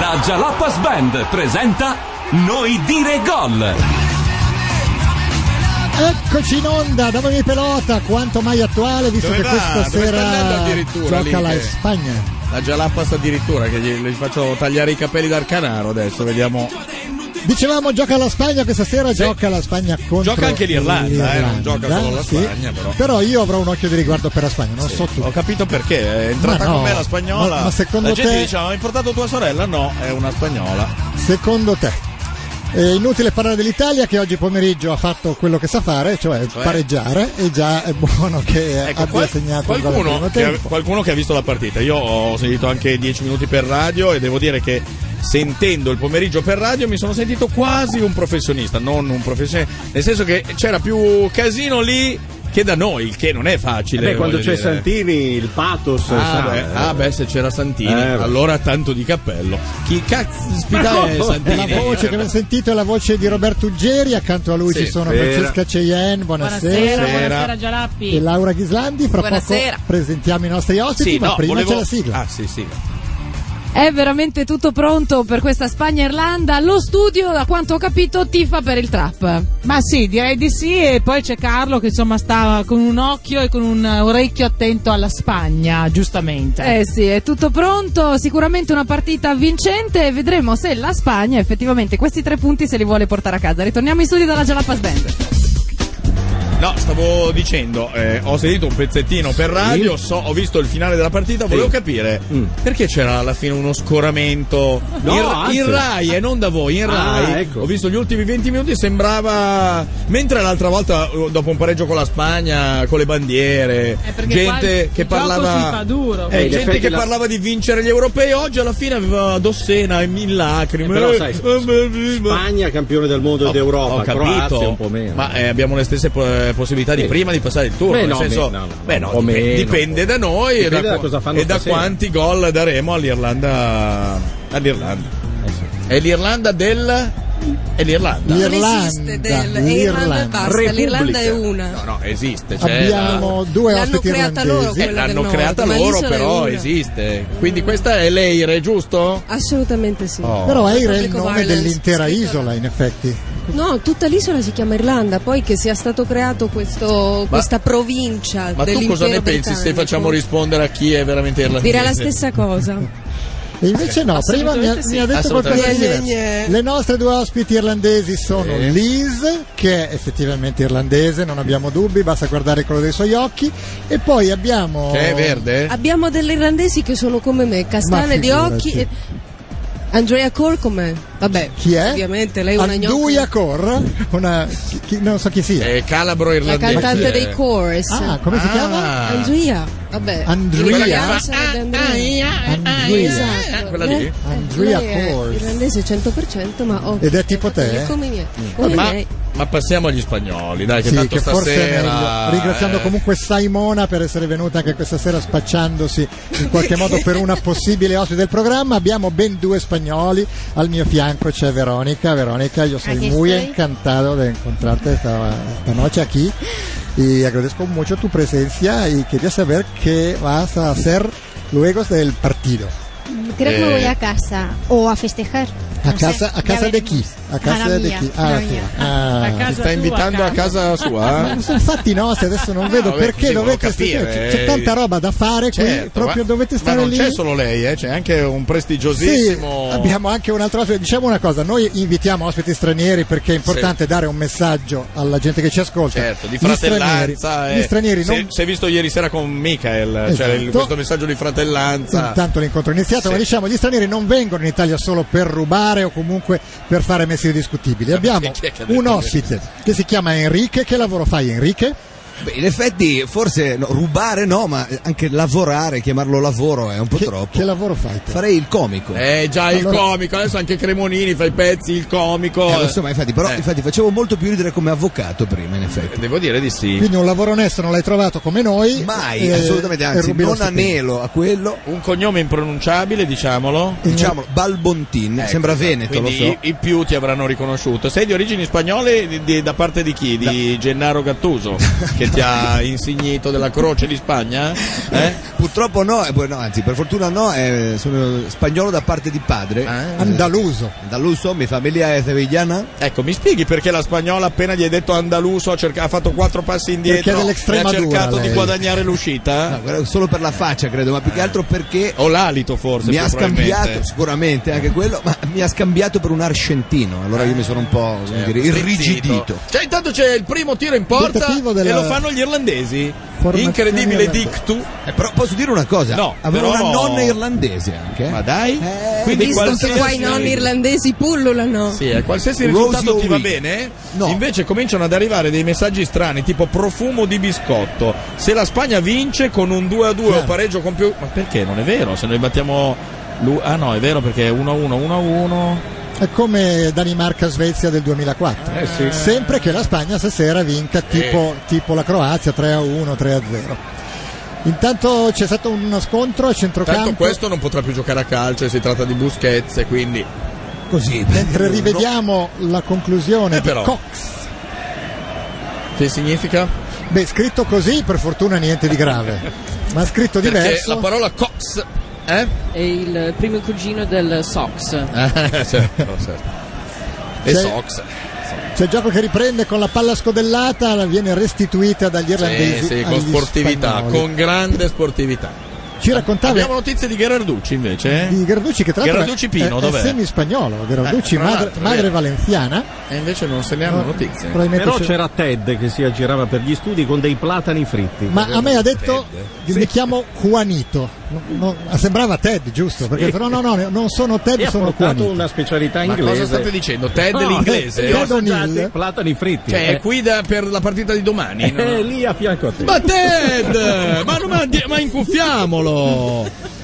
La Jalapas Band presenta Noi dire gol. Eh Eccoci in onda da Mami Pelota, quanto mai attuale, visto Dove che va? questa Dove sta andando addirittura, sera gioca lì, la che- Spagna. La Jalapas addirittura che gli, gli faccio tagliare i capelli dal canaro adesso, vediamo. Dicevamo gioca la Spagna questa sera, gioca la Spagna contro Gioca anche l'Irlanda, eh, non gioca solo la sì. Spagna, però. io avrò un occhio di riguardo per la Spagna, non so tu. Ho capito perché, è entrata Ma no, con me la spagnola. ma- ma secondo la gente te- diceva, ma hai portato tua sorella? No, è una spagnola. Secondo te è inutile parlare dell'Italia che oggi pomeriggio ha fatto quello che sa fare, cioè, Cioè? pareggiare e già è buono che Ecco, abbia qual- segnato il gol al qualcuno, primo che ha, tempo. qualcuno che ha visto la partita. Io ho sentito anche 10 minuti per radio e devo dire che sentendo il pomeriggio per radio mi sono sentito quasi un professionista, non un professionista, nel senso che c'era più casino lì che da noi, il che non è facile. Beh, quando voglio c'è dire. Santini, il pathos. eh. Ah sa- beh, ah, beh, se c'era Santini, Eh, beh. allora tanto di cappello. Chi cazzo è E Santini? La voce che avete sentito è la voce di Roberto Uggeri, accanto a lui Sì, ci sono vera. Francesca Ceien, buonasera. Buonasera, Buonasera. buonasera e Gialappi. Laura Ghislandi. Fra Buonasera. poco presentiamo i nostri ospiti, Sì, ma no, prima volevo- c'è la sigla. Ah, sì, sì. È veramente tutto pronto per questa Spagna-Irlanda. Lo studio, da quanto ho capito, tifa per il trap. Ma sì, direi di sì e poi c'è Carlo che insomma sta con un occhio e con un orecchio attento alla Spagna, giustamente. Eh sì, è tutto pronto. Sicuramente una partita vincente. e Vedremo se la Spagna effettivamente questi tre punti se li vuole portare a casa. Ritorniamo in studio dalla Jalapas Band. No, stavo dicendo, eh, ho sentito un pezzettino per radio, so- ho visto il finale della partita, volevo capire Mm. perché c'era alla fine uno scoramento No, in, anzi. Eh, in Rai e non da voi, in Ah, Rai. ecco. Ho visto gli ultimi 20 minuti, sembrava mentre l'altra volta eh, dopo un pareggio con la Spagna, con le bandiere, Eh, perché qua gente il che gioco parlava si fa duro. Eh, Eh, in gente effetti che la- parlava di vincere gli europei, oggi alla fine aveva Dossena e mille lacrime. Eh, però Eh, sai, eh, eh, eh, Spagna campione del mondo ho- ed d'Europo, ho Croazia un po' meno. Ma eh, abbiamo le stesse po- eh, possibilità di Sì. prima di passare il turno. Beh, nel no, senso, beh, no, no, beh, no, un po' dipende, meno, dipende un po'. da noi e Dipende da, da qu- cosa fanno e da stasera. quanti gol daremo all'Irlanda. All'Irlanda. Eh, È l'Irlanda del. È l'Irlanda. L'Ir- Non esiste del, è Irlanda e basta, Repubblica. l'Irlanda è No, una. no, esiste. Cioè, Abbiamo due L'hanno ospiti creata irlandesi. loro, eh, quella del l'hanno nord, creata ma loro, l'isola è però una. esiste. Quindi questa è l'Eire, giusto? Assolutamente sì. Oh. Però Aira è il Public nome violence, dell'intera scritto- isola, in effetti. No, tutta l'isola si chiama Irlanda, poi che sia stato creato questo, questa provincia Ma tu dell'impero cosa ne pensi se britannico? facciamo rispondere a chi è veramente irlandese? Dirà la stessa cosa. E invece no, prima mi ha, Assolutamente sì. mi ha detto qualcosa di Assolutamente. diverso. Le nostre due ospiti irlandesi sono Sì. Liz, che è effettivamente irlandese, non abbiamo dubbi, basta guardare quello dei suoi occhi. E poi abbiamo... Che è verde? Abbiamo delle irlandesi che sono come me, Ma castane di figurati. occhi. e- Andrea Cole come? Vabbè, Chi è? ovviamente lei è una Anduia gnocca. Cor, una... chi- chi- non so chi sia. È calabro La irlandese. cantante dei chorus. Ah, come si Ah. chiama? Andrea, vabbè. Andrea. l'italiano sarebbe Andrea. Andrea. Esatto. quella lì? Eh, Andrea lei è Corr. Irlandese 100%, ma occhi. Ed è tipo te, eh? Come i miei. Come i Ma, miei. ma passiamo agli spagnoli, dai, che Sì, tanto che forse è stasera. meglio. Ringraziando eh, comunque Simona per essere venuta anche questa sera spacciandosi in qualche modo per una possibile ospite del programma. Abbiamo ben due spagnoli. Al mio fianco c'è Veronica. Veronica, io sono Aquí muy estoy. encantado de encontrarte esta, esta noche aquí. Y agradezco mucho tu presencia y quería saber qué vas a hacer luego del partido. Creo que me voy Eh. a casa o a festejar. ¿A No sé, casa, a ya casa de veremos. quién? ¿A casa la de mía, quién? a Ah, la la tua. mía. Ah. A Ti casa sta tua, invitando a casa sua? Ma sono fatti nostri, adesso non vedo vabbè, perché ci devono dovete capire, stare- eh. c'è tanta roba da fare qui, Certo, proprio ma- dovete stare Ma non lì. c'è solo lei, eh, c'è anche un Sì, prestigiosissimo. abbiamo anche un altro ospite. Diciamo una cosa: noi invitiamo ospiti stranieri perché è importante dare un messaggio alla gente che ci ascolta. Certo, di Gli fratellanza. stranieri- Gli eh. stranieri Se- non. Si è visto ieri sera con Michael, cioè Esatto. il- questo messaggio di fratellanza. Intanto l'incontro è iniziato, Sì. ma diciamo gli stranieri non vengono in Italia solo per rubare o comunque per fare mestieri discutibili. Abbiamo chi è che ha detto un questo? ospite che si chiama Enrique. Che lavoro fai, Enrique? Beh, in effetti, forse no, rubare no, ma anche lavorare, chiamarlo lavoro è un po' Che, troppo. che lavoro fai? te? Farei il comico. Eh. Eh, già il Allora- comico, adesso anche Cremonini fa i pezzi, il comico. lo so, ma infatti, però, Eh. infatti facevo molto più ridere come avvocato prima, in effetti. Devo dire di sì. Quindi un lavoro onesto non l'hai trovato come noi. Mai, eh, assolutamente, e anzi, rubi lo non stipendio. anelo a quello. Un cognome impronunciabile, diciamolo. Diciamolo, Balbontin, Ecco, sembra esatto. Veneto, lo Quindi so. I, i più ti avranno riconosciuto. Sei di origini spagnole di- di- da parte di chi? Di Gennaro Gattuso, che ti ha insignito della croce di Spagna? Eh? Purtroppo no, eh, poi no, anzi per fortuna no, eh, sono spagnolo da parte di padre. Ah. Andaluso. Andaluso, mi famiglia è sevillana. Ecco, mi spieghi perché la spagnola appena gli hai detto andaluso ha, cerca- ha fatto quattro Perché passi è indietro e ha dell'Extremadura, cercato lei. di guadagnare l'uscita? eh? No, guarda, solo per la faccia credo, ma più che altro perché O l'alito forse. mi più ha scambiato, probabilmente. sicuramente anche quello, ma mi ha scambiato per un argentino. Allora io mi sono un po' come dire, irrigidito. Cioè, intanto c'è il primo tiro in porta Tentativo della- e lo fanno gli irlandesi. Formazione Incredibile irlandese. dictu. Eh, però posso dire una cosa? No, avevo però- una nonna irlandese anche. eh. Ma dai, Eh, quindi Visto che qua i qualsiasi- nonni irlandesi pullulano. Sì, eh, qualsiasi Rosy risultato ti va O'Reilly. bene, No. invece cominciano ad arrivare dei messaggi strani, tipo profumo di biscotto. Se la Spagna vince con un 2 a 2 o pareggio con più. Ma perché? Non è vero, se noi battiamo. l'U- Ah no, è vero perché è 1 a 1, 1 a 1. È come Danimarca-Svezia del 2004. Eh, Sempre che la Spagna stasera vinca tipo, tipo la Croazia 3 a 1, 3 a 0. Intanto c'è stato uno scontro a centrocampo. Tanto questo non potrà più giocare a calcio e si tratta di buschezze, quindi. così. Mentre rivediamo la conclusione Eh, di però. Cox. Che significa? Beh, scritto così, per fortuna niente di grave. Ma scritto Perché diverso. la parola cox. Eh? È il primo cugino del Sox. Eh, certo, certo. E C'è- Sox. C'è il gioco che riprende con la palla scodellata, la viene restituita dagli irlandesi. Sì, sì, con agli sportività, spagnoli. con grande sportività. Ci raccontava Abbiamo notizie di Gerarducci invece. eh? di Garducci che tra l'altro Gherarducci è- Pino, è, è dov'è? semispagnolo. Garducci, Eh, tra madre, l'altro, madre vero. valenziana. E invece non se ne hanno notizie. Probabilmente Però c'è- c'era Ted che si aggirava per gli studi con dei platani fritti. Ma a me ha detto che mi chiamo Juanito. No, no, ah, sembrava Ted, giusto? Perché però no, no, non sono Ted, E ha sono portato Juanito. una specialità Ma cosa inglese. state dicendo? Ted No, l'inglese? li ho Ted assaggiati, O'Neill. Platani fritti. Cioè, è Eh, qui da- per la partita di domani. no? eh, lì a fianco a te. Ma Ted! Ma, ma, ma incuffiamolo!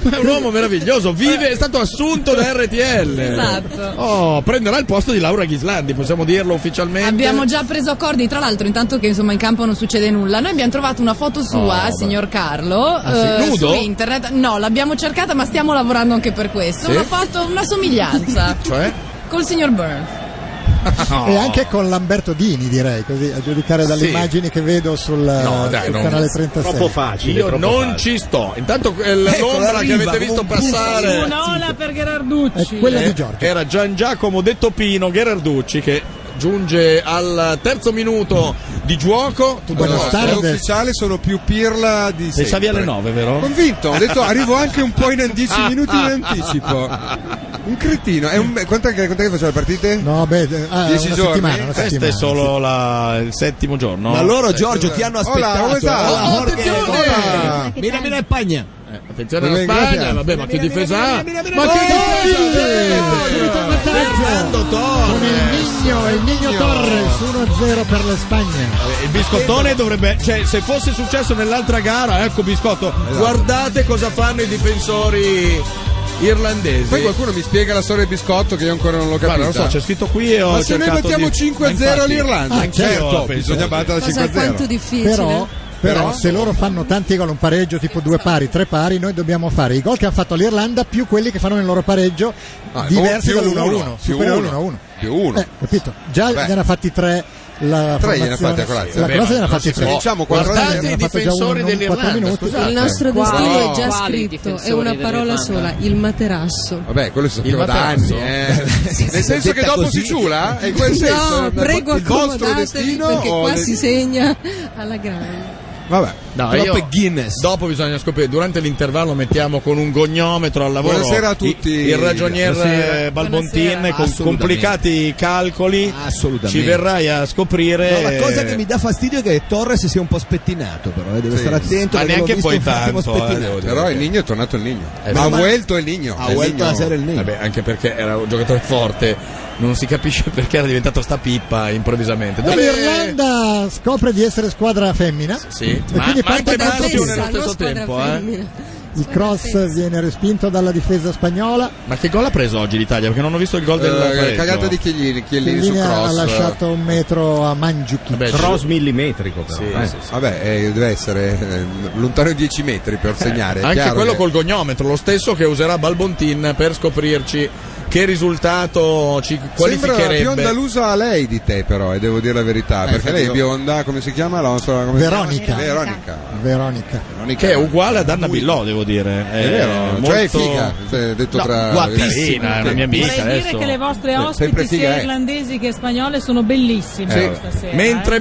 Ma È un uomo meraviglioso, vive, è stato assunto da RTL. Esatto. Oh, prenderà il posto di Laura Ghislandi, possiamo dirlo ufficialmente. Abbiamo già preso accordi, tra l'altro, intanto che insomma in campo non succede nulla. Noi abbiamo trovato una foto sua, signor Carlo, sì? eh, su Nudo? internet. No, l'abbiamo cercata, ma stiamo lavorando anche per questo. Sì? Una foto, una somiglianza Cioè? col signor Burns. No. E anche con Lamberto Dini, direi così, a giudicare dalle Sì. immagini che vedo sul, No, dai, sul non- canale 36. Troppo facile. Io troppo non facile. Ecco, ci sto. Intanto eh, l'ombra che arriva, avete visto passare. Un'ola per È Gerarducci. quella Eh, di Giorgio. Era Gian Giacomo detto Pino Gherarducci che giunge al terzo minuto di gioco. Tutto Eh, Buenas posto. tardes. ufficiale sono più pirla di Pensavi sempre. alle 9, vero? Convinto, ho detto arrivo anche un po' in 10 minuti in anticipo. Un cretino, è un... quant'è che, quant'è che faceva le partite? No, beh, eh, ah, Dieci una giorni? settimana, una Questo settimana. è solo la- il settimo giorno. Ma loro Giorgio ti hanno Hola, aspettato. come sta? Hola, Oh, Jorge. attenzione! Hola. Che Mira, tal? mira España. Eh, attenzione alla Vabbè, Spagna, grazie. vabbè, ma che difesa ha? Ma che mira, mira, eh. difesa ha? Subito vantaggio Fernando con il Torres. Nigno, il Nigno Torres 1-0 per la Spagna. Eh, Il biscottone dovrebbe, cioè, se fosse successo nell'altra gara, ecco biscotto. Guardate cosa fanno i difensori irlandesi. Poi qualcuno mi spiega la storia del biscotto che io ancora non l'ho capita. Guarda, non so, c'è scritto qui e ho Ma se noi cercato battiamo di- 5-0 Ma infatti- all'Irlanda, Ah, certo, certo, penso bisogna di battere Ma sai 5-0. quanto difficile? Però, però se loro fanno tanti gol, un pareggio tipo due pari, tre pari, noi dobbiamo fare i gol che hanno fatto l'Irlanda più quelli che fanno nel loro pareggio Ah, diversi più dall'1-1, uno, più superiore uno. all'1-1. Più uno. Eh, capito? Già Beh. ne hanno fatti tre. La Tre gliene formazione- ha fatti a Croazia. La Vabbè, Croazia ne ha non fatti si tre. può. Diciamo, Guardate Ne i ha fatto già difensori uno in quattro dell'Irlanda, minuti. Il scusate. nostro Quali- destino è già quali scritto, è difensori una parola dell'Irlanda? sola, il materasso. Vabbè, quello si sapeva Il da anni, materasso. eh. Nel senso che Detta dopo così. si ciula? Eh, È in quel senso? No, prego il vostro accomodatevi destino perché o qua del- si segna alla grande. Vabbè. No, Troppe io- Guinness. Dopo bisogna scoprire, durante l'intervallo mettiamo con un gognometro al lavoro Buonasera a tutti. il, il ragionier Buonasera. eh, Balbontin Buonasera. con Assolutamente. complicati calcoli. Assolutamente. Ci verrai a scoprire. No, la cosa che mi dà fastidio è che Torres sia un po' spettinato, però eh, deve Sì. stare attento. Ma perché neanche l'ho visto poi un attimo tanto, eh, spettinato. devo dire. Però il Nigno è tornato il Nigno. Eh, Ah, Ma ha ma- vuelto il Nigno. Ha Il vuelto Nigno- la sera il Nigno. Vabbè, anche perché era un giocatore forte, non si capisce perché era diventato sta pippa improvvisamente. E Dove- L'Irlanda scopre di essere squadra femmina. Sì, E ma, quindi ma parte anche da maschio difesa, nello stesso non squadra tempo. Eh. femmina. Il cross viene respinto dalla difesa spagnola. Ma che gol ha preso oggi l'Italia? Perché non ho visto il gol del. Eh, pareggio. cagata di Chiellini, Chiellini su Chiellini ha cross. ha lasciato un metro a Mandzukic. Vabbè, Cross millimetrico però. Sì, eh. sì, sì. Vabbè, eh, deve essere eh, lontano di 10 metri per segnare. è Eh, Anche chiaro quello che- col gognometro, lo stesso che userà Balbontin per scoprirci che risultato ci Sembra la qualificherebbe? Eh, bionda lusa a lei di te però, e devo dire la verità, perché infatti lei è io- bionda, come si chiama? La nostra, come si chiama? Veronica. Veronica. Veronica. Che è uguale ad Anna Billò, devo dire. eh, È Eh, vero, cioè è figa, cioè, detto No, tra- guapissima, è una mia amica Vorrei adesso. dire che le vostre Sì, ospiti, sia eh. irlandesi che spagnole, sono bellissime eh. Sì. stasera. Mentre,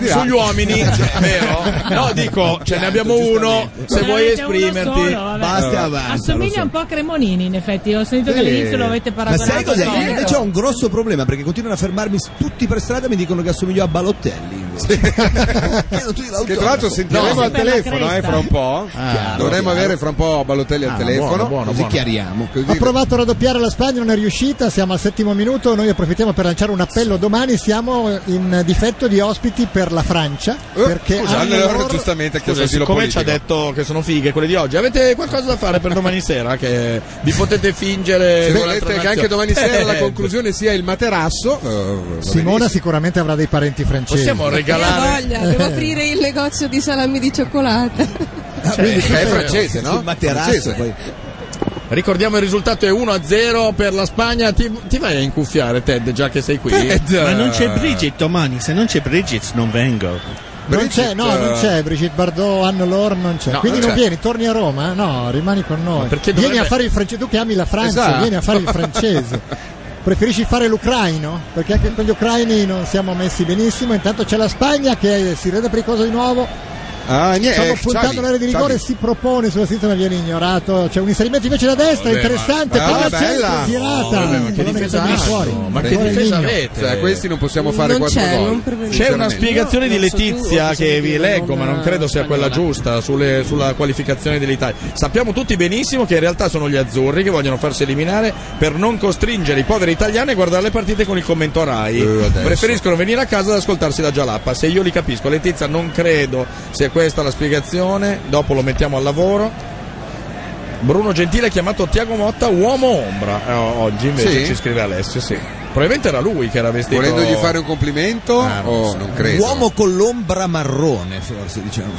eh. sugli uomini, cioè, vero? No, dico, ce ne abbiamo uno. Se Ne vuoi avete uno esprimerti, solo, vabbè. Assomiglia un po' a Cremonini, in effetti. Ho sentito che Sì. all'inizio lo avete Ma paragonato. sai cos'è? a Io Toto. invece ho un grosso problema perché continuano a fermarmi s- tutti per strada e mi dicono che assomiglio a Balottelli. invece. Chiedo tu Che tra l'altro sentiremo al telefono, eh, fra un po'. Ah, Dovremmo chiaro. avere fra un po' Balotelli al Ah, telefono. buono, buono, così buono. chiariamo. Ha provato a raddoppiare la Spagna, non è riuscita, siamo al settimo minuto, noi approfittiamo per lanciare un appello domani, siamo in difetto di ospiti per la Francia, perché Scusa, hanno allora, loro- Eh, giustamente ha chiesto Scusa, asilo siccome politico. ci ha detto che sono fighe quelle di oggi, avete qualcosa da fare per domani sera? Che vi potete fingere? Se con volete un'altra che nazione? anche domani sera la Eh, conclusione sia il materasso, Eh, Simona sicuramente avrà dei parenti francesi. Possiamo Ho voglia, Eh. devo aprire il negozio di salami di cioccolata. Quindi è tu- francese, no? Eh, Sul materasso, Francese. poi. Ricordiamo il risultato è 1-0 per la Spagna. Ti, ti vai a incuffiare, Ted, già che sei qui. Eh. Ma non c'è Bridget domani, se non c'è Bridget non vengo. Non c'è, no, eh, non eh, c'è Brigitte Bardot, Anne Lorm, non c'è. No, Quindi non non c'è. vieni, torni a Roma? eh? No, rimani con noi. perché Vieni dovrebbe- a fare il francese, tu che ami la Francia, Esatto. vieni a fare il francese. Preferisci fare l'ucraino? Perché anche con gli ucraini non siamo messi benissimo. Intanto c'è la Spagna che si rende pericolosa di nuovo. Ah, niente, Stanno eh, puntando Xavi, l'area di rigore, si propone sulla sinistra ma viene ignorato. C'è un inserimento invece da destra, Vabbè, interessante, ma- palla ah, al centro, bella. tirata. Oh, vabbè, ma che Pallone difesa viene hanno? fuori. Ma che Rigore difesa ligno. avete? Cioè, questi non possiamo fare Non quattro c'è, gol. non prevedo. C'è una Sinceramente. spiegazione di Letizia che vi leggo, ma non credo sia quella giusta sulle- sulla qualificazione dell'Italia. Sappiamo tutti benissimo che in realtà sono gli azzurri che vogliono farsi eliminare per non costringere i poveri italiani a guardare le partite con il commento Rai. Eh, Preferiscono venire a casa ad ascoltarsi la Gialappa. Se io li capisco, Letizia, non credo sia questa la spiegazione. Dopo lo mettiamo al lavoro. Bruno Gentile ha chiamato Tiago Motta uomo ombra eh, oggi invece Sì? ci scrive Alessio sì. probabilmente era lui che era vestito Volendogli fare un complimento? Ah, non Oh, so. non credo. Uomo con l'ombra marrone, forse diciamo.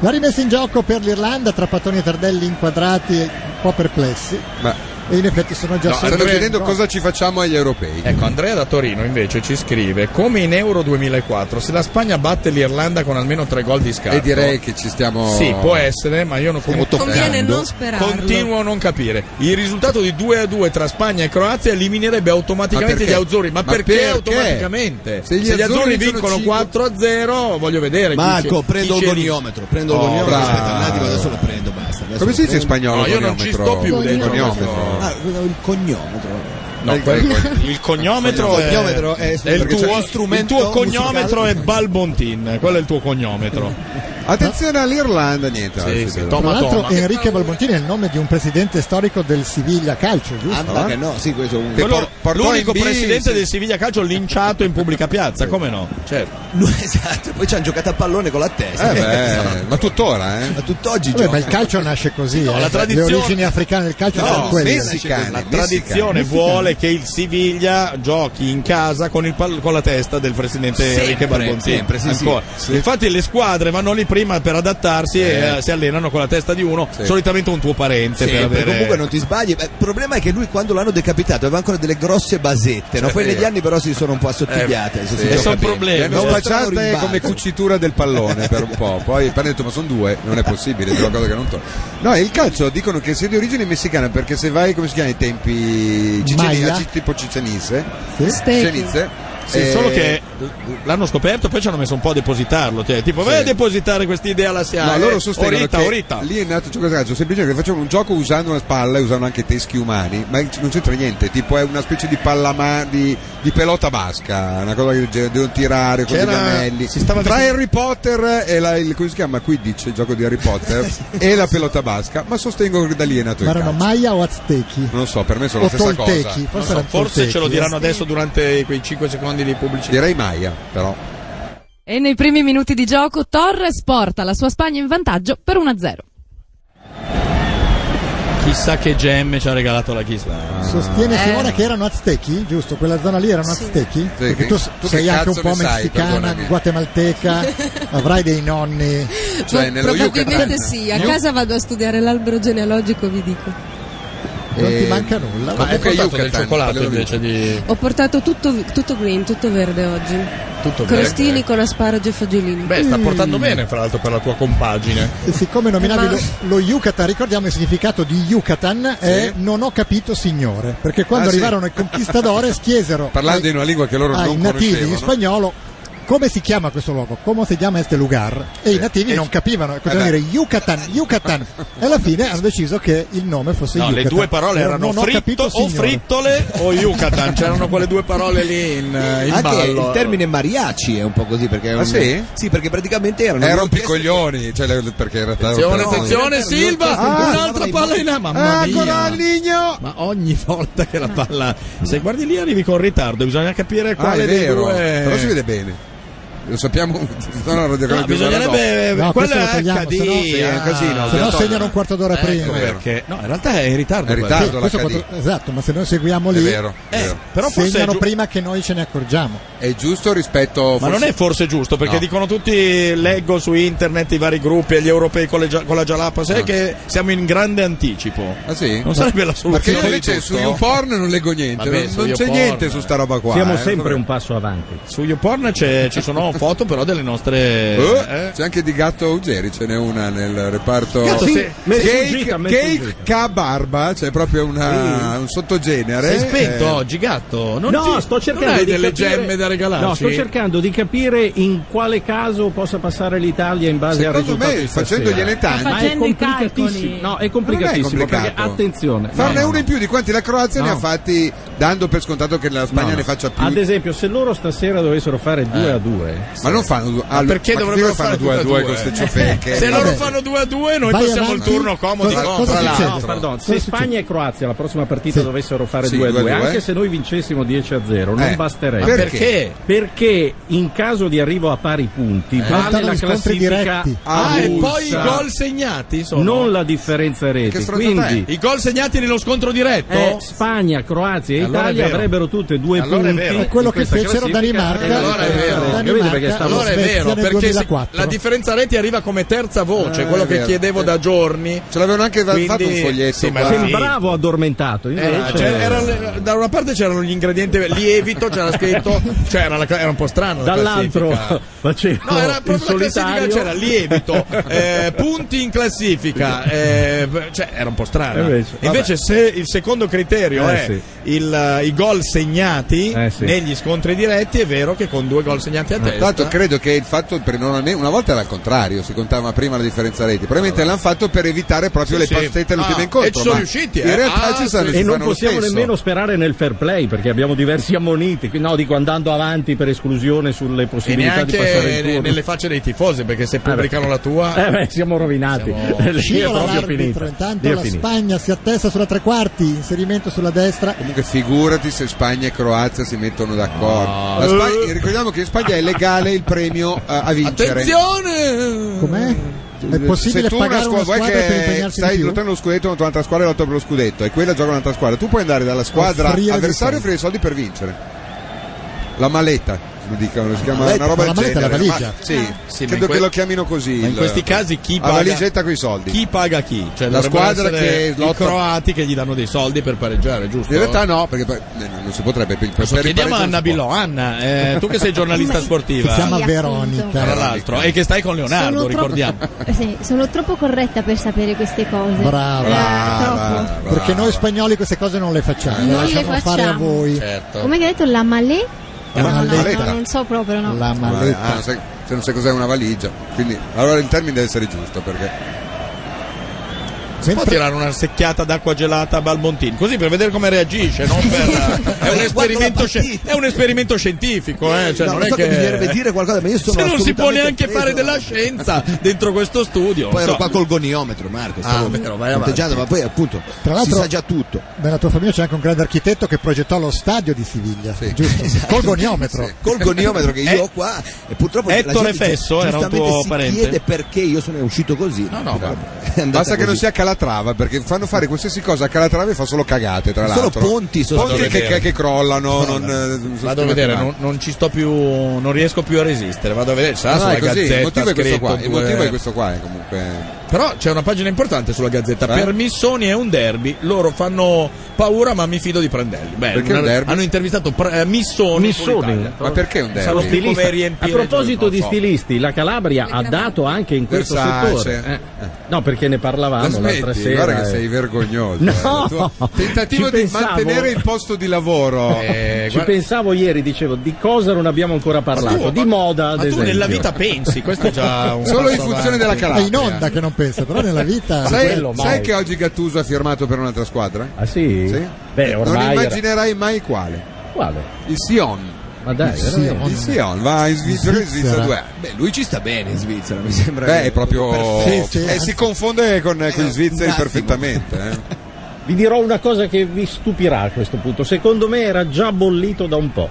La rimessa in gioco per l'Irlanda tra Patoni e Tardelli inquadrati un po' perplessi. Ma E in effetti sono già No, sotto. Andrea- ci facciamo agli europei. Ecco, Andrea da Torino invece ci scrive: Come in Euro 2004, se la Spagna batte l'Irlanda con almeno tre gol di scarto. E direi che ci stiamo. Sì, può essere, ma io non Stiamo comunque- toccando. Conviene non sperarlo. Continuo a non capire. Il risultato di 2 a 2 tra Spagna e Croazia eliminerebbe automaticamente gli azzurri. Ma, perché, automaticamente? Se gli, azzurri, vincono 4 a 0, voglio vedere. chi Marco, ci- prendo chi il ci- goniometro, prendo il Oh, goniometro, bravo. aspetta un attimo, adesso lo prendo, basta. adesso Come lo si dice in prendo. spagnolo? No, io non ci sto più dentro questo. Ah, il cognometro. No, Il- quello- il- il cognometro, il cognometro è, è- è il perché c'è tuo lo strumento Il tuo cognometro musicale. è Balbontin, quello è il tuo cognometro. Attenzione all'Irlanda, niente. Sì, adesso sì, credo. Tra l'altro Enrique Balbontini è il nome di un presidente storico del Siviglia Calcio, giusto? Anda Ah, che no, sì, questo è un... Quello- Por- portò l'unico in B, presidente sì. del Siviglia Calcio linciato in pubblica piazza, come no? Certo. Lui, esatto, poi ci hanno giocato a pallone con la testa. Eh beh, ma tuttora, eh? Ma tutt'oggi Vabbè, gioca. ma il calcio nasce così, No, eh. la tradizione- le origini africane del calcio sono quelle. la tradizione vuole che il Siviglia giochi in casa con, il pal- con la testa del presidente Sempre, Enrique Balbontini. sempre, sì, sì, Ancora. sì. Infatti le squadre vanno lì prima per adattarsi e eh, si allenano con la testa di uno, solitamente un tuo parente. Sì, per perché avere... comunque non ti sbagli. Beh, Il problema è che lui quando l'hanno decapitato aveva ancora delle grosse basette. no? Cioè, Poi sì. negli anni però si sono un po' Eh, assottigliate. se si gioca bene. Le hanno Hanno spacciate spacciate come cucitura del pallone per un po'. Poi poi hanno detto: Ma sono due, non è possibile, è una cosa che non torna. No, il calcio dicono che sia di origine messicana perché se vai, come si chiama, ai tempi ciceni- Maya? a ci- tipo Eh, cicenisse, sì? Sì, solo che l'hanno scoperto, poi ci hanno messo un po' a depositarlo. cioè, tipo, vai a depositare questa idea alla SIA. No, loro eh, sostengono Orita, che orita. lì è nato il gioco di calcio, semplicemente facevano un gioco usando una spalla e usavano anche i teschi umani, ma non c'entra niente, tipo è una specie di pallama di, di pelota basca, una cosa che ge- devono tirare con i C'era- pannelli. si stava Tra dicendo- Harry Potter e la, il, come si chiama? Quidditch, il gioco di Harry Potter, e la pelota basca, ma sostengo che da lì è nato il Ma erano calcio. Maya o Aztechi? Non so, per me sono la o stessa Toltechi, forse cosa. Non so, erano Forse ce lo Toltechi, diranno eh. adesso durante quei 5 secondi di pubblicità. Direi Maia, però. E nei primi minuti di gioco Torres porta la sua Spagna in vantaggio per 1-0. Chissà che gemme ci ha regalato la Chisla. Sostiene Eh. Simona che erano aztechi, giusto? Quella zona lì erano aztechi? Perché tu, che- tu sei che anche un cazzo po' ne sai, messicana, perdonami. Ah. guatemalteca, avrai dei nonni. Cioè, Cioè, Probabilmente sì, a casa vado a studiare l'albero genealogico, vi dico. Non Eh, ti manca nulla. Ma Comunque hai portato Yucatan, del cioccolato parliamo di invece di... Ho portato tutto, tutto green, tutto verde oggi. Tutto verde. Crostini con asparagi e fagiolini. Beh, sta Mm. portando bene, fra l'altro, per la tua compagine. E siccome nominavi Ma- lo, lo Yucatan, ricordiamo il significato di Yucatan è Sì. non ho capito signore, perché quando Ah, sì. arrivarono i conquistadores chiesero Parlando in una lingua che loro ai non Ah, nativi in conoscevano. spagnolo come si chiama questo luogo, come si chiama este lugar e Eh, i nativi non capivano, e continuano a dire Yucatan, Yucatan e alla fine hanno deciso che il nome fosse No, Yucatan. le due parole Loro erano non ho fritto capito, o signore. frittole o Yucatan. C'erano quelle due parole lì in, in Anche ballo. il termine mariaci è un po' così perché è Ah, un- sì? perché praticamente erano Era gli un piccoglioni, cioè, le- perché era Attenzione, no, attenzione, Silva! Ah, un'altra palla in là, mamma mia! Ah, Ma ogni volta che la palla. Se guardi lì arrivi con ritardo, bisogna capire Ah, quale è dei vero, due- però si vede bene. Lo sappiamo. No, no, lo dico- No, Eh, bisognerebbe. No, quello questo lo è eh, togliamo, HD. se no- Sì, è un casino, se no Antonio. segnano un quarto d'ora Ecco prima. perché. No, in realtà è in ritardo. È in ritardo quello. Questo quattro- esatto, ma se noi seguiamo lì, vero, è vero. Eh, però forse è segnano giu- prima che noi ce ne accorgiamo. È giusto rispetto. Ma non è forse giusto perché No. dicono tutti, leggo su internet i vari gruppi e gli europei con, le gia- con la Jalapa, sai che siamo in grande anticipo. Ah sì? Non sarebbe la soluzione. Perché io invece di su tutto? YouPorn non leggo niente, Vabbè, non, su non c'è YouPorn, niente su sta roba qua. Siamo eh, sempre vabbè. Eh. un passo avanti. Su YouPorn c'è- ci sono foto però delle nostre... Oh, eh? C'è anche di gatto Ugeri, ce n'è una nel reparto Gatto, sì, mi è Cake, sfuggita, mi è cake K Barba, c'è proprio una, un sottogenere. Sei spento eh. oggi, gatto? Non no, ci- sto cercando non hai di delle capire- gemme da regalarci? No, sto cercando di capire in quale caso possa passare l'Italia in base al Secondo risultato. me, di stasera. facendogliene tanti. Ma è Facendo i complicatissimo. calcoli. No, è Non complicatissimo è complicato. perché attenzione. no, Farne no, uno no. in più di quanti la Croazia ne No. ha fatti, dando per scontato che la Spagna No, no. ne faccia più. Eh. Ad esempio, se loro stasera dovessero fare 2 a 2, ma non fanno due Ma perché dovrebbero fare due a tutte e due due? con ste ciofeche? Se loro Vabbè. fanno 2 a 2 noi Vai passiamo avanti. il turno comodi Cosa- contro cosa succede? l'altro. No, Pardon, se Spagna e Croazia la prossima partita dovessero fare Sì, 2 a 2, due a due. anche se noi vincessimo 10 a 0, non Eh, basterebbe. ma perché? Perché in caso di arrivo a pari punti, vale Contano la gli scontri classifica diretti. Eh. Ah, e avulsa, poi i gol segnati sono... non la differenza reti. Quindi I gol segnati nello scontro diretto? eh, Spagna, Croazia e Allora è Italia vero. avrebbero tutte due Allora è punti. vero. È quello in che questa fecero classifica. Danimarca. Eh, Allora è vero. Danimarca, Capite perché stavo- Allora è Svezia vero, nel perché si- 2004. la differenza reti arriva come terza voce, Ah, quello è che vero, chiedevo sì. da giorni. Ce l'avevano anche Quindi- fatto un foglietto. Sì, ma qua. sì. Sembravo addormentato. Eh, invece- c'era- era- da una parte c'erano gli ingredienti lievito, c'era scritto, cioè era, la- era un po' strano. la Dall'altro classifica. facevo No, era il proprio la classifica, solitario. c'era lievito, eh, punti in classifica, eh, cioè era un po' strano. Invece, Invece, Eh, vabbè. se il secondo criterio Eh, è sì. il- i gol segnati Eh, sì. negli scontri diretti, è vero che con due gol segnati a testa. Eh, Tanto credo che il fatto, per- non almeno- una volta era al contrario, si contava prima la differenza reti, probabilmente l'hanno fatto per evitare proprio Sì, le sì. pastette all'ultimo Ah, incontro. e ci sono ma riusciti, eh. In realtà Ah, ci sono sì. ci E non fanno lo possiamo stesso. nemmeno sperare nel fair play perché abbiamo diversi ammoniti. Quindi, No, dico andando avanti per esclusione sulle E possibilità di passare neanche il turno. ne- nelle facce dei tifosi, perché se pubblicano la tua. Eh beh, siamo rovinati. Siamo- Lì è Scivola proprio l'arbitro, finita. Intanto Lì è la finita. Spagna si attesta sulla tre quarti, inserimento sulla destra. Comunque figurati se Spagna e Croazia si mettono d'accordo. La Spagna- eh, ricordiamo che in Spagna è legale il premio eh, a vincere. Attenzione! Com'è? È se possibile tu una pagare una squadra- vuoi squadra che per impegnarsi di stai più? lottando lo scudetto contro un'altra squadra e lotta per lo scudetto e quella gioca un'altra squadra, tu puoi andare dalla squadra Offrire dei avversaria e offrire i soldi per vincere. La maletta, lo dicono, si chiama maletta, una ma roba la del maletta è la genere. valigia. Ma- sì, Sì, ma credo in Eh. que- che lo chiamino così. Ma in il- eh, questi casi chi La paga- valigetta con i soldi. Chi paga chi? Cioè, La dovrebbero squadra essere che i lotta- croati che gli danno dei soldi per pareggiare, giusto? In realtà no, perché per- eh, non si potrebbe. Per, per Adesso il chiediamo a pareggio non Anna si può. Bilò. Anna, eh, tu che sei giornalista Si sportiva, chiama Sì, tra Veronica. l'altro, e che stai con Leonardo, Sono troppo- ricordiamo. Sì, sono troppo corretta per sapere queste cose. Brava. Eh, Brava, troppo. brava. Perché noi spagnoli queste cose non le facciamo, Non le le lasciamo fare a facciamo. voi. Certo. Come che ha detto la malè? La No, no, maletta. no, non so proprio, no. La Vabbè, ah, maletta. non sai- se non sai cos'è una valigia, quindi allora il termine deve essere giusto perché Può Mentre- tirare una secchiata d'acqua gelata a Balmontin, così per vedere come reagisce, non per... è, un esperimento sci- è un esperimento scientifico, eh, cioè, No, non non è so che... che- bisognerebbe dire qualcosa, ma io sono Se non si può assolutamente neanche preso fare da- della scienza dentro questo studio. Poi ero so. qua col goniometro, Marco, stavo vero, vai avanti. punteggiando, ma poi appunto Tra si l'altro- sa già tutto. Nella tua famiglia c'è anche un grande architetto che progettò lo stadio di Siviglia, giusto? Esatto. Col goniometro. Esatto. Col goniometro che io Eh, ho qua e purtroppo la Ettore gente Fesso era un giustamente tuo si parente? chiede perché io sono uscito così. No, no, Però ma- è andata basta che non così. sia calatrava perché fanno fare qualsiasi cosa a calatrava e fa solo cagate tra Solo l'altro. ponti sono Ponti stato a che, che- vedere. che crollano, non, eh, sono Vado a stimati vedere, male. non, non ci sto più, non riesco più a resistere. Vado a vedere, sarà No, no, sulla è così, gazzetta. il motivo è questo qua, scritto il motivo due- è questo qua, eh, comunque Però c'è una pagina importante sulla Gazzetta. Eh? Per Missoni è un derby. Loro fanno paura, ma mi fido di Prandelli. Beh, Perché non- un derby? Hanno intervistato Pr- eh, Missoni. sull'Italia. Ma perché un derby? Sarò Stilista. stilista. A proposito di stilisti, la Calabria ha dato anche in questo Versace. settore. Eh, No, perché ne La parlavamo l'altra smetti, sera. guarda che eh. sei vergognoso. No! eh. Il tuo tentativo Ci di pensavo. Eh, mantenere il posto di lavoro. Eh, Ci pensavo ieri, dicevo, di cosa non abbiamo ancora parlato? di moda, ad ma tu esempio. nella vita pensi, questo è già un Solo in passo funzione della avanti. Calabria. È in onda che non pensa, però nella vita sai, Quello sai mai. che oggi Gattuso ha firmato per un'altra squadra? Ah sì? Beh, ormai non era- immaginerai mai quale. Quale? Il Sion. Ma dai, il veramente? Sion. Il Sion va in Svizzera, in Svizzera due anni. Beh, lui ci sta bene in Svizzera, mi sembra. Beh, che- è proprio. Perfetto. eh, si confonde con, eh, con gli svizzeri perfettamente. eh. Eh, Vi dirò una cosa che vi stupirà a questo punto. Secondo me era già bollito da un po'.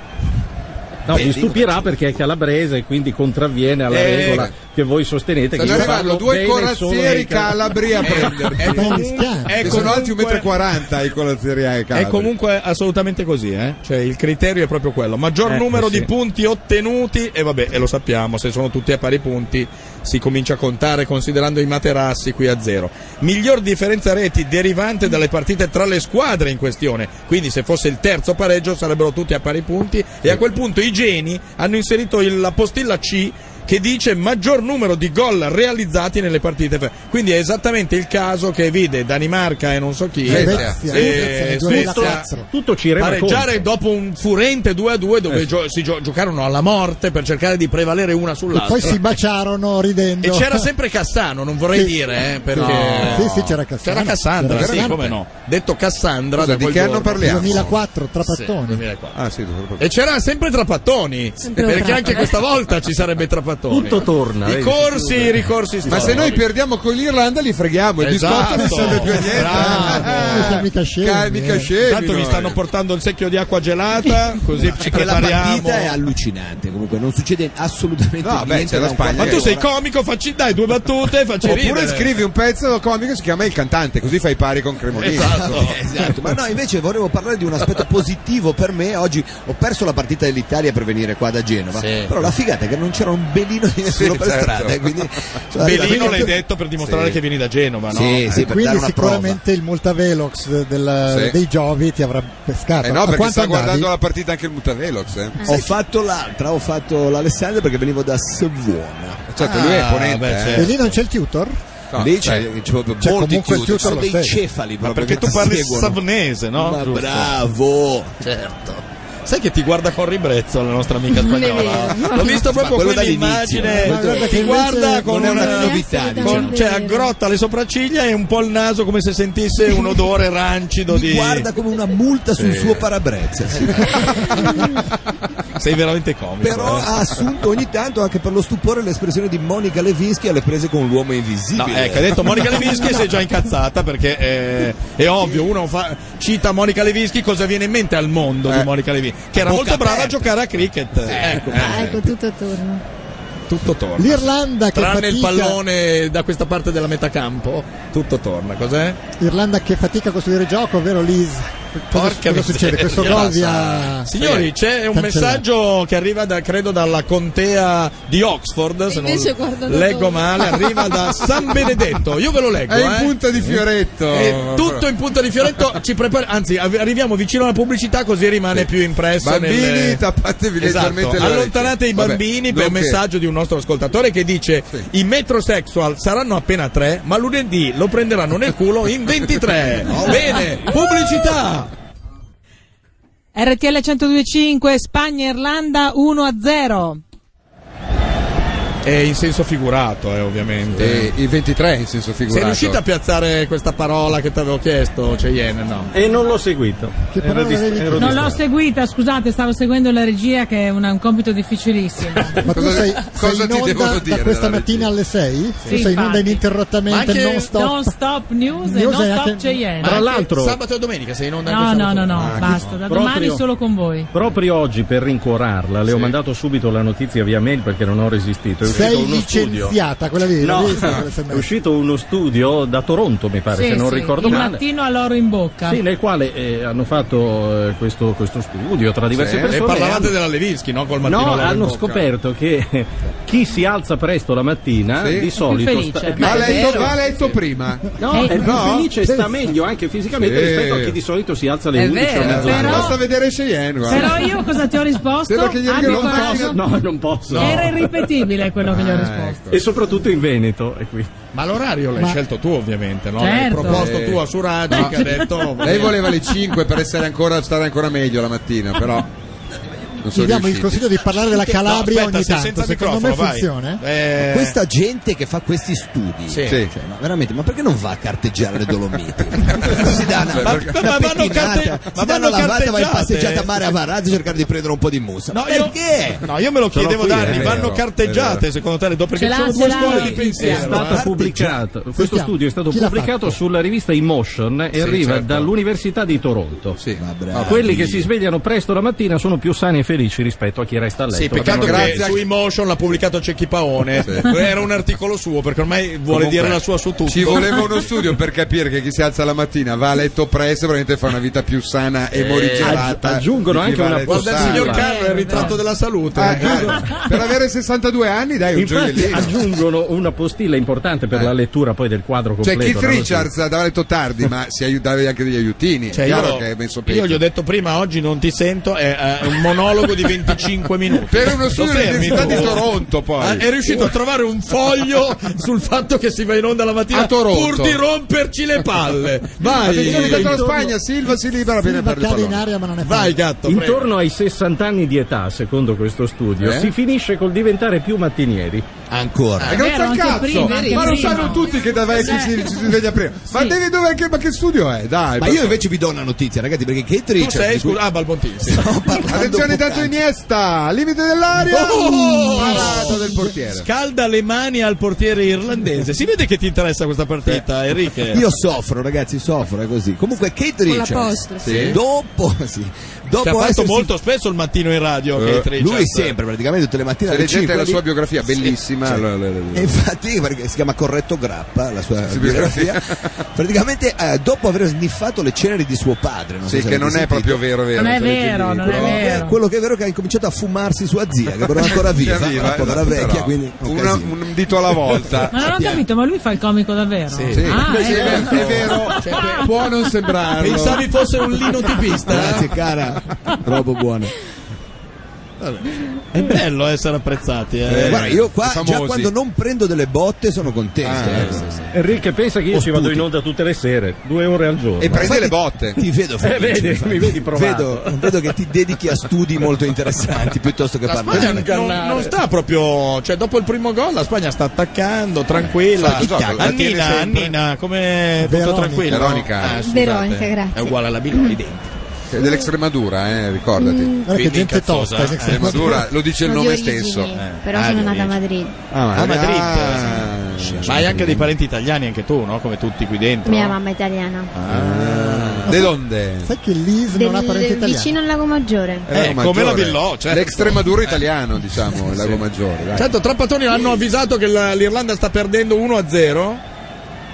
No, vi stupirà perché è calabrese e quindi contravviene alla Eh, regola beh. che voi sostenete. Che Stanno io arrivando parlo due bene solo corazzieri ai calabri Eh, a Ecco, prenderti. È E sono alti 1,40 m i eh, corazzieri calabri. È comunque assolutamente così, eh? cioè il criterio è proprio quello: maggior Eh, numero sì. di punti ottenuti, e vabbè, e lo sappiamo, se sono tutti a pari punti si comincia a contare considerando i materassi qui a zero. Miglior differenza reti derivante dalle partite tra le squadre in questione, quindi se fosse il terzo pareggio sarebbero tutti a pari punti, e a quel punto i geni hanno inserito il- la postilla C che dice maggior numero di gol realizzati nelle partite. fe- Quindi è esattamente il caso che vide Danimarca e non so chi Svezia. Svezia. e Svezia Tutto ci rema pareggiare dopo un furente 2-2 dove Eh. gio- si gio- giocarono alla morte per cercare di prevalere una E sull'altra. poi si baciarono ridendo. E c'era sempre Cassano, non vorrei Sì. dire, eh, perché Sì, sì, c'era Cassano. C'era Cassandra, C'era sì, Cassandra. come no. Detto Cassandra, Scusa, da di quel che anno giorno. parliamo? 2004, Trapattoni. Ah, sì, dopo- E c'era sempre Trapattoni, perché Trapattoni. anche questa volta ci sarebbe Trapattoni. Tutto torna, I vedi? corsi, i ricorsi Ma se storici. noi perdiamo con l'Irlanda li freghiamo, Esatto. il biscotto non serve più a niente. eh, Bravo. Mica scemi, Ca- mica eh. scemi, Tanto mi no. stanno portando il secchio di acqua gelata, così ci Perché la prepariamo. partita è allucinante, comunque non succede assolutamente No, beh, niente. c'è la da un quarto Spagna Ma d'ora. tu sei comico, facci dai due battute, facci Oppure ridere. scrivi un pezzo comico che si chiama Il cantante, così fai pari con Cremolini. Esatto. Esatto, ma no, invece volevo parlare di un aspetto positivo per me. Oggi ho perso la partita dell'Italia per venire qua da Genova. Sì. Però la figata è che non c'era un belino di nessuno Sì, per certo. strada. e Quindi cioè, sono Belino arrivato- l'hai detto per dimostrare Sì. che vieni da Genova, no? Eh, Sì, Eh, sì, E per quindi dare una prova. sicuramente il Multavelox del- Sì. dei Giovi ti avrà pescato. Eh no, A perché quanto sta andavi? guardando la partita anche il Mutavelox. Eh. Ah. Ho fatto l'altra, ho fatto l'Alessandria perché venivo da Savona. Cioè, Certo, lui è ponente, eh. E lì non c'è il tutor? No, Lì cioè, c'è, c'è proprio Cioè, molti comunque il chiusi, tutto sono lo dei sei. cefali Ma proprio perché che tu parli seguono. savnese, no? Ma Giusto. bravo! Certo. Sai che ti guarda con ribrezzo la nostra amica spagnola? è vero. L'ho vista Ma proprio quello dall'inizio. quell'immagine. Ma guarda che Ti invece guarda con non è una un- novità, con- diciamo. cioè, aggrotta le sopracciglia e un po' il naso come se sentisse un odore rancido Mi di. guarda come una multa sul Sì. suo parabrezza. Sei veramente comico. Però eh. ha assunto ogni tanto anche per lo stupore l'espressione di Monica Levinsky alle prese con l'uomo No, invisibile. ecco, ha detto Monica Levinsky e si è già incazzata perché eh, è ovvio, uno fa- cita Monica Levinsky, cosa viene in mente al mondo di Monica Levinsky? Che era Bocca molto brava a aperta. giocare a cricket. ecco, Ah, ecco, tutto torna. tutto torna. L'Irlanda che Tranne il fatica. pallone da questa parte della metacampo, tutto torna, cos'è? L'Irlanda che fatica a costruire gioco, vero Liz? Cosa, Porca cosa succede? miseria. Questo gol vi ha- Eh, Signori, c'è un cancellato. messaggio che arriva da, credo dalla contea di Oxford. Se non Invece guarda da leggo dove. male, arriva da San Benedetto. Io ve lo leggo. È eh. in punta di Fioretto. È tutto in punta di Fioretto. Ci prepar- anzi, av- arriviamo vicino alla pubblicità, così rimane più impresso. Bambini, nelle- tappatevi Esatto. leggermente le Allontanate orecchie. i bambini Vabbè, per un nonché- messaggio di un nostro ascoltatore che dice: I metrosexual saranno appena tre, ma lunedì lo prenderanno nel culo in 23. Bene, pubblicità. RTL 102.5 Spagna-Irlanda 1-0. È in senso figurato, eh, ovviamente. E il 23 in senso Sei figurato. riuscita a piazzare questa parola che ti avevo chiesto, Cheyenne? No. E non l'ho seguito. Eh, Ero dist- ero Non distratto. l'ho seguita, scusate, stavo seguendo la regia che è una- un compito difficilissimo. Ma tu sei, sei in cosa ti onda devo dire da questa dalla mattina alle 6? Sì, tu sei in onda infatti. ininterrottamente, non stop. Non stop news, e News non è stop anche- Cheyenne. Tra l'altro, Sabato e domenica sei in onda No, anche no, no, sabato? no, Ah, basta, da domani Proprio- solo con voi. Proprio oggi per rincuorarla le ho mandato subito la notizia via mail perché non ho resistito. uscito È sei eh, uno studio. licenziata, quella lì. No, l'hai vista quella è sms? uscito uno studio da Toronto, mi pare, se non ricordo il male. mattino all'oro in bocca. Sì, nel quale eh, hanno fatto eh, questo, questo studio tra diverse Sì, persone. E parlavate hanno- della Levinsky, no? Col mattino No, alla hanno bocca. scoperto che chi si alza presto la mattina Sì. di solito sta- è più va, letto, felice. va letto prima. Eh, No, è più felice e sta meglio anche fisicamente Sì. rispetto a chi di solito si alza alle È 11 o vero. mezzanotte. Però- Basta vedere Cheyenne, guarda. Però io cosa ti ho risposto? Sembra che gli Abbi dica non Ah, eh. coraggio. posso. No, non posso. Era irripetibile quello che gli ho risposto. E soprattutto in Veneto è qui. Ah, ecco. Ma l'orario l'hai Ma- scelto tu, ovviamente, no? L'hai Certo. proposto Eh. tu a Suragi che ha detto. oh, Lei voleva le 5 per essere ancora, stare ancora meglio la mattina, però. Non Ti sono diamo il riusciti. consiglio di parlare della Calabria No, aspetta, ogni sei tanto. senza Secondo me microfono, vai. funziona. eh? Eh. Questa gente che fa questi studi, Sì. cioè, ma veramente, ma perché non va a carteggiare le Dolomiti? si dà una, Ma- una Cioè, ma- ma vanno pettinata, carte- si ma dà vanno una lavata, vai in carteggiate? passeggiata a mare a Varazzo a cercare di prendere un po' di mussa. No, Ma io, perché? no, io me lo Sono chiedevo qui, da è anni, eh, vero, vanno è carteggiate esatto. vero. secondo te le do perché Ce l'ha, sono ce due l'ha. scuole di È pensiero. È stato eh. pubblicato, questo Sentiamo. studio è stato Chi l'ha pubblicato sulla rivista Emotion e Sì, arriva certo. dall'Università di Toronto. Ah, bravi. Quelli che si svegliano presto la mattina sono più sani e felici rispetto a chi resta a letto. Sì, peccato Perché non- che su Emotion l'ha pubblicato Cecchi Paone. Era un articolo suo perché ormai vuole Comunque, dire la sua su tutto. Ci voleva uno studio per capire che chi si alza la mattina va a letto presto, probabilmente fa una vita più sana e Eh, morigerata. aggi- aggiungono anche una Guarda il signor Carlo, è il ritratto della salute. Ah, ecco. per avere 62 anni, dai, un Infatti gioiellino. aggiungono una postilla importante Eh. per la lettura poi del quadro Cioè, completo. Keith no? Richards andava a letto tardi, ma si aiutava anche degli aiutini. Cioè, è chiaro io, che è Eh, messo io peggio. gli ho detto prima oggi non ti sento è eh, un monologo di 25 minuti Per uno studio Lo fermi dell'Università tu. di Toronto, poi. Ah, è riuscito a trovare un foglio sul fatto che si va in onda la mattina A Toronto. pur di romperci le palle Attenzione, vai contro la Spagna, Silva si libera bene per il cade in pallone. aria ma non è vai gatto prego. Intorno ai 60 anni di età, secondo questo studio, Eh? si finisce col diventare più mattinieri. Eh. Ancora. Ma grazie al cazzo, ma lo sanno tutti che da vecchi si, si sveglia prima. Ma devi dove che, ma che studio è? Dai, Eh, Ma io invece vi do una notizia, ragazzi, perché Keith tu Richards. sei di cui- scusa ah Balbontini sì. Attenzione, dato Iniesta, limite dell'aria, Oh! parata del portiere. scalda le mani al portiere irlandese si vede che ti interessa questa partita Enrique Io soffro, ragazzi, soffro, è così. Comunque, Kate Richards, l'apostrofo. Sì. dopo, sì, dopo Ci ha fatto essersi- molto spesso il mattino in radio Eh, Keith Richards. lui sempre, praticamente tutte le mattine. Se alle leggete 5 la lì- sua biografia, Sì, bellissima. cioè, Allora, allora, allora. e infatti, perché si chiama Corretto Grappa, la sua Sì, biografia. praticamente, eh, dopo aver sniffato le ceneri di suo padre, non so Sì, se che avete non è sentito. Eh, proprio vero, vero. Non è se leggi il vero, libro. non è vero. Quello che è vero è che ha incominciato a fumarsi sua zia, che però è ancora viva, Sia Cioè, viva, una povera esatto, vecchia, però. quindi un Una- casino. un dito alla volta. Ma non ho capito, ma lui fa il comico davvero? eh. Sì. Ah, Sì, eh. Ah. è è vero, cioè, può non sembrarlo. pensavi fosse un linotipista eh? Grazie, cara. Robo buono. È bello essere apprezzati. Eh. Eh, guarda, io qua già Famosi. quando non prendo delle botte sono contento. Ah, Ah, eh. Enrique, pensa che io ci vado in onda tutte le sere, due ore al giorno. E prende Infatti- le botte. Ti vedo Eh, felice, vedi, infatti. mi vedi provato. Vedo, vedo che ti dedichi a studi molto interessanti piuttosto che La parlare. Spagna non, non sta proprio, cioè dopo il primo gol la Spagna sta attaccando tranquilla. Sì, gioca, la tiene Annina, sempre. Annina, Eh, come Eh, tutto Veronica. tranquillo. Veronica. Ah, scusate. Veronica, grazie. È uguale alla Biloni denti. È dell'Extremadura, eh, ricordati. Guarda che Quindi gente incazzosa, tosta in eh. Extremadura. Extremadura lo dice il Mm. Sono nome di origini, stesso. Però Ah, sono di nata a origine. Madrid. Ah, A Madrid. Ah. sì. Ma hai anche dei parenti italiani anche tu, no? Come tutti qui dentro. Mia mamma è italiana. Ah. De donde? Sai che l'IS non ha Del- parenti italiani? vicino al Lago Maggiore. È Eh, Lago come la Maggiore. Villò, certo. L'extremadura italiano, diciamo, il Lago Maggiore. dai. Certo, Trapattoni l'hanno avvisato che la- l'Irlanda sta perdendo 1-0.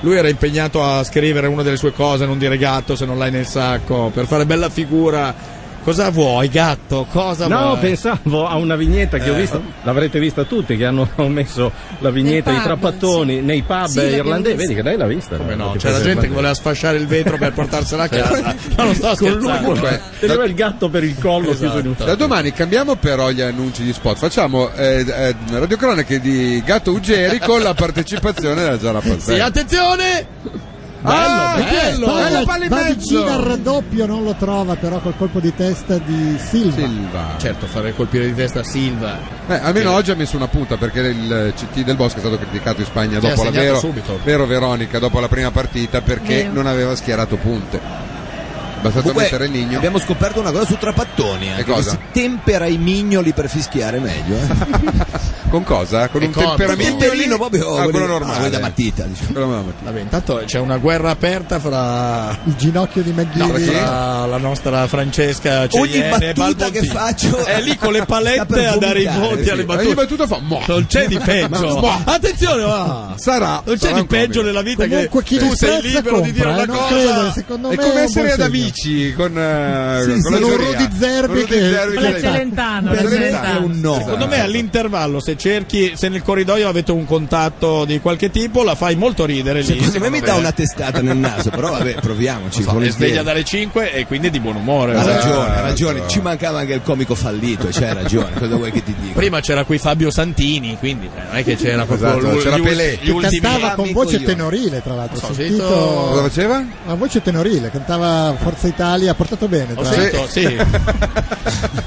Lui era impegnato a scrivere una delle sue cose, non dire gatto se non l'hai nel sacco, per fare bella figura. Cosa vuoi, gatto? Cosa No, vuoi? pensavo a una vignetta che ho Eh. visto, l'avrete vista tutti, che hanno messo la vignetta Nei dei pub, trapattoni nei pub Sì, l'abbiamo irlandesi. vista. Vedi che lei l'ha vista. eh, Come no? Ti C'era prego, Cioè, gente che guarda. voleva sfasciare il vetro per portarsela a casa. Ma non sto Con lui scherzando. cioè, comunque, teneva il gatto per il Esatto. collo chiuso in un Da domani cambiamo però gli annunci di spot. Facciamo eh, eh, radiocronache di Gatto Uggeri con la partecipazione della Giara Palzetta. Sì, attenzione! Ah, bello, perché? bello! Palla- Bella palla in Va mezzo! vicino al raddoppio, non lo trova però col colpo di testa di Silva. Certo, fare colpire di testa Silva. Eh, almeno oggi ha messo una punta perché il CT del Bosco è stato criticato in Spagna Sì, ha dopo la segnato vero, subito. vero Veronica dopo la prima partita perché Vero. non aveva schierato punte. Bastato Comunque, mettere il nigno. abbiamo eh, scoperto una cosa su Trapattoni, anche, cosa? che si tempera i mignoli per fischiare meglio. eh. Con cosa? Con E un corpo. temperamento Temperino proprio- ah, quello quello- normale. ah, da partita, Vabbè, intanto c'è una guerra aperta fra Il ginocchio di No, McGilly. perché la, la nostra Francesca Ogni Ceiene battuta Balbottini. che faccio è Eh, lì con le sta per palette a dare i vomitare, voti sì. alle Ogni battute battuta fa mo. non c'è di peggio Ma- attenzione ah. Sarà- non c'è sarà di un comico. peggio nella vita Comunque che chi tu sei disprezza libero di dire compra, una eh, non cosa credo, secondo È me come è un essere buon segno. ad amici con, eh, Sì, con sì, la con un giuria. Rudy Zerbi Rudy che- Zerbi con la che- Celentano, Celentano Celentano. è un no. Secondo me all'intervallo, se cerchi, se nel corridoio avete un contatto di qualche tipo, la fai molto ridere lì. Secondo me mi dà una testata nel naso, però vabbè, proviamoci, Non So, è volentieri. sveglia dalle 5 e quindi è di buon umore. Ha Esatto. Ah, ragione, ha ragione. Ci mancava anche il comico fallito, cioè hai ragione. Cosa vuoi che ti dica? Prima c'era qui Fabio Santini, quindi cioè, non è che c'era proprio Esatto, l'ul- c'era gli Pelé. ultimi- che gli ultimi cantava con anni voce coglioni. tenorile tra l'altro Ho ho sentito- sentito- Cosa faceva? una voce tenorile cantava Forza Italia ha portato bene Ho tra l'altro. sentito, sì.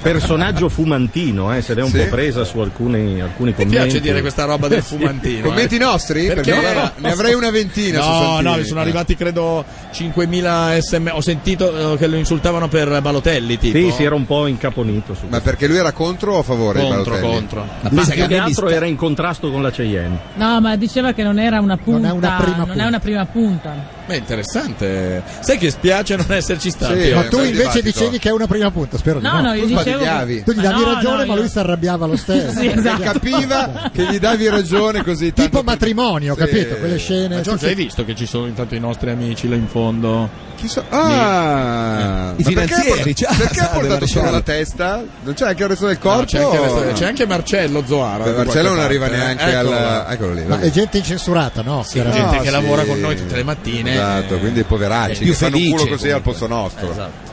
Personaggio fumantino, eh, se l'è un Sì. po' presa su alcuni, alcuni Mi commenti. piace dire questa roba del fumantino. Commenti eh. nostri? Perché guarda, ne avrei una ventina No, su Santini. Eh. no, mi sono arrivati credo 5.000 sm. Ho sentito eh, che lo insultavano per Balotelli. Tipo. Sì, si era un po' incaponito su Ma perché lui era contro o a favore? Contro, Balotelli? contro. Ma pensa che altro era in contrasto con la Cheyenne. No, ma diceva che non era una punta. Non è una prima punta. Beh, interessante. Sai che spiace non esserci stato. Sì, ma tu invece dicevi che è una prima punta, spero di No, no. no, io Tu dicevo che- sbadigliavi. Tu gli Ma davi no, ragione, no, ma io- lui si arrabbiava lo stesso. Sì, esatto. Capiva che gli davi ragione così tanto. Tipo matrimonio, Sì. capito? Quelle scene. Ma Giorgio, tutte- hai visto che ci sono intanto i nostri amici là in fondo? Chi so- Ah, Lì. ma perché, ha portato- Cioè, perché ha portato solo la testa? Non c'è anche il resto del corpo? c'è, Oh! anche il resto- c'è anche Marcello Zoara. Beh, da Marcello non qualche arriva parte, eh. neanche Eccolo al. ah, là. Eccolo lì. Ma è gente incensurata, no? Sì, gente che Ah, sì. lavora con noi tutte le mattine. Esatto, quindi poveracci, più che fanno un felice, culo così al comunque. posto nostro. Esatto.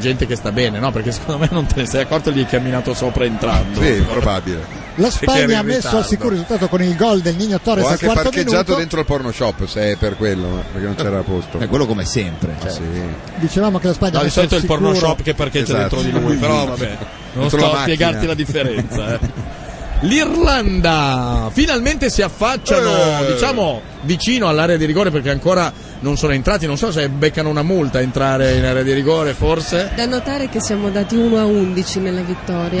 Gente che sta bene, no? Perché secondo me non te ne sei accorto, gli hai camminato sopra entrando. Sì, probabile. La Perché Spagna ha eri in messo al ritardo. sicuro il risultato con il gol del Nino Torres Ho al anche quarto parcheggiato minuto. dentro il porno shop, se è per quello, ma- perché non c'era posto. Eh, È quello come sempre. Diciamo che la Spagna No, ha di messo al solito è il porno sicuro- shop che parcheggia Esatto. dentro di lui, però vabbè, non Dentro la sto a macchina. spiegarti la differenza. eh. L'Irlanda finalmente si affacciano, Eh. diciamo, vicino all'area di rigore perché ancora non sono entrati. Non so se beccano una multa a entrare in area di rigore, forse. Da notare che siamo dati 1 a 11 nella vittoria.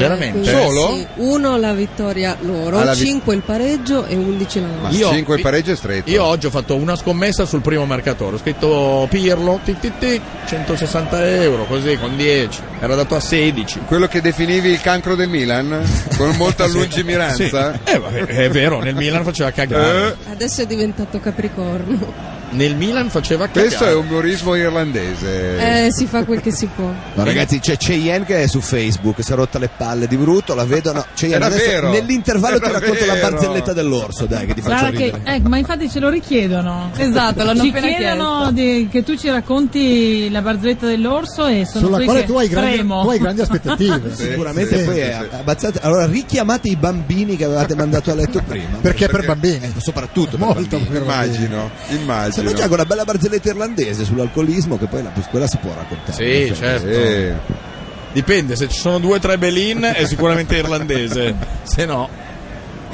Quindi, Veramente? Solo? Sì, 1 la vittoria loro, Alla vi- 5 il pareggio e 11 la nostra. il pareggio è stretto. Io oggi ho fatto una scommessa sul primo marcatore. Ho scritto Pirlo, tic, tic, tic, 160 euro, così con 10. Era dato a 16. Quello che definivi il cancro del Milan? Con molta lungimiranza? Sì. Eh, vabbè, è vero, nel Milan faceva cagare. Eh, Adesso è diventato Capricorno. Nel Milan faceva cagare. questo Certo. è umorismo irlandese. Eh, si fa quel che si può. No, ragazzi, c'è Cheyenne che è su Facebook, si è rotta le palle di brutto, la vedo. No, Cheyenne, Era adesso vero. nell'intervallo Era ti racconto la vero. barzelletta dell'orso, dai, che ti faccio Guarda che, ridere. ecco, ma infatti ce lo richiedono. Esatto, l'hanno ci appena chiedono di- che tu ci racconti la barzelletta dell'orso e sono Sulla qui quale che tu hai grandi, fremo. tu hai grandi aspettative. Sicuramente Sì, poi sì, è sì. abbazzate. Allora richiamate i bambini che avevate mandato a letto prima. Perché è per bambini. Soprattutto per Molto bambini. per bambini. Immagino, Se no immagino. c'è anche una bella barzelletta irlandese sull'alcolismo che poi la, quella si può raccontare. Cioè, Sì, certo. Dipende, se ci sono due o tre Belin è sicuramente irlandese, se no.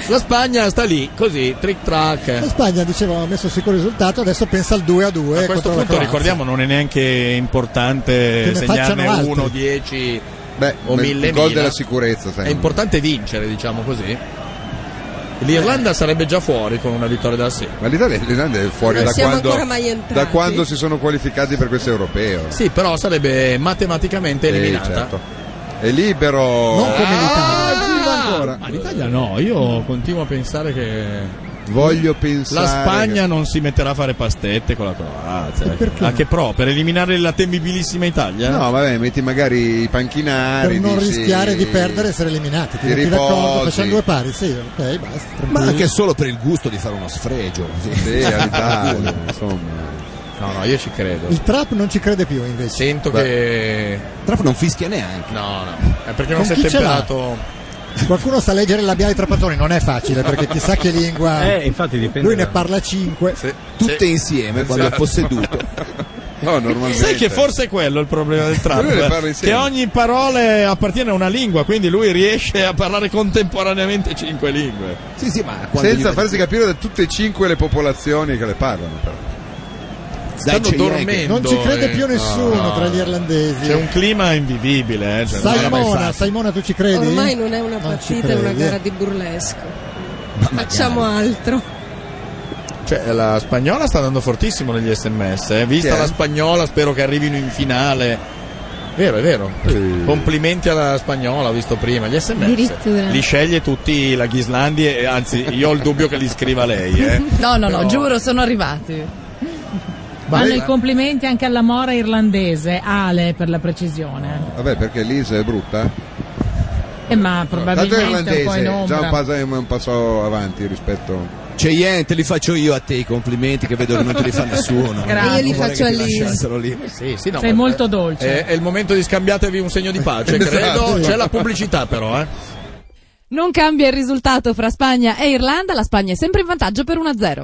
La Spagna sta lì, così, trick La track. Spagna, dicevo, ha messo al sicuro il risultato, adesso pensa al 2 a eh, 2. Eh, A questo punto ricordiamo non è neanche importante ne segnarne facciano altri. uno, dieci o il mille gol mila. della sicurezza, sai. È importante vincere, diciamo così. Eh. L'Irlanda sarebbe già fuori con una vittoria da sé. Ma l'Italia l'Irlanda è fuori Non da Eh, siamo quando, ancora mai entrati. da quando si sono qualificati per questo europeo. Sì, però sarebbe matematicamente Sì, eliminata. certo. È libero. Ah. Ah, Ah. Ma l'Italia no, io continuo a pensare che Voglio pensare. La Spagna non si metterà a fare pastette con la Croazia. perché? A che pro? Per eliminare la temibilissima Italia? No, vabbè, metti magari i Per panchinari. non dici- rischiare di perdere e essere eliminati. Ti Ti metti riposi. d'accordo, facciamo due pari. Sì, ok, basta. Ma tranquilli. anche solo per il gusto di fare uno sfregio. così. Sì, all'Italia, insomma. No, no, io ci credo. Il Trap non ci crede più invece. Sento che. Trump non fischia neanche. No, no. È perché non Con si è chi ce l'ha? temperato. Qualcuno sa leggere il labiale tra pattoni, non è facile perché chissà che lingua. Eh, infatti dipende. Lui ne parla 5. Tutte insieme quando è Esatto. posseduto. No, Sai che forse è quello il problema del Lui le parla trap? insieme. eh, Che ogni parola appartiene a una lingua, quindi lui riesce a parlare contemporaneamente cinque lingue. Sì, sì, ma Senza farsi capire da tutte e cinque le popolazioni che le parlano, però. Stanno dormendo. Non ci crede eh. più nessuno No, no. tra gli irlandesi. C'è un clima invivibile, eh. cioè, non era mai Saimona, facile. Saimona, tu ci credi? Ormai non è una Non ci partita, è una credi. gara di burlesco. Facciamo altro. Cioè, la spagnola sta andando fortissimo negli sms. eh. Vista Sì, eh. la spagnola, spero che arrivino in finale. Vero, è vero. Complimenti alla spagnola, ho visto prima. Gli sms Addirittura. li sceglie tutti la Ghislandi, e, anzi, io ho il dubbio che li scriva lei. eh. No, no, no, Però- giuro, sono arrivati. Fanno i complimenti anche alla mora irlandese, Ale per la precisione. Vabbè, perché l'Isa è brutta. Eh, ma Tanto è probabilmente è un po' in irlandese, già un ombra. passo, è un passo avanti rispetto. Cioè, yeah, te li faccio io a te i complimenti che vedo che non te li fa nessuno. Grazie. Io li Non vorrei faccio che ti a Liz. lasciassero lì. Sì, sì, no, Eh? Sei ma- molto dolce. È, è il momento di scambiatevi un segno di pace, credo. Esatto. C'è la pubblicità, però, eh. Non cambia il risultato fra Spagna e Irlanda, la Spagna è sempre in vantaggio per 1-0.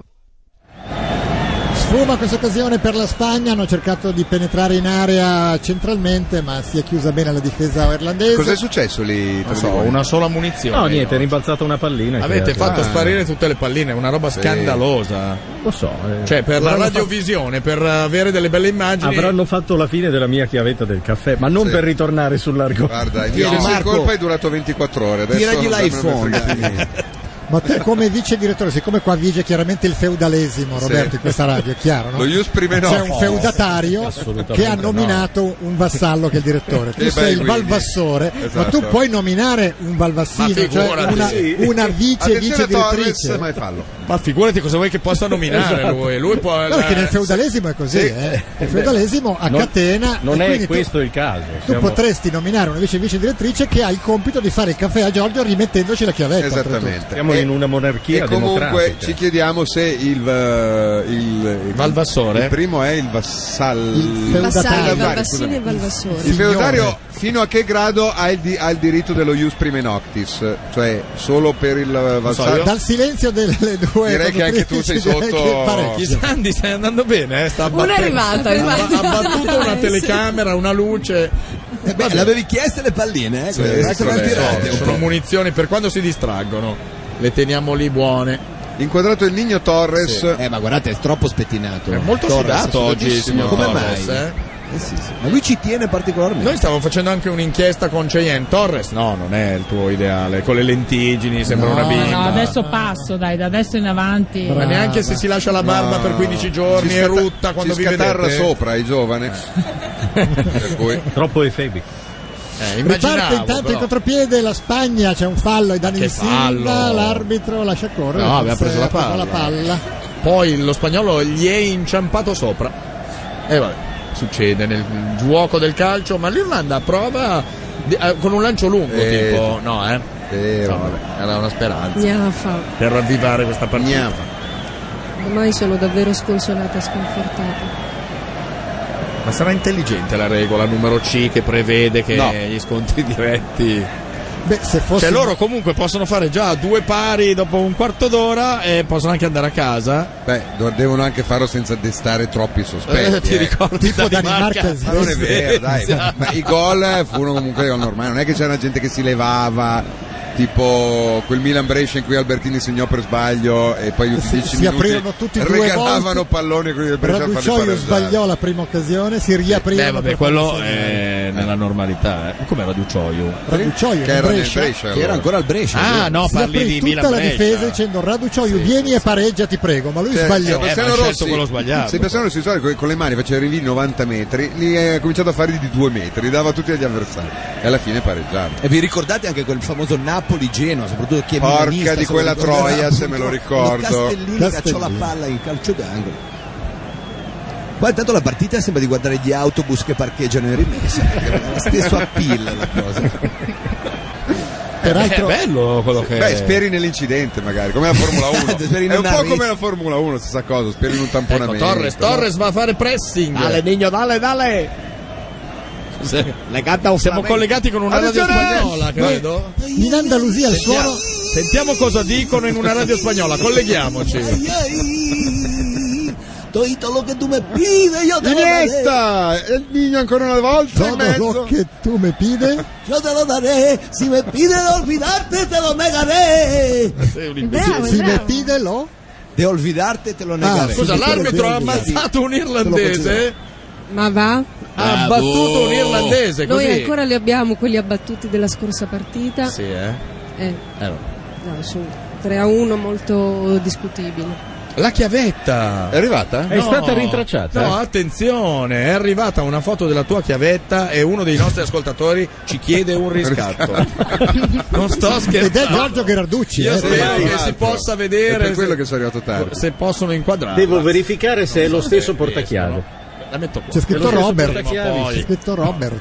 Sfuma questa occasione per la Spagna, hanno cercato di penetrare in area centralmente, ma si è chiusa bene la difesa irlandese. Cos'è successo lì? Non so, una sola munizione. Eh, No, niente, è rimbalzata una pallina. che Avete ha- fatto Ah. sparire tutte le palline, una roba scandalosa. Lo so. eh. Cioè, per la Avranno radiovisione, per avere delle belle fatto- immagini. Avranno fatto la fine della mia chiavetta del caffè, ma non Sì. per ritornare sull'argomento. Guarda, il mio No. senso di Marco, colpa è durato 24 ore. Adesso Tiragli non- non me ne l'iPhone. frega niente. Ma te come vice direttore, siccome qua vige chiaramente il feudalesimo, Sì. Roberto, in questa radio, è chiaro, no? Lo ius prime C'è nobis. un feudatario Assolutamente che ha no. nominato un vassallo che è il direttore. Tu Eh beh, sei il quindi. valvassore, ma Esatto. tu puoi nominare un valvassino, Ma cioè figurati. una, Sì. una vice vice Attenzione Torres, direttrice. ma è fallo. Ma figurati cosa vuoi che possa nominare Esatto. Eh, lui. Lui può. No, perché nel feudalesimo è così, Sì. eh. Il feudalesimo a non- catena. Non e è quindi tu- questo il caso. Tu siamo- potresti nominare una vice vice direttrice che ha il compito di fare il caffè a Giorgio rimettendoci la chiavetta. oltretutto. Siamo in una monarchia E comunque democratica. ci chiediamo se il, eh, il, Valvassore. Il primo è il vassallo. Vassali, Valvassini e Valvassore. Il feudario fino a che grado ha il, di- ha il diritto dello ius prime noctis? Cioè solo per il eh, vassallo? Dal silenzio delle due Direi che anche tu sei conduttrici, direi cioè, che sotto. parecchio. Ghisandi, stai andando bene? eh? Sta Una è abbattendo- arrivata, è Ha arrivata. ha battuto una Sì. telecamera, una Eh, luce. Beh, l'avevi chiesto le palline, eh? Sì, quelle- sì, quelle vabbè, tirate sono, un sono po'. munizioni per quando si distraggono. Le teniamo lì buone. Inquadrato il Nino Torres. Sì. Eh, ma guardate, è troppo spettinato. È molto Torres, sudato oggi, sudatissimo. signor Come Torres, mai? eh? Eh sì, sì. Ma lui ci tiene particolarmente. Noi stavamo facendo anche un'inchiesta con Cheyenne Torres. No, non è il tuo ideale. Con le lentigini, sembra una No, bimba. no, adesso passo, dai, da adesso in avanti. Ma neanche se si lascia la barba per 15 giorni Si e scatta- rutta quando si vi scatarra vedete. sopra i giovani. per cui. Troppo efebico. Eh, Riparte immaginavo, intanto però. il contropiede la Spagna, c'è un fallo ai danni Che di Silva, fallo! l'arbitro lascia correre. No, aveva forse preso la ha proprio palla. palla. Poi lo spagnolo gli è inciampato sopra. E vabbè, succede nel giuoco del calcio, ma l'Irlanda prova di- eh, con un lancio lungo, Eh, tipo, no, eh? Insomma, era una speranza Gnafa, per ravvivare questa partita. ormai sono davvero sconsolata e sconfortata. Ma sarà intelligente la regola numero C che prevede che No. gli scontri diretti. Beh, se fosse Cioè loro comunque possono fare già due pari dopo un quarto d'ora e Eh, possono anche andare a casa. Beh, do- devono anche farlo senza destare troppi sospetti. Eh, ti eh. ricordi Tipo Danimarca? Danimarca Ma non è vero, dai. Svezia. Ma i gol eh, furono comunque gol normali. Non è che c'era gente che si levava, tipo quel Milan Brescia in cui Albertini segnò per sbaglio e poi gli ultimi 10 si minuti aprirono tutti e due regalavano volte. palloni e quelli del Brescia a farli Raducioio pareggiare. sbagliò la prima occasione, si riapriva. Beh, Eh, vabbè, quello è nella normalità. Eh. Com'era Ducioio? Raducioio, Che era nel Brescia? Brescia, allora. Ah, no, si parli aprì di tutta Milan la difesa Brescia. dicendo Raducioio vieni e pareggia ti prego, ma lui Cioè, sbagliò. Sebastiano Eh, ma ha scelto Rossi, quello sbagliato. Sebastiano Rossi Suarez con, con le mani faceva i rinvii 90 metri, li ha cominciato a fare di 2 metri, li dava tutti agli avversari e alla fine Esatto. pareggiava. E vi ricordate anche quel famoso Napoli-Genoa, soprattutto chi è Porca milanista, di se quella lo ricorderà, troia, appunto, se me lo quando ricordo. Castellini cacciò la Castellini. palla in calcio d'angolo. Qua intanto la partita sembra di guardare gli autobus che parcheggiano in rimessa. perché è lo Stesso appeal la cosa. Peraltro- Eh, è bello quello che Beh, speri nell'incidente magari, come la Formula 1. Speri in È un una po' ri- come la Formula 1, stessa cosa, speri in un tamponamento. Ecco, Torres, Torres va a fare pressing. Dale, Nino, dale, dale. Certo. Siamo flamenco. collegati con una radio Attenzione! spagnola, credo. In Andalusia il Sentiamo, suono sentiamo cosa dicono in una radio spagnola. Colleghiamoci. Toito lo che tu me pide, io te lo Iniesta! Il Nino ancora una volta e Todo lo mezzo. che tu me pide Yo te lo daré, si me pide de olvidarte, te lo negaré. Eh, si me pide lo De olvidarte, te lo negaré. negaré. Scusa, l'arbitro ha ammazzato un irlandese. Ma va? Ha battuto un irlandese Noi così. ancora li abbiamo quelli abbattuti della scorsa partita. Sì, eh. Eh, Eh, no. no, su. 4 a 1 molto discutibile. La chiavetta è arrivata? È stata rintracciata. No, attenzione, è arrivata una foto della tua chiavetta e uno dei nostri ascoltatori ci chiede un riscatto. non sto Ed è scherzando. Giorgio Gherarducci. Io eh. spero che si possa vedere. È per quello se- che sono arrivato tardi. Se possono inquadrare. Devo verificare se è lo stesso portachiave. La metto qua. C'è scritto Dello stesso Robert. portachiavi. C'è scritto Robert.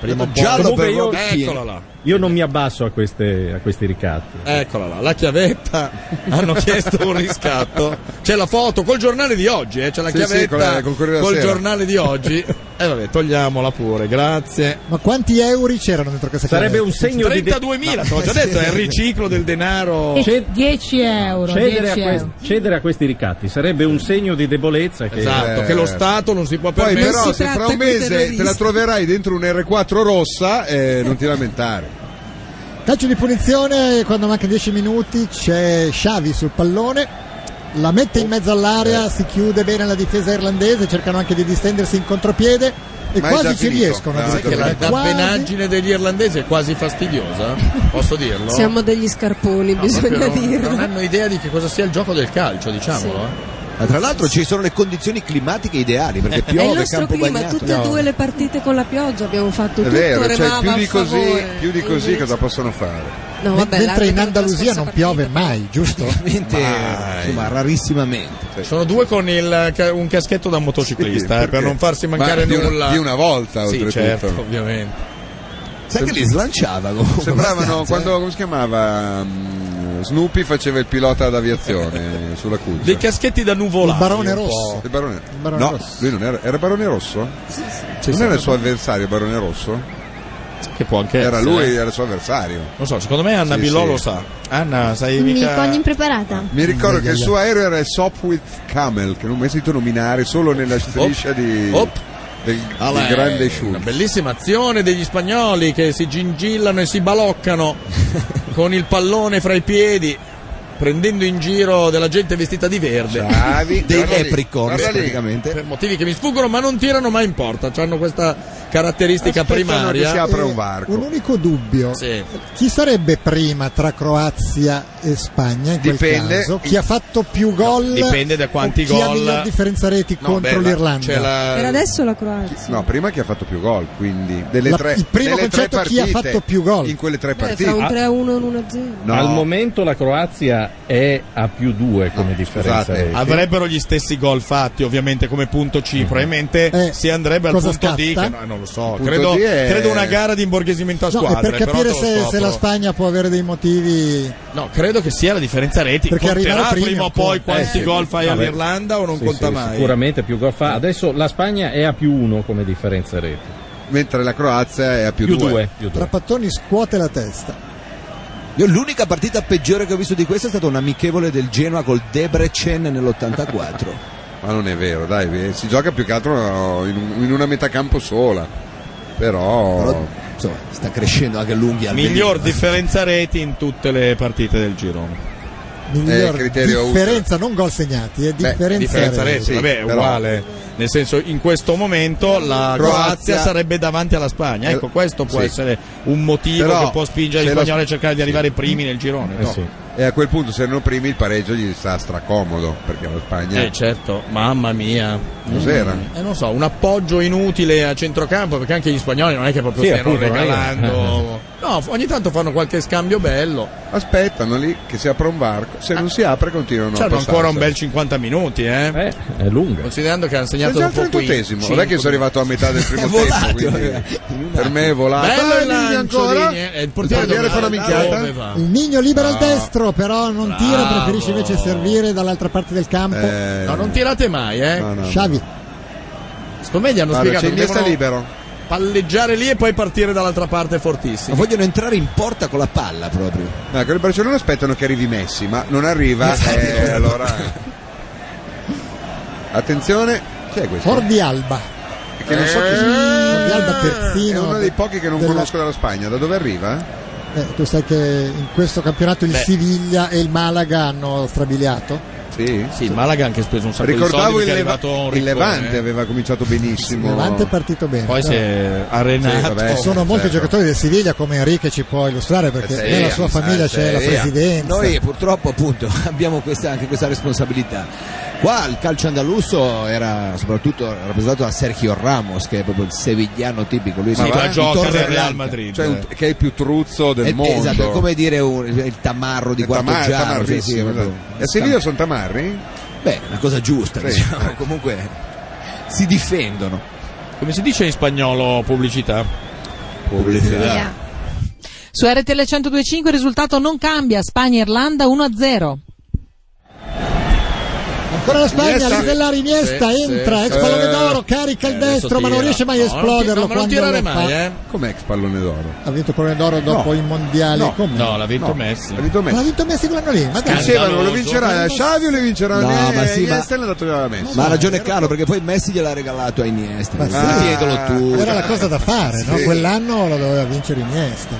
Prima o poi. Giallo Comunque per io, Robert. eccola là. Io non mi abbasso a, queste- a questi ricatti. Eccola là, la chiavetta. Hanno chiesto un riscatto. C'è la foto col giornale di oggi, eh, c'è la Sì, sì, chiavetta con la- col Corriere della col Sera. giornale di oggi. E vabbè, togliamola pure, grazie. Ma quanti euro c'erano dentro questa Sarebbe chiavetta? un segno di 32.000, te l'ho già detto, è il riciclo del denaro. Eh, E 10 euro. Cedere a, 10 quest- euro. cedere a questi ricatti sarebbe un segno di debolezza. Che... Esatto, Eh, che lo Stato non si può Poi permettere. però se fra un mese te la troverai dentro un R4 rossa eh, non ti lamentare. Calcio di punizione quando manca 10 minuti c'è Xavi sul pallone. La mette in mezzo Eh. all'area, si chiude bene la difesa irlandese, cercano anche di distendersi in contropiede e Ma è già quasi ci finito. riescono. No, sai che addirittura. la, la Quasi. penaggine degli irlandesi è quasi fastidiosa, eh? posso dirlo? Siamo degli scarponi, No, bisogna proprio non, dirlo. non hanno idea di che cosa sia il gioco del calcio, diciamo, eh? diciamolo. Ma tra l'altro ci sono le condizioni climatiche ideali perché Eh, È il piove, nostro campo clima, bagnato. tutte e due le partite con la pioggia abbiamo fatto È tutto vero, cioè, remava più a di così, favore. più di così Invece- cosa possono fare? No, Me- vabbè, Mentre in l'arbitro Andalusia non piove mai, giusto? Niente, insomma, rarissimamente. Sono due con il ca- un caschetto da motociclista cioè. Sì, eh, per perché- non farsi Ma mancare di una- nulla. di una volta, sì, oltretutto. certo, ovviamente. Sai che li slanciava comunque Sembravano abbastanza, quando come si chiamava mm, Snoopy faceva il pilota d'aviazione sulla cuccia. Dei caschetti da nuvolare. Il Barone un po'. Rosso. Il barone, Il Barone no, Rosso. lui non era, era Barone Rosso? Sì, non sì, era il sì. suo avversario Barone Rosso? Che può anche Era essere. lui, era il suo avversario. Non eh. so, secondo me Anna Sì, Bilò sì. lo sa. Anna, sai Mi mica... cogno impreparata. Mi ricordo che il suo aereo era il Sopwith Camel, che non mi hai sentito nominare solo nella striscia di Op. del, Ah, del beh, grande Una Schulz. bellissima azione degli spagnoli che si gingillano e si baloccano con il pallone fra i piedi, prendendo in giro della gente vestita di verde. Bravi, dei guarda lì, leprechauns guarda lì. praticamente. Per motivi che mi sfuggono, ma non tirano mai in porta. Hanno questa caratteristica Aspettano che primaria. si apra un varco. Un unico dubbio. Sì. Chi sarebbe prima tra Croazia e Spagna in quel Dipende. caso? Chi ha fatto più gol? dipende da quanti o chi ha gol- miglior differenza reti No, contro beh, la- l'Irlanda? c'è la- Per adesso la Croazia. No, prima chi ha fatto più gol, quindi delle La- tre, il primo delle tre concetto, chi ha partite, fatto più gol? in quelle tre Beh, fra partite. un Ah, 3 a 1 e un 1 a 0. no, Al momento la Croazia è a più 2 come differenza. scusate, reti. Avrebbero gli stessi gol fatti, ovviamente, come punto Mm-hmm. C. Probabilmente Eh, si andrebbe al cosa punto D, scatta? che no, non lo so. Punto Credo, D è- credo una gara di imborghesimento a No, squadre. è per eh, però capire te lo se, scopro. se la Spagna può avere dei motivi. No, credo che sia la differenza reti. Perché Conterà arrivano primi prima o ancora. poi quanti Eh, sì. gol fai Vabbè. all'Irlanda o non Sì, conta sì, mai. Sicuramente più gol fa. Adesso la Spagna è a più 1 come differenza reti. mentre la Croazia è a più, Più due. 2. Più 2. Trapattoni scuote la testa. Io l'unica partita peggiore che ho visto di questa è stata un amichevole del Genoa col Debrecen nell'84. Ma non è vero, dai, eh, si gioca più che altro eh, in, un- in una metà campo sola. Però, Però, insomma, sta crescendo anche l'unghia. al Miglior veleno, eh. differenza reti in tutte le partite del girone. eh, Miglior criterio differenza, non gol segnati, è Beh, differenza, Differenza reti. reti, sì, vabbè, è però- uguale. Nel senso, in questo momento la Croazia, Croazia- sarebbe davanti alla Spagna. Eh, Ecco, questo può Eh, Sì. essere un motivo Però, che può spingere gli se la- spagnoli a cercare di arrivare primi nel girone. Eh no? sì. e a quel punto, se erano primi, il pareggio gli sta stracomodo perché la Spagna Eh, certo, mamma mia. cos'era? Eh, non so, un appoggio inutile a centrocampo perché anche gli spagnoli non è che proprio Sì, stiano appunto, non è eh. che- regalando. No, ogni tanto fanno qualche scambio bello. Aspettano lì che si apra un varco. Se non si apre, continuano a C'erano passare. cioè, ancora un bel 50 minuti, eh. Eh, è lunga. Considerando che hanno È segnato già il dopo 15. trentottesimo, non è che sono arrivato a metà del primo tempo, quindi eh. per me è volato. Bello Ah, il dimmi lancio ancora. di Nie- eh, il il portiere portiere fa una dove- dove minchiata. va? Il Migno libera Ah. al destro, però non Bravo. tira, preferisce invece servire dall'altra parte del campo. Eh, No, non tirate mai, eh. no, no. Xavi, Secondo me gli hanno Guarda, spiegato c'è che Iniesta devono libero. palleggiare lì e poi partire dall'altra parte Ma fortissimo. vogliono entrare in porta con la palla proprio. No, che il Barcellona aspettano che arrivi Messi, ma non arriva. eh, allora. Attenzione, chi è questo? fuori di Alba. Che non so chi sia. Fuori di Alba È terzino. uno dei pochi che non della- conosco dalla Spagna. Da dove arriva? Eh, tu sai che in questo campionato il Beh. Siviglia e il Malaga hanno strabiliato. Sì. Sì, il Malaga ha anche speso un sacco Ricordavo il, di soldi. perché è Leva- arrivato un il riccone, Levante eh. aveva cominciato benissimo. Il Levante è partito bene. Poi si è Eh, arenato. Sì, vabbè, Ci sono molti certo. giocatori del Siviglia come Enrique ci può illustrare perché Eh, sì, nella sua eh, famiglia eh, c'è la sì. presidenza. Noi purtroppo appunto abbiamo questa- anche questa responsabilità. Qua il calcio andalusso era soprattutto rappresentato da Sergio Ramos, che è proprio il sevigliano tipico. Lui Ma si va, chiama gioca Torre nel Blanca. Real Madrid. Cioè un- che è il più truzzo del Eh, mondo. Esatto, è come dire un- il tamarro di Tamar- Quarto Giaro. tamarrissimo, esatto. E a Sevilla sono tamarri? Beh, una cosa giusta, Sì. diciamo. Comunque si difendono. Come si dice in spagnolo pubblicità? Pubblicità. Su RTL 1025 il risultato non cambia, Spagna-Irlanda 1-0. Ancora la Spagna, Iniesta. livellare Iniesta, Sì, entra, sì, ex sì. pallone d'oro, carica il Eh, adesso destro, ma non tira. riesce mai a No, non ti- esploderlo. no, ma non quando tirare lo fa. mai, eh. Com'è ex pallone d'oro? Ha vinto il pallone d'oro dopo No. i mondiali. No. Come? No, l'ha vinto No, Messi. l'ha vinto Messi. Ma l'ha vinto Messi quell'anno lì? Ma dai. Dicevano lo vincerà Xavi o lo vincerà No, ne- ma sì, ma- Iniesta e l'ha dato via Messi. Ma ha ragione Carlo, perché poi Messi gliel'ha regalato a Iniesta. Ripiegalo tu. Era la cosa da fare, no? Sì. Quell'anno lo doveva vincere Iniesta.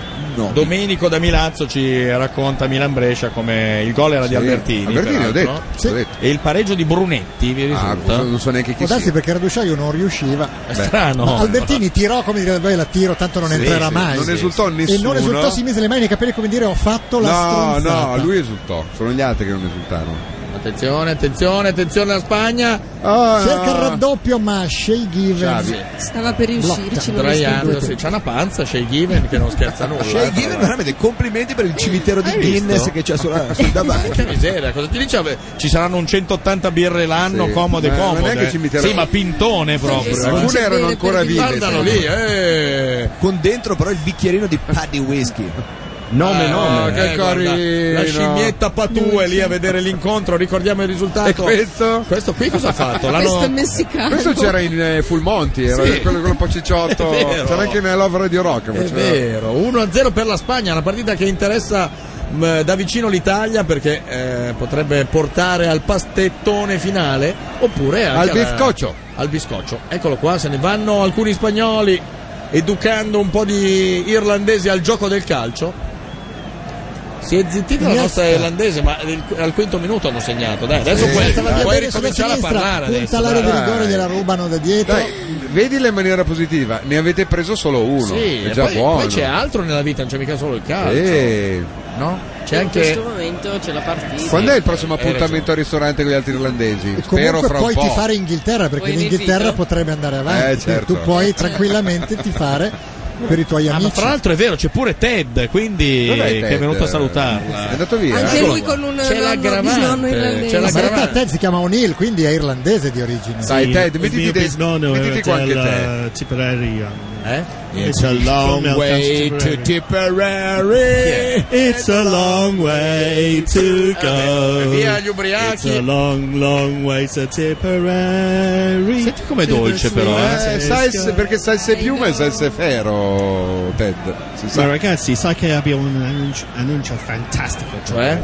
Domenico da Milazzo ci racconta Milan Brescia come il gol era di Sì, Albertini. Albertini, ho peraltro. detto, ho detto. E il pareggio di Brunetti, vi risulta? non so neanche Può darsi perché Radusciaio non riusciva. È strano. Ma Albertini tirò come dire, beh, la tiro, tanto non Sì, entrerà sì, mai. non esultò E non nessuno. esultò, si mise le mani nei capelli come dire ho fatto la No, stronzata. no, lui esultò, sono gli altri che non esultarono. Attenzione, attenzione, attenzione alla Spagna. Ah. Cerca il raddoppio, ma Shea Given Xavi. Stava per riuscirci. non Traiando, se c'ha una panza, Shea Given che non scherza nulla. eh, Shea Given, veramente, complimenti per il cimitero di Hai Guinness visto? che c'è sulla, sul davanti. Che miseria, cosa ti dice? Beh, Ci saranno un 180 birre l'anno, Sì, comode, ma non comode. eh. è che ci metterà- Sì, ma pintone Sì, sì, proprio. eh. alcune Dice erano bene ancora perché- vive, Guardalo però. lì, eh. Con dentro però il bicchierino di Paddy Whisky. Ah, che Eh, guarda, carino. La scimmietta Patù è lì a vedere l'incontro, ricordiamo il risultato. E questo? Questo qui cosa ha fatto? L'hanno- Questo è messicano. Questo c'era in eh, Full Monty, era Sì. quello con un po' cicciotto. È vero. C'era anche nella Love Radio Rock. ma È c'era- vero, 1-0 per la Spagna, una partita che interessa mh, da vicino l'Italia perché eh, potrebbe portare al pastettone finale oppure anche Al alla- biscoccio. al biscoccio. Eccolo qua, se ne vanno alcuni spagnoli educando un po' di irlandesi al gioco del calcio. Si è zittita la Iniesta. nostra irlandese, ma il- al quinto minuto hanno segnato. Dai, adesso Sì. puoi, Stava via puoi bene sulla ricominciare a sinistra, parlare punta adesso. l'area di dai. rigore gliela rubano da dietro. Dai, vedila in maniera positiva, ne avete preso solo uno. Sì, è e già poi, buono. poi c'è altro nella vita, non c'è mica solo il calcio. Eh, No? C'è In questo anche momento c'è la partita. Quando è il prossimo Hai ragione. appuntamento al ristorante con gli altri irlandesi? Spero Comunque fra un puoi po'. tifare Inghilterra perché Vuoi l'Inghilterra l'invito? potrebbe andare avanti. Eh, certo. Tu puoi tranquillamente tifare per i tuoi Ah, ma amici. fra l'altro è vero, c'è pure Ted, quindi Dov'è che è Ted? venuto a salutarla. È andato via? Anche Eccolo lui qua. con un C'è nonno l'aggravante, bisnonno irlandese. c'è Ma in realtà l'aggravante. Ted si chiama O'Neill, quindi è irlandese di origine. Dai, Ted, il mettiti mio dei- bisnonno era mettiti qualche della Tipperary. Eh? It's a long way to Tipperary. It's a long way to go. Via gli ubriachi. It's a long, long way to Tipperary. Senti com'è dolce, però, Eh, sai se- perché sai se più, ma sai se fero, Ted. Si Ma sa. ragazzi, sa che abbiamo un annuncio, annuncio fantastico. Cioè?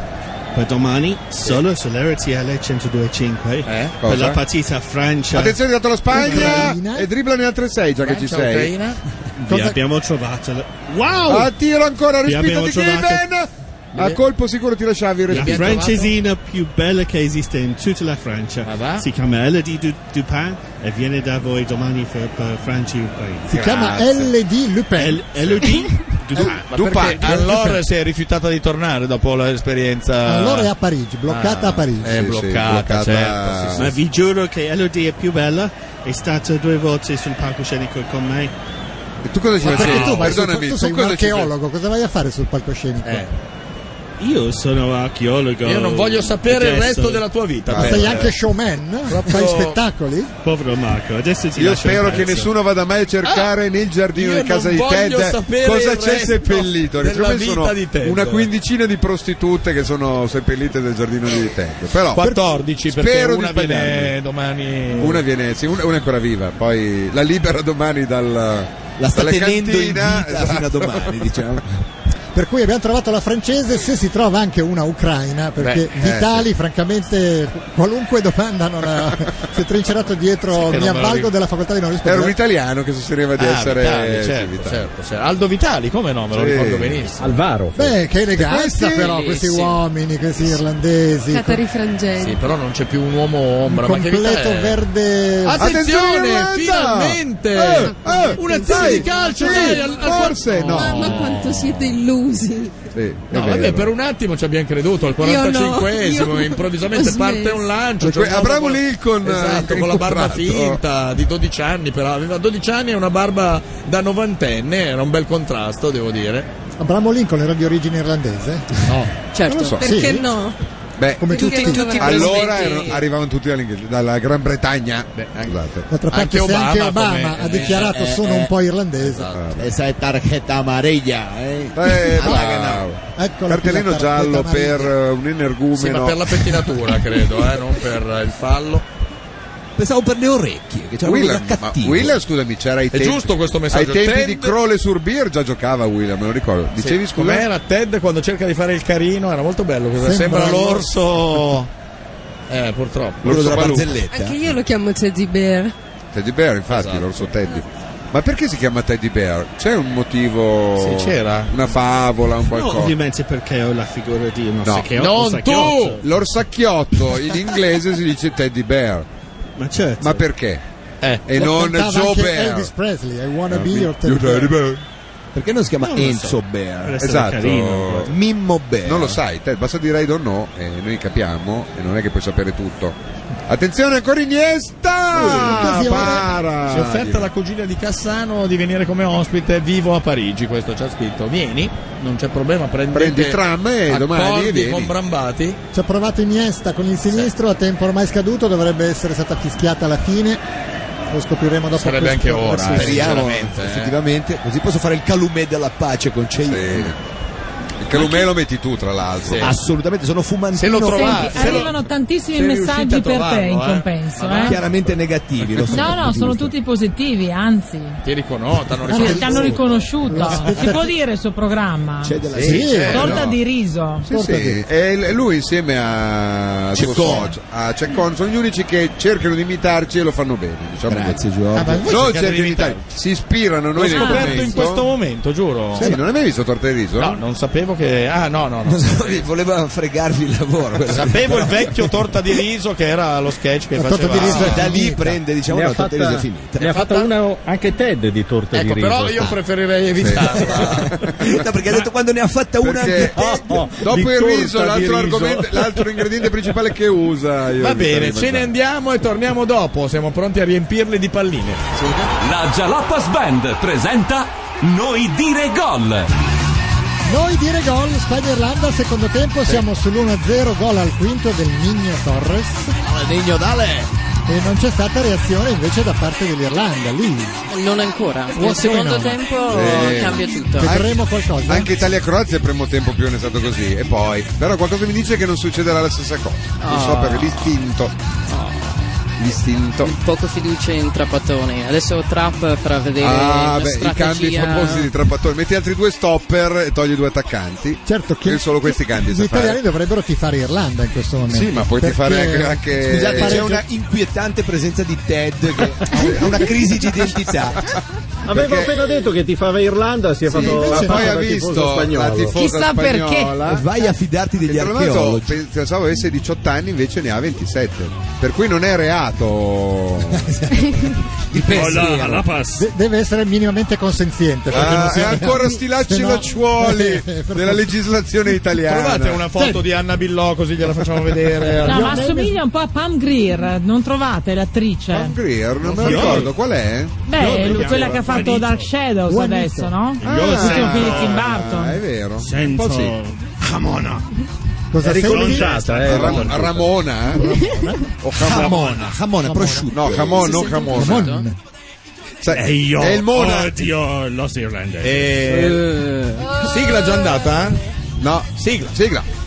Per domani, solo su sull'RTL 1025, Cosa? e per la partita Francia. Attenzione, è dato la Ucraina. Spagna e dribbla ne altre sei, già che ci sei. Vi abbiamo trovato. la- Wow! A tiro ancora, Vi respinta abbiamo di trovato- Given. A colpo sicuro tira Xavi, La respinta. francesina più bella che esiste in tutta la Ah, Francia si chiama Elodie Du- Dupin e viene da voi domani per, per Francia e Ucraina. Si chiama LD Lupin. El- Elodie Eh, Dupin. Ma perché allora si è rifiutata di tornare dopo l'esperienza. Allora è a Parigi, bloccata Ah, a Parigi. È bloccata, bloccata. certo. sì, sì. Ma vi giuro che Elodie è più bella, è stata due volte sul palcoscenico con me. E tu cosa ci Ma perché facevi? tu, vai sul- Perdonami, tu sei tu un cosa ci archeologo, cosa vai a fare sul palcoscenico? Eh, Io sono archeologo. Eh. Io non voglio sapere il resto della tua vita. Ma Ted. sei anche showman? Fai spettacoli? Povero Marco, adesso ti Io lascio in spero che pezzo. nessuno vada mai a cercare nel giardino Ah! io di casa non di voglio Ted sapere cosa il c'è resto seppellito. perché secondo me della vita sono di Ted. Una quindicina di prostitute che sono seppellite nel giardino di Ted. Però 14 perché spero una di sbagliarmi. viene domani. Una viene, sì, una, una è ancora viva, poi la libera domani dal, La sta dalle tenendo in cantine. Esatto. vita fino a domani, diciamo. Per cui abbiamo trovato la francese, se si trova anche una ucraina, perché Beh, eh, Vitali, sì. francamente, qualunque domanda non ha, si è trincerato dietro, Sì, non mi me lo avvalgo ricordo. della facoltà di non rispondere. Era un italiano che sosteneva di Eh? Ah, essere Vitali, sì, certo, Vitali. certo, certo. Aldo Vitali, come no, me lo Sì. ricordo benissimo. Alvaro. Beh, che eleganza Questi- però, questi Bellissimo. uomini, questi irlandesi. Catarifrangenti. Sì, però non c'è più un uomo ombra. ma che vita completo è? verde. Attenzione, Irlanda! finalmente! Eh, eh, Un'azione sì, di calcio, sì, dai, al- al- forse no. Mamma quanto siete illusi. Sì, è No, vabbè, vero. per un attimo ci abbiamo creduto, al Io no, 45esimo, io improvvisamente ho parte smesso. un lancio. E c'è un que- uomo Abramo con- Lincoln, Esatto, eh, con la barba incontrato. finta di 12 anni, però aveva 12 anni e una barba da novantenne, era un bel contrasto, devo dire. Abramo Lincoln era di origine irlandese? No, Certo. Non lo so. Perché Sì? no? Beh, Come tutti. Tutti- tutti i allora presidenti- erano- arrivano tutti dall'Inghilterra, dalla Gran Bretagna. Scusate. D'altra parte, se anche Obama ha dichiarato eh, sono eh, un po' irlandese. Esa es tarjeta amarilla. Eh, Esatto. Eh, Alla bravo. Genau. Eccolo Cartellino qui la giallo targhetta amarilla. per eh, un energumeno. Sì, ma per la pettinatura, credo, eh, non per eh, il fallo. Pensavo per le orecchie, che c'era William, quello da ma cattivo. William, scusami, c'era i È tempi, giusto questo messaggio, Ai tempi Ted- di Crowley sur Beer già giocava William, me lo ricordo. Dicevi Sì, scusa? Com'era Ted quando cerca di fare il carino? Era molto bello. questo. Sembra Sembra l'orso. l'orso. Eh, purtroppo. L'orso Quello della Balù. barzelletta. Anche io lo chiamo Teddy Bear. Teddy Bear, infatti, Esatto. l'orso Teddy. Ma perché si chiama Teddy Bear? C'è un motivo? Sì, c'era. Una favola, un No, qualcosa? ovviamente perché ho la figura di uno sacchiotto. L'orsacchiotto in inglese si dice Teddy Bear. Ma certo. Ma perché? Eh. E Lo non cantava Joe anche Bear. Elvis Presley, I wanna Ah, be sì. your teddy bear. Perché non si chiama Non lo Enzo so. Bear? Deve essere Esatto. carino. Mimmo Bear. Non lo sai, te, basta dire I don't know e noi capiamo e non è che puoi sapere tutto. Attenzione ancora Iniesta! Così, Para! Si è offerta la cugina di Cassano di venire come ospite vivo a Parigi, questo c'è scritto. Vieni, non c'è problema, prendete Prendi il tram e accordi domani vieni. con Brambati. Ci ha provato Iniesta con il sinistro, a tempo ormai scaduto, dovrebbe essere stata fischiata alla fine. Lo scopriremo dopo Sarebbe questo- anche ora, eh, Speriamo, sinceramente, eh. effettivamente. Così posso fare il calumè della pace con Cei. Il calumè lo metti tu, tra l'altro. Assolutamente, sono fumantino. Se lo trovate, Senti, se lo- Arrivano tantissimi Sei messaggi per riuscita a te in trovarlo, eh? compenso. Ma eh. Chiaramente negativi, lo so. No, no, sono tutti positivi, anzi. Ti riconotano, Ti hanno riconosciuto. Si aspettativa- può dire il suo programma? C'è della- Sì, Sì, c'è, Torta no. di riso. Sì, sì. E l- lui insieme a suo Ceccone. socio, a Ceccone, sono gli unici che cercano di imitarci e lo fanno bene. Diciamo Grazie, così. Giorgio. Ah, ma voi non cercate cercano di di imitarci, si ispirano L'ho noi nel scoperto commento. in questo momento, giuro. Sì, non avevi visto torta di riso? No, non sapevo che. Ah, no, no, no. Voleva fregarvi il lavoro. quello. Sapevo il vecchio torta di riso che era lo sketch che faceva. da lì prende, diciamo, ne la ha torta di riso fatta, è finita. ne ha fatta una anche Ted di torta Ecco, di riso. però io preferirei evitarla. No, perché ha detto quando ne ha fatta una Perché anche a te. dopo Di il torta riso, di l'altro, oh, riso. argomento- l'altro ingrediente principale che usa. io Va evito di bene, ce ne mangiare. andiamo e torniamo dopo. Siamo pronti a riempirle di palline. La Jalapas Band presenta Noi dire gol. Noi dire gol, Spagna-Irlanda, secondo tempo, siamo sull'1-0, gol al quinto del Nino Torres. Nino Dale! E non c'è stata reazione invece da parte dell'Irlanda, lì. Non ancora. What Nel secondo going on? tempo Eh. cambia tutto. Vedremo qualcosa. Anche Italia-Croazia il primo tempo più ne è stato così. E poi, però, qualcosa mi dice che non succederà la stessa cosa. Non so Oh. perché l'istinto. L'istinto. Poco fiducia in Trapattoni. Adesso Trap farà vedere Ah, la beh, i strategia. cambi famosi di Trapattoni. Metti altri due stopper e togli due attaccanti. Certo che. solo questi cambi Gli sa italiani fare. dovrebbero tifare Irlanda in questo momento. Sì, ma puoi Perché- tifare anche- anche- Scusate, Eh, c'è pareggio- una inquietante presenza di Ted che ha una crisi di identità. Avevo Perché- appena detto che ti fava Irlanda, si è fatto la invece faccia poi da ha tifoso visto spagnolo. la tifosa spagnola. Vai a fidarti degli E tra l'altro archeologi. pe- pensavo avesse 18 anni, invece ne ha 27. Per cui non è reato. Il De- deve essere minimamente consenziente. perché non Ah, si- e ancora sti lacci Se Eh, no- Eh, lacciuoli Per- della legislazione italiana. Trovate una foto Sì. di Anna Billò così gliela facciamo vedere. No, ma assomiglia un po' a Pam Greer, non trovate l'attrice? Pam Greer, non me lo ricordo qual è. Beh, è lui- quella che ha fatto Dark Shadows Juanito. adesso, no? Ah, L'ultimo film di Tim Barton. È vero. Sento- Un po' sì. Ramona. Cosa È sei? riconosciuta, eh, Ram- Ramona? eh? O Ramona, Ramona, prosciutto. No, Ramon, non Ramona. Sai, E io è il Mona. odio los irlandesi. Eh. Eh, Sigla già andata? No, sigla. Sigla.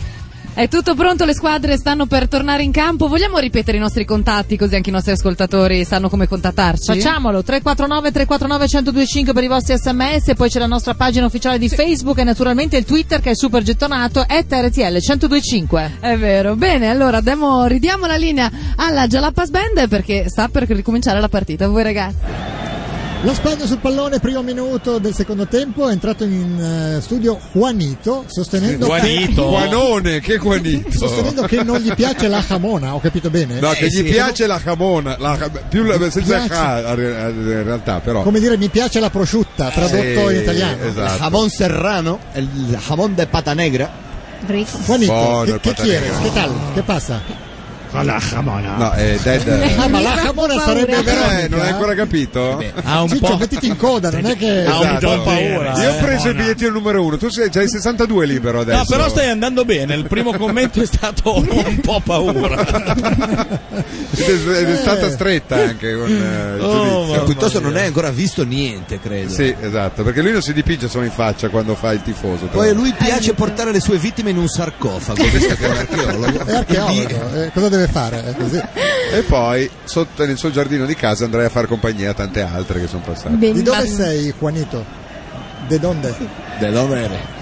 È tutto pronto, le squadre stanno per tornare in campo. Vogliamo ripetere i nostri contatti così anche i nostri ascoltatori sanno come contattarci? Facciamolo 349 349 1025 per i vostri sms, poi c'è la nostra pagina ufficiale di Facebook e naturalmente il Twitter che è super gettonato RTL 1025. È vero. Bene, allora diamo- ridiamo la linea alla Jalapas Band perché sta per ricominciare la partita. Voi ragazzi. La Spagna sul pallone, primo minuto del secondo tempo, è entrato in eh, studio Juanito, sostenendo Guanito. che... Guanone, che guanito. Sostenendo che non gli piace la jamona, ho capito bene? Eh, No, che gli piace la jamona, la, più la, senza piace. ca- in realtà però. Come dire, mi piace la prosciutta, tradotto Sì, in italiano. esatto. Il jamón serrano, il jamón de pata negra. Juanito, Buono che- il che patatino. quieres? Che tal? Che passa? la jamona. No, eh, Dead. Ah, ma la Eh, jamona sarebbe eh, non vero. hai ancora capito? Ha un po'. mettiti in coda, non è che. Ah, Esatto. Io ho eh. preso il bigliettino numero uno, tu sei, c'hai il 62 libero adesso. No, però stai andando bene. Il primo commento è stato un po' paura. Eh. Ed è stata stretta anche con eh, Oh, il giudizio. piuttosto non hai ancora visto niente, credo. Sì, esatto, perché lui non si dipinge solo in faccia quando fa il tifoso. tra Poi a l'altro. lui piace portare le sue vittime in un sarcofago, visto che è un archeologo. È archeologo, eh, cosa deve fare? È così. E poi sotto nel suo giardino di casa andrei a far compagnia a tante altre che sono passate. Di dove sei, Juanito? De donde?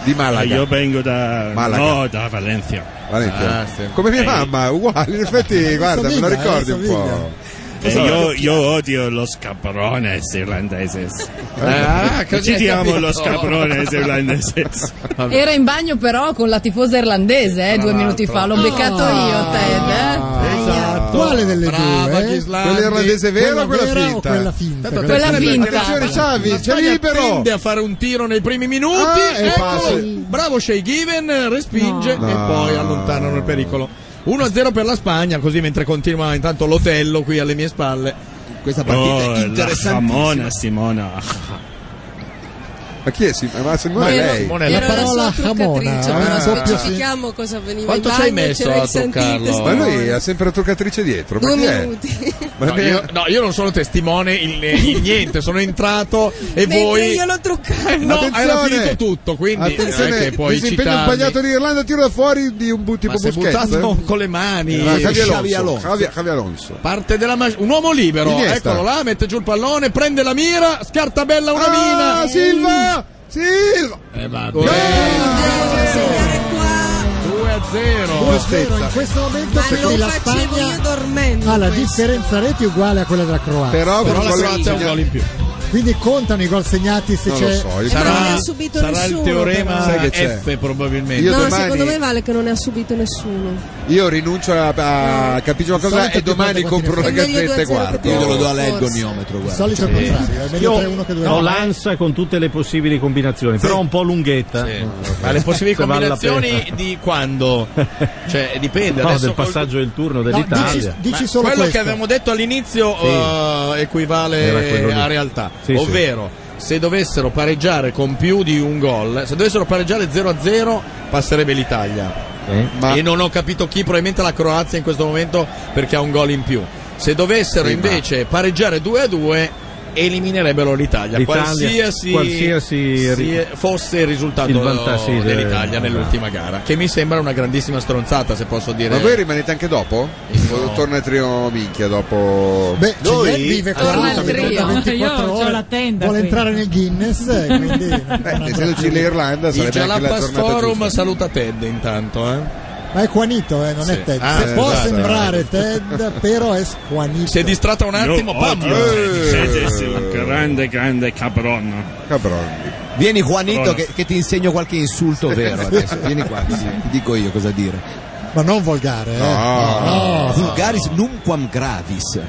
Di Malaga. Ah, Io vengo da, Malaga. no, da Valencia. Ah, Eh, Valencia. Ah, Come mia Ehi. mamma, uguale, in effetti, guarda, me lo Somiglia, ricordi eh, un po'. somiglia. Eh, io, io odio lo scabrones irlandeses. Ah, così hai Uccidiamo capito. lo scabrones irlandeses. Era in bagno però con la tifosa irlandese eh, due minuti fa, l'ho beccato Oh. io, Ted. eh. Quale delle Brava, due? Ghislandi. Ah. Quella irlandese vera o quella vera finta? quella finta? Tanto Quella attenzione, finta. attenzione, La Xavi, c'è Spagna libero. tende a fare un tiro nei primi minuti. Ah, e ecco, passa. bravo Shea Given, respinge No. e No. poi allontanano il pericolo. 1-0 per la Spagna, così mentre continua intanto l'Otello qui alle mie spalle. Questa Oh, la jamona Simona. Ma chi è Simone? Ma Simone è Io- lei. io ero la sua truccatrice, Ah, però doppio specifichiamo Cioè, cosa veniva Quanto in ci hai bagno, messo c'era a il santite, toccarlo? Ma lui ha sempre la truccatrice dietro. ma Due chi è? minuti. Ma No ne- io, no, io non sono testimone in, in niente, sono entrato e Mentre voi. io lo truccavo. Eh, No, era Attenzione. finito tutto, quindi non è Attenzione, che puoi disimpegno citarmi. sbagliato l'Irlanda, tiro da fuori di un bu- tipo Ma si è Busquets, buttato eh. con le mani. Ah, Xavi Alonso. Xavi Alonso. Xavi- Xavi Alonso. Parte della ma- un uomo libero, Iniesta. eccolo là, mette giù il pallone, prende la mira, scarta bella una mina. Ah, Silva! Silva! E Eh, va bene. 2 a 0. Però in questo momento perché la Spagna ha la differenza reti uguale a quella della Croazia. Però, Però la Croazia ha un gol in più. Quindi contano i gol segnati se Non lo c'è. so, io- Sarà, non ne ha subito sarà il nessuno, teorema però. Sai che c'è? F probabilmente. Eh. Io no, domani- secondo me vale che non ne ha subito nessuno. Io rinuncio a, a capire una cosa solito e domani ti manda compro una quanti ne fai. gazzetta È e meglio due a zero guardo. che Io lo do a lei lei il goniometro, guarda. cioè, Solito il contrario, è meglio 3-1 che 2-1. Ho l'ansa con tutte le possibili combinazioni, però un po' lunghetta. Mm, Ma le possibili Se vale la combinazioni pena. di quando? Cioè, dipende. No, adesso del col- passaggio del turno No, dell'Italia. dici- dici solo Eh, quello che avevamo detto all'inizio Sì. eh, Era quello equivale lì. a realtà, Sì, sì. ovvero se dovessero pareggiare con più di un gol, se dovessero pareggiare 0-0 passerebbe l'Italia. E non ho capito chi, probabilmente la Croazia in questo momento perché ha un gol in più. Se dovessero invece pareggiare 2-2 eliminerebbero l'Italia, L'Italia, qualsiasi, qualsiasi si- ri- fosse il risultato il vanta- sì, de- dell'Italia nell'ultima gara, che mi sembra una grandissima stronzata se posso dire. Ma voi rimanete anche dopo? Esatto. O torna il trio minchia dopo? Beh, Noi? Celier vive Allora, 40 trio. 24 Io ore, c'ho la tenda vuole qui. entrare nel Guinness, eh, quindi essendoci l'Irlanda il sarebbe anche la Jalapas giornata Forum giusta. saluta Ted intanto, eh. ma è Juanito, eh, non Sì. è Ted. Ah, Se può esatto. sembrare Ted, però è Juanito. Si è distratta un attimo, pam! Eh. Mercedes è un grande, grande cabron. Vieni Juanito Corona. che, che ti insegno qualche insulto vero adesso. Vieni qua, ti, ti dico io cosa dire. Ma non volgare, eh. No. Vulgaris numquam gravis.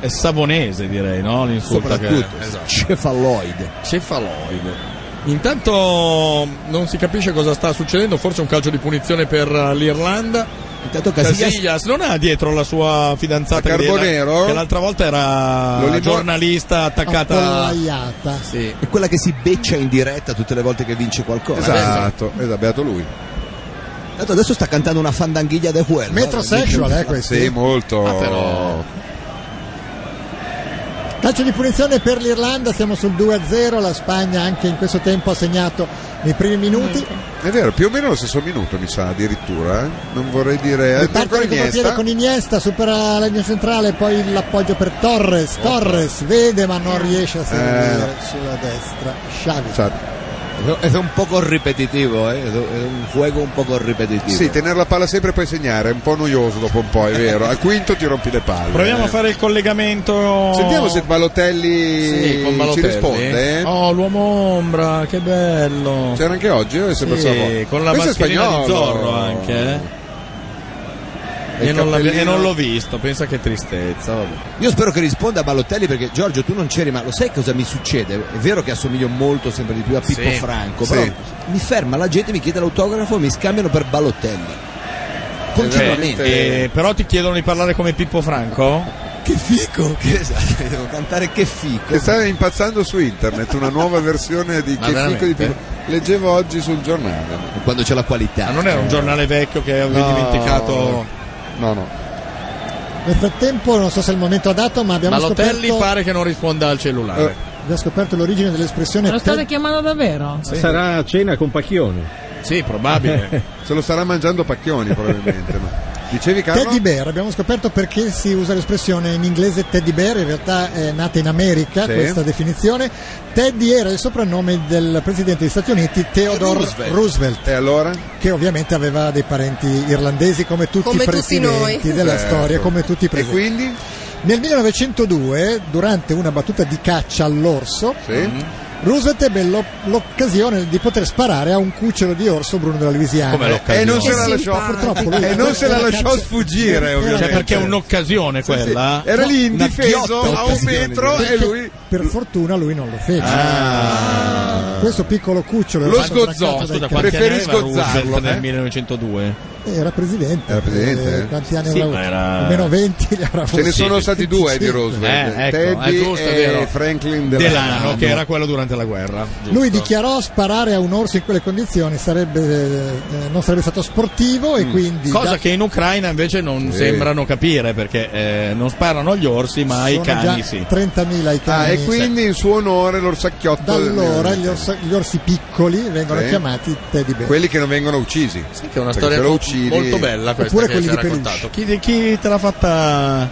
È savonese direi, no? L'insulto che... Soprattutto Esatto. cefaloide. Cefaloide. Intanto non si capisce cosa sta succedendo, forse un calcio di punizione per eh, l'Irlanda. Intanto Casillas... Casillas- non ha dietro la sua fidanzata La che- Carbonero? che l'altra volta era L'Olivo- giornalista attaccata Appollaiata. Sì. È quella che si beccia in diretta tutte le volte che vince qualcosa. Esatto, esatto, beato lui. Tanto adesso sta cantando una fandanghiglia de quello. eh, Ah, Metrosexual, eh, questo. Sì, molto. Ah, però. Calcio di punizione per l'Irlanda, siamo sul 2-0, la Spagna anche in questo tempo ha segnato nei primi minuti. È vero, più o meno lo stesso minuto, mi sa, addirittura. eh. Non vorrei dire. Eh, Riparte ancora il contropiede Iniesta. con Iniesta, supera la linea centrale, poi l'appoggio per Torres. Torres vede ma Eh. non riesce a servire Eh. sulla destra. Xavi. Es un poco ripetitivo, eh, es un juego un poco ripetitivo. Sì, tenere la palla sempre e poi segnare è un po' noioso dopo un po', è vero. Al quinto ti rompi le palle. Proviamo a Eh. fare il collegamento. Sentiamo se Balotelli, Sì, con ci Balotelli. risponde. eh. Oh, l'uomo ombra, che bello. C'era anche oggi, eh, sembra Sì, Savoia. con la Questo è mascherina di spagnolo. Zorro anche, eh. E E il non, l'ha- cappellino. e non l'ho visto, pensa che tristezza. Vabbè. Io spero che risponda a Balotelli perché Giorgio tu non c'eri, ma lo sai cosa mi succede? È vero che assomiglio molto sempre di più a Pippo Sì. Franco, Sì. però mi ferma la gente, mi chiede l'autografo e mi scambiano per Balotelli. Continuamente. Eh, eh, però ti chiedono di parlare come Pippo Franco? Che fico! Esatto, devo cantare che fico. Che sta impazzando su internet una nuova versione di Ma Che fico di veramente? Pippo. Leggevo oggi sul giornale. Quando c'è la qualità. Ma non era un giornale vecchio che avevi No. dimenticato. No, no. Nel frattempo, non so se è il momento adatto, ma abbiamo Balotelli scoperto, pare che non risponda al cellulare. Eh, abbiamo scoperto l'origine dell'espressione Lo state per- chiamando davvero? Sarà a cena con Pacchioni. Sì, probabile. Se lo starà mangiando Pacchioni, probabilmente. ma- Dicevi Carlo? Teddy bear, abbiamo scoperto perché si usa l'espressione in inglese teddy bear, in realtà è nata in America Sì. questa definizione. Teddy era il soprannome del presidente degli Stati Uniti Theodore Roosevelt, Roosevelt. E allora? che ovviamente aveva dei parenti irlandesi come tutti Come i tutti presidenti noi. della Certo. storia, come tutti i E presidenti. quindi? Nel 1902, durante una battuta di caccia all'orso, Mm-hmm. Sì. Roosevelt ebbe l'o- l'occasione di poter sparare a un cucciolo di orso bruno della Louisiana. Come l'occasione? Eh, E non se Che la lasciò- simpatico. Purtroppo lui- E non se la lasciò caccia- sfuggire, ovviamente. Cioè, perché è un'occasione quella. Era lì Una indifeso ghiotta a un occasione, metro direi. e lui Per fortuna lui non lo fece. Ah. Questo piccolo cucciolo Lo era stato sgozzò. attaccato dai Scusa, cani. quanti anni aveva sgozzarlo, Roosevelt eh? nel 1902? Era presidente. Era presidente, eh? Quanti anni Sì, avrà ma avuto? era- Almeno 20 li avrà Ce ne avuti. sono stati due di Roosevelt, Eh, ecco, Teddy è giusto, è e vero. Franklin Delano. Delano, che era quello durante la guerra. giusto. Lui dichiarò sparare a un orso in quelle condizioni sarebbe, eh, non sarebbe stato sportivo Mm. e quindi Cosa da- che in Ucraina invece non Sì. sembrano capire perché eh, non sparano agli orsi ma ai sono già cani sì. 30.000 i Ah, cani. e quindi in suo onore l'orsacchiotto. Da del- allora gli, orsa- gli orsi piccoli vengono Sì. chiamati teddy bear. Quelli che non vengono uccisi. Sì, Che è una storia molto bella questa Oppure che quelli ci ha di peluche. raccontato. Chi, chi te l'ha fatta?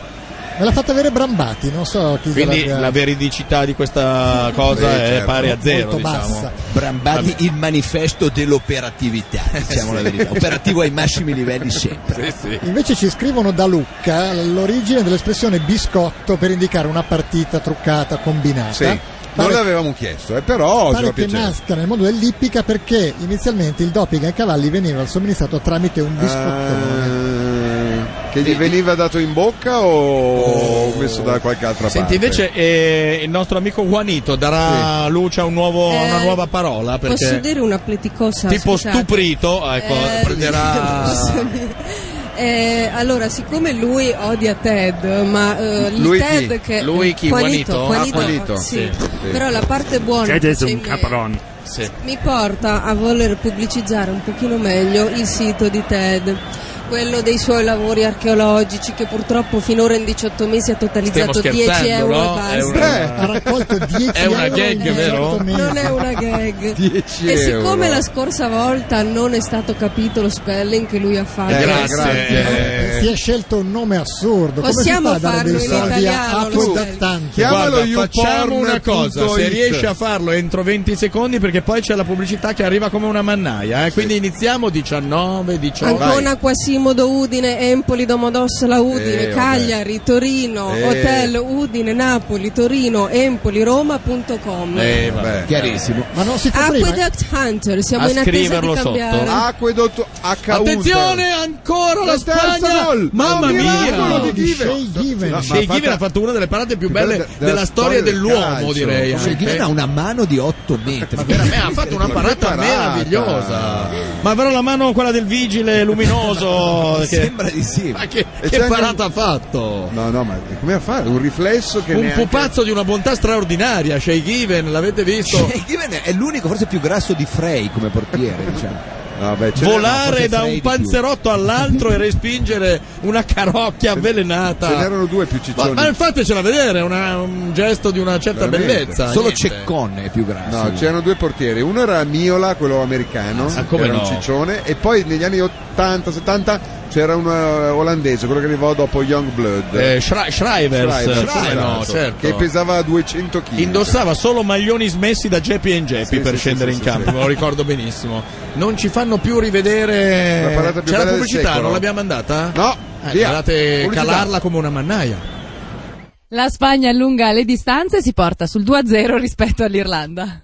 Me l'ha fatta avere Brambati, non so chi Quindi gliel'abbia- la veridicità di questa cosa Sì, è certo. Eh, pari a zero, Molto diciamo. bassa. Brambati il manifesto dell'operatività, Eh, diciamo la verità. Operativo ai massimi livelli sempre. Invece ci scrivono da Lucca l'origine dell'espressione biscotto per indicare una partita truccata, combinata. Eh? Sì. Non Pare- l'avevamo chiesto, eh, però ci Pare fa che piacere. nasca nel mondo dell'ippica perché inizialmente il doping ai cavalli veniva somministrato tramite un biscottone. Ah, che gli veniva dato in bocca o messo da qualche altra Oh. Senti, parte? invece eh, il nostro amico Juanito darà luce a un nuovo- Eh, una nuova parola Posso perché dire una pleticosa? tipo Scusate. stuprito, ecco, Eh, posso prenderà dire? Eh, allora, siccome lui odia Ted, ma eh, il Lui Ted chi? che Lui chi? Juanito, Juanito, Juanito? Ah, Juanito. sì. Sì. Però la parte buona che c'è in me Sì. mi porta a voler pubblicizzare un pochino meglio il sito di Ted. Quello dei suoi lavori archeologici che purtroppo finora in 18 mesi ha totalizzato Stiamo 10 scherzando, euro no? e È basta. una- Eh, Ha raccolto 10 È una euro gag, in vero? 18 mesi. Non è una gag. 10 e euro. siccome la scorsa volta non è stato capito lo spelling che lui ha fatto, Eh, Ah, grazie. Eh, Si è scelto un nome assurdo. Possiamo Come si fa a dare farlo dei in soldi a italiano, a lo contattanti? Chiamalo Guarda, facciamo youporn.it. una cosa, se riesci a farlo entro 20 secondi perché poi c'è la pubblicità che arriva come una mannaia, eh, quindi iniziamo 19, 18. Ancona, Quasimodo, Udine, Empoli, Domodossola, Udine, Eh, vabbè. Cagliari, Torino, Eh. Hotel, Udine, Napoli, Torino, Empoli, Roma.com. Eh, vabbè. Chiarissimo. Ma non si fa prima? Aqueduct Hunter, siamo A in attesa di scriverlo cambiare. sotto. Aquedotto H. Attenzione ancora la, La terza Spagna! gol! Mamma Un miracolo di mia! Given. Given. No, Shea ma Given fatta- ha fatto una delle parate più belle Della- della, della storia storia del dell'uomo, calcio. direi. Shea Cioè, anche. Ghiven ha una mano di 8 metri. Ma veramente ha fatto una parata meravigliosa. Ma però la mano quella del vigile luminoso oh, che, Sembra di sì. ma che, E che c'è anche parata un- ha fatto? No, no, ma come ha fatto? Un riflesso che Un neanche- pupazzo di una bontà straordinaria, Shea Given, l'avete visto? Cioè, Ghiven è l'unico forse più grasso di Frey come portiere, diciamo. Vabbè, ce n'è una, Volare forse da sei un di più. panzerotto all'altro e respingere una carocchia avvelenata. Ce n'erano due più ciccioni. Ma, ma fatecela vedere, una- un gesto di una certa Veramente. bellezza. Solo Ceccone è più grasso. No, c'erano due portieri, uno era Miola, quello americano, Ah, come era un no? ciccione, e poi negli anni 80-70 c'era un eh, olandese, quello che arrivò dopo Youngblood. Eh, Schre- Schreivers, come no, certo. esatto. Che pesava 200 kg. Indossava solo maglioni smessi da Geppi e Geppi Sì, per sì, scendere sì, in sì, campo, sì. me lo ricordo benissimo. Non ci fanno più La rivedere. parata più C'è bella la del pubblicità, secolo. non l'abbiamo andata? No, eh, via. guardate Pubblicità. calarla come una mannaia. La Spagna allunga le distanze e si porta sul 2-0 rispetto all'Irlanda.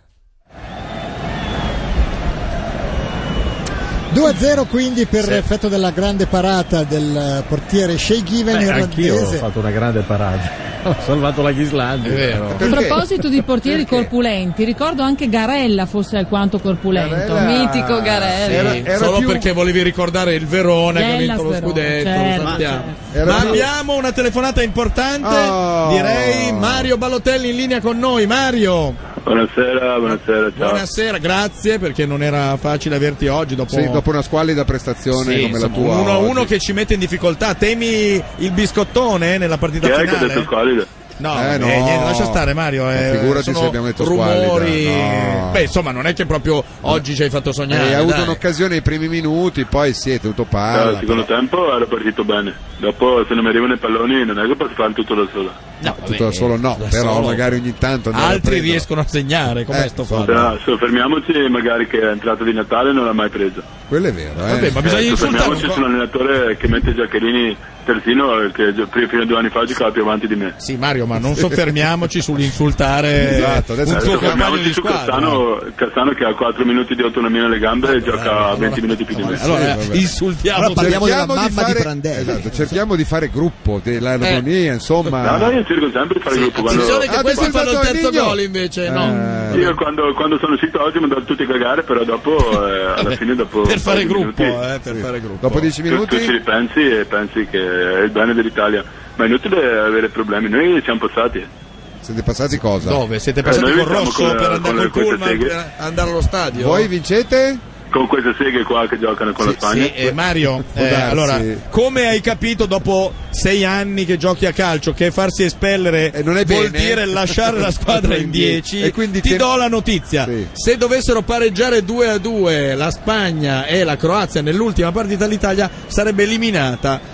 2-0 quindi per effetto della grande parata del portiere Shea Given Beh, anch'io ho irlandese. fatto una grande parata. Ho salvato la Ghislandia. È vero. Perché? A proposito di portieri corpulenti, ricordo anche Garella fosse alquanto corpulento. Mitico Garella. Era- Sì. era solo perché volevi ricordare il Verona che ha vinto lo Dell'Asverona, scudetto, certo, lo sappiamo. certo. Ma Era- abbiamo una telefonata importante, Oh. direi Mario Balotelli in linea con noi. Mario, Buonasera, buonasera, ciao. buonasera, grazie perché non era facile averti oggi dopo, Sì, dopo una squallida prestazione Sì, come la insomma, tua. uno, oggi. uno che ci mette in difficoltà. Temi il biscottone nella partita Chi è che ha finale? detto il qualido? No, Eh, eh, no. niente, lascia stare Mario. Ma eh, figurati sono se abbiamo detto rumori. squallida, no. Beh, insomma, non è che proprio oggi ci hai fatto Eh, sognare. ha avuto Ah, dai. un'occasione ai primi minuti, poi si è tenuto Allora, palla. al secondo tempo era partito bene. Dopo se non mi arrivano i palloni non è che posso fare tutto da solo. tutto da solo no, da però solo. magari ogni tanto andare a Altri prenderlo. riescono a segnare, come Eh, sto insomma. fatto? Però, su, Cioè, fermiamoci magari che è entrato di Natale e non l'ha mai preso. Quello è vero, eh. Vabbè, ma bisogna Eh, insultare fermiamoci un po'. su un allenatore che mette Giaccherini terzino che gio- fino a due anni fa giocava più avanti di me. Sì, Mario, ma non soffermiamoci sull'insultare Esatto, adesso un Adesso tuo compagno fermiamoci di su squadra. eh. Cassano, Cassano che ha 4 minuti di autonomia alle gambe e gioca 20 minuti più di me. Allora, insultiamo Allora parliamo eh, cerchiamo della mamma di fare- Prandelli. Esatto, cerchiamo di fare gruppo, dell'armonia, Eh. No, no, insomma. io cerco sempre di fare gruppo quando... Attenzione che Ah, questo tu fa sei il stato terzo Mourinho? gol invece, Eh. no. Io quando, quando sono uscito oggi mi ho dato tutti a cagare, però dopo, eh, alla fine dopo... Per fare 10 minuti, gruppo, eh, per fare gruppo. Dopo 10 tu- minuti? Tu, ci ripensi e pensi che è il bene dell'Italia, ma è inutile avere problemi, noi siamo passati. Siete passati cosa? Dove? Siete Eh, passati noi con siamo Rosso con- per andare con col le- queste Pullman seghe. per andare allo stadio? Voi vincete? Con queste seghe qua che giocano con la Spagna. Sì, eh, Mario, Può eh, darsi. allora, come hai capito dopo sei anni che giochi a calcio che farsi espellere non è vuol bene. dire lasciare la squadra in 10? E quindi ti te- do la notizia. Se dovessero pareggiare 2 a 2 la Spagna e la Croazia nell'ultima partita l'Italia sarebbe eliminata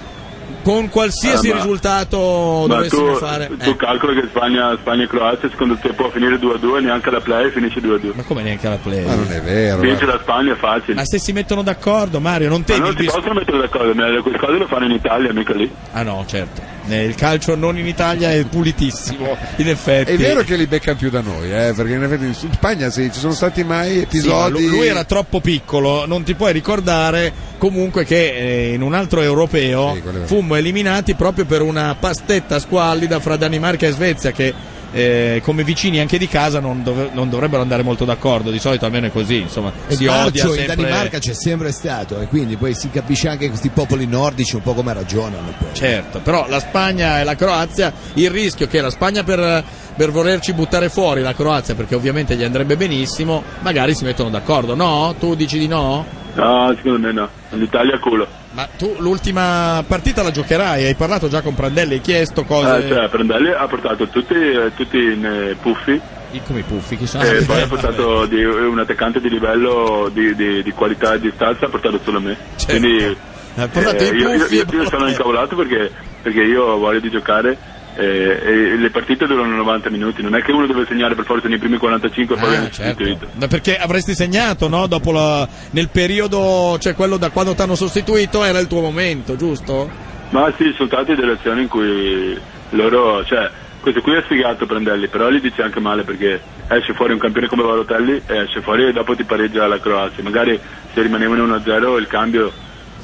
con qualsiasi Ah, ma- risultato Ma dovessimo tu, fare. Eh. tu calcoli che Spagna, Spagna e Croazia secondo te può finire 2-2, neanche la play finisce 2-2. Ma come neanche la play? Ma non è vero. Vince la Spagna è facile. Ma se si mettono d'accordo, Mario, non Ma temi non il ti bis- possono mettere d'accordo, ma le- quelle cose lo fanno in Italia, mica lì. Ah no, certo. Eh, Il calcio non in Italia è pulitissimo, in effetti. È vero che li beccano più da noi, eh, perché in effetti in Spagna sì, ci sono stati mai Sì, ma episodi. lu- lui era troppo piccolo, non ti puoi ricordare comunque che eh, in un altro europeo quello è vero. fummo eliminati proprio per una pastetta squallida fra Danimarca e Svezia che eh, come vicini anche di casa non, dove- non dovrebbero andare molto d'accordo, di solito almeno è così, insomma, E si Marcio odia in sempre. cioè. Danimarca c'è sempre stato e quindi poi si capisce anche questi popoli nordici un po' come ragionano. poi. Certo, però la Spagna e la Croazia, il rischio che la Spagna per, per volerci buttare fuori la Croazia, perché ovviamente gli andrebbe benissimo, magari si mettono d'accordo, no? Tu dici di no? No, secondo me no. L'Italia culo. Ma tu l'ultima partita la giocherai, hai parlato già con Prandelli, hai chiesto cose... Eh, cioè, Prandelli ha portato tutti, eh, tutti in eh, puffi I- Come i puffi, chi sono? e poi ha portato di- un attaccante di livello di, di- di qualità e di stazza, ha portato solo me. Quindi Ha portato eh, Certo. i io, io- puffi io- e io sono incavolato perché, perché io ho voglia di giocare eh, e, le partite durano 90 minuti, non è che uno deve segnare per forza nei primi 45 e Eh, poi viene certo. sostituito. Ma Perché avresti segnato, no? Dopo la- nel periodo, cioè quello da quando ti hanno sostituito, era il tuo momento, giusto? Ma sì, sono state delle azioni in cui loro, cioè, questo qui è sfigato Prandelli, però gli dice anche male perché esce fuori un campione come Valotelli e esce fuori e dopo ti pareggia la Croazia. Magari se rimanevano 1-0 il cambio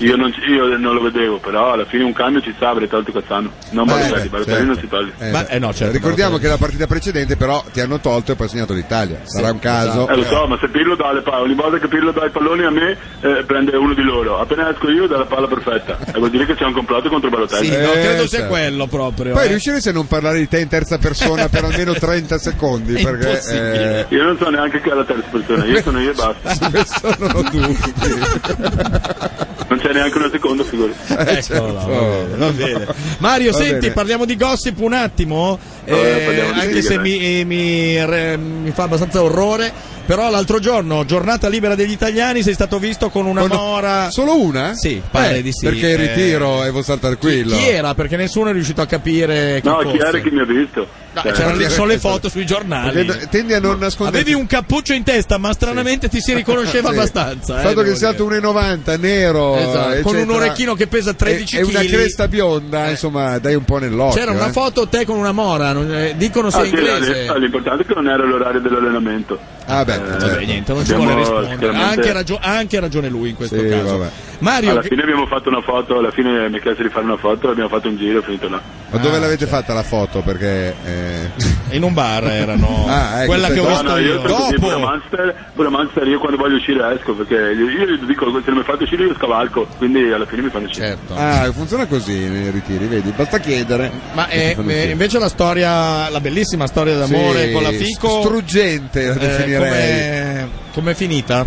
Io non, io non lo vedevo, però alla fine un cambio ci sta, avrei tolto Cazzano. Non Beh, Balotelli, beh, Balotelli non certo. si toglie. Eh, certo, Ricordiamo che la partita precedente però ti hanno tolto e poi ha segnato l'Italia. Sarà un esatto. caso. Eh, lo so, ma se Pirlo dà le palle, ogni volta che Pirlo dà i palloni a me, eh, prende uno di loro. Appena esco io, dà la palla perfetta. E vuol dire che c'è un complotto contro Balotelli. Sì, no, Eh, credo sia certo. quello proprio. Poi eh. riusciresti a non parlare di te in terza persona per almeno 30 secondi? perché eh, Io non so neanche chi è la terza persona, io sono io e basta. sono Non c'è neanche una seconda figura. Eccolo là, va bene, va bene. Mario, Va senti, bene. parliamo di gossip un attimo, Eh, parliamo di anche se Liga, mi, eh, mi re- mi fa abbastanza orrore, però l'altro giorno, giornata libera degli italiani, sei stato visto con una Con- mora... Solo una? Sì, pare di sì. Perché in eh. ritiro e vuoi stare tranquillo. Chi era? Perché nessuno è riuscito a capire chi No, chi fosse. era che mi ha visto? No, Cioè, c'erano perché- solo le foto sui giornali. Perché tendi a non nascondere. Avevi un cappuccio in testa, ma stranamente ti si riconosceva Sì. abbastanza. eh, Il fatto che devo sia dire. alto 1,90, nero, Esatto, con eccetera, un orecchino che pesa 13 e, e una chili. Eh. cresta bionda, insomma, dai un po' nell'occhio. C'era una eh. foto te con una mora, non- eh, dicono Ah, sia sì, inglese. l'im- l'importante è che non era l'orario dell'allenamento. Ah, beh, Vabbè, niente, non ci Eh, abbiamo vuole rispondere. Ha chiaramente- anche, ragio- ha anche ragione lui in questo caso. Mario, alla che- fine abbiamo fatto una foto, alla fine mi ha chiesto di fare una foto, abbiamo fatto un giro e finito là. Ma dove l'avete fatta la foto? Perché eh, Ah, cioè. in un bar erano. Ah, ecco, Quella che ho No, visto no, io. io sono così, Dopo. pure Manchester, pure Manchester io quando voglio uscire esco perché io, io gli dico se non mi fate uscire io scavalco, quindi alla fine mi fanno uscire. Certo. Ah, funziona così nei ritiri, vedi? Basta chiedere. Ma E ti eh, fanno eh, uscire. invece la storia, la bellissima storia d'amore Sì, con la Fico. eh, struggente la definirei. Come, com'è finita?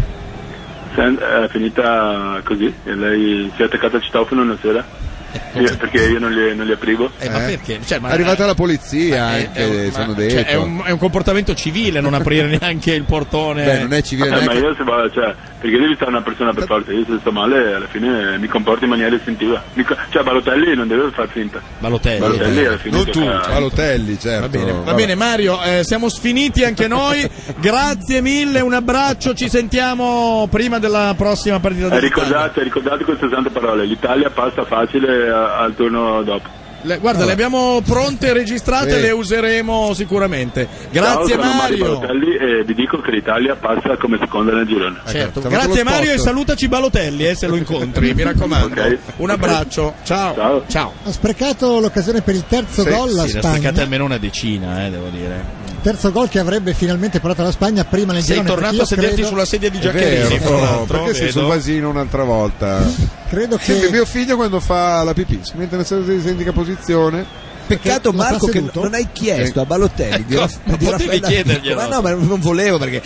Sen- eh, è finita così e lei si è attaccata al citofono una sera io- perché io non li, non li aprivo. Eh, ma perché? Cioè, ma- È arrivata la polizia anche, sono detto. Cioè, è, un, è un comportamento civile non aprire neanche il portone. Beh, non è civile Eh, ma io se vado, cioè, perché devi stare una persona per forza, io se sto male alla fine mi comporto in maniera istintiva. Mi co- cioè Balotelli non deve far finta. Balotelli. Balotelli alla fine non tu, gioca- Balotelli, certo. Va bene, va bene Mario, eh, siamo sfiniti anche noi. Grazie mille, un abbraccio, ci sentiamo prima della prossima partita Eh, del ricordate, ricordate queste sante parole, l'Italia passa facile a- al turno dopo. Le- guarda, le abbiamo pronte registrate, Sì. le useremo sicuramente. Grazie Ciao, sono Mario. Balotelli e vi dico che l'Italia passa come seconda nel girone. Eh, Ecco, Certo. Grazie Mario e salutaci Balotelli eh, se lo incontri, mi raccomando. Ok. Un abbraccio, ciao. Ciao. Ha sprecato l'occasione per il terzo gol la sì, ne ha Spagna. staccate almeno una decina, eh, devo dire. Terzo gol che avrebbe finalmente portato la Spagna prima nel Sei girone, tornato perché a io sederti credo- sulla sedia di È vero, Giaccherini, no, tra l'altro. perché sei vedo. sul vasino un'altra volta? Credo che mio figlio quando fa la pipì si mette nella stessa identica posizione. Peccato Marco che non hai chiesto a Ballotelli di, Ecco, Raff- ma di potevi Raffaella chiederglielo. Ma no, ma non volevo perché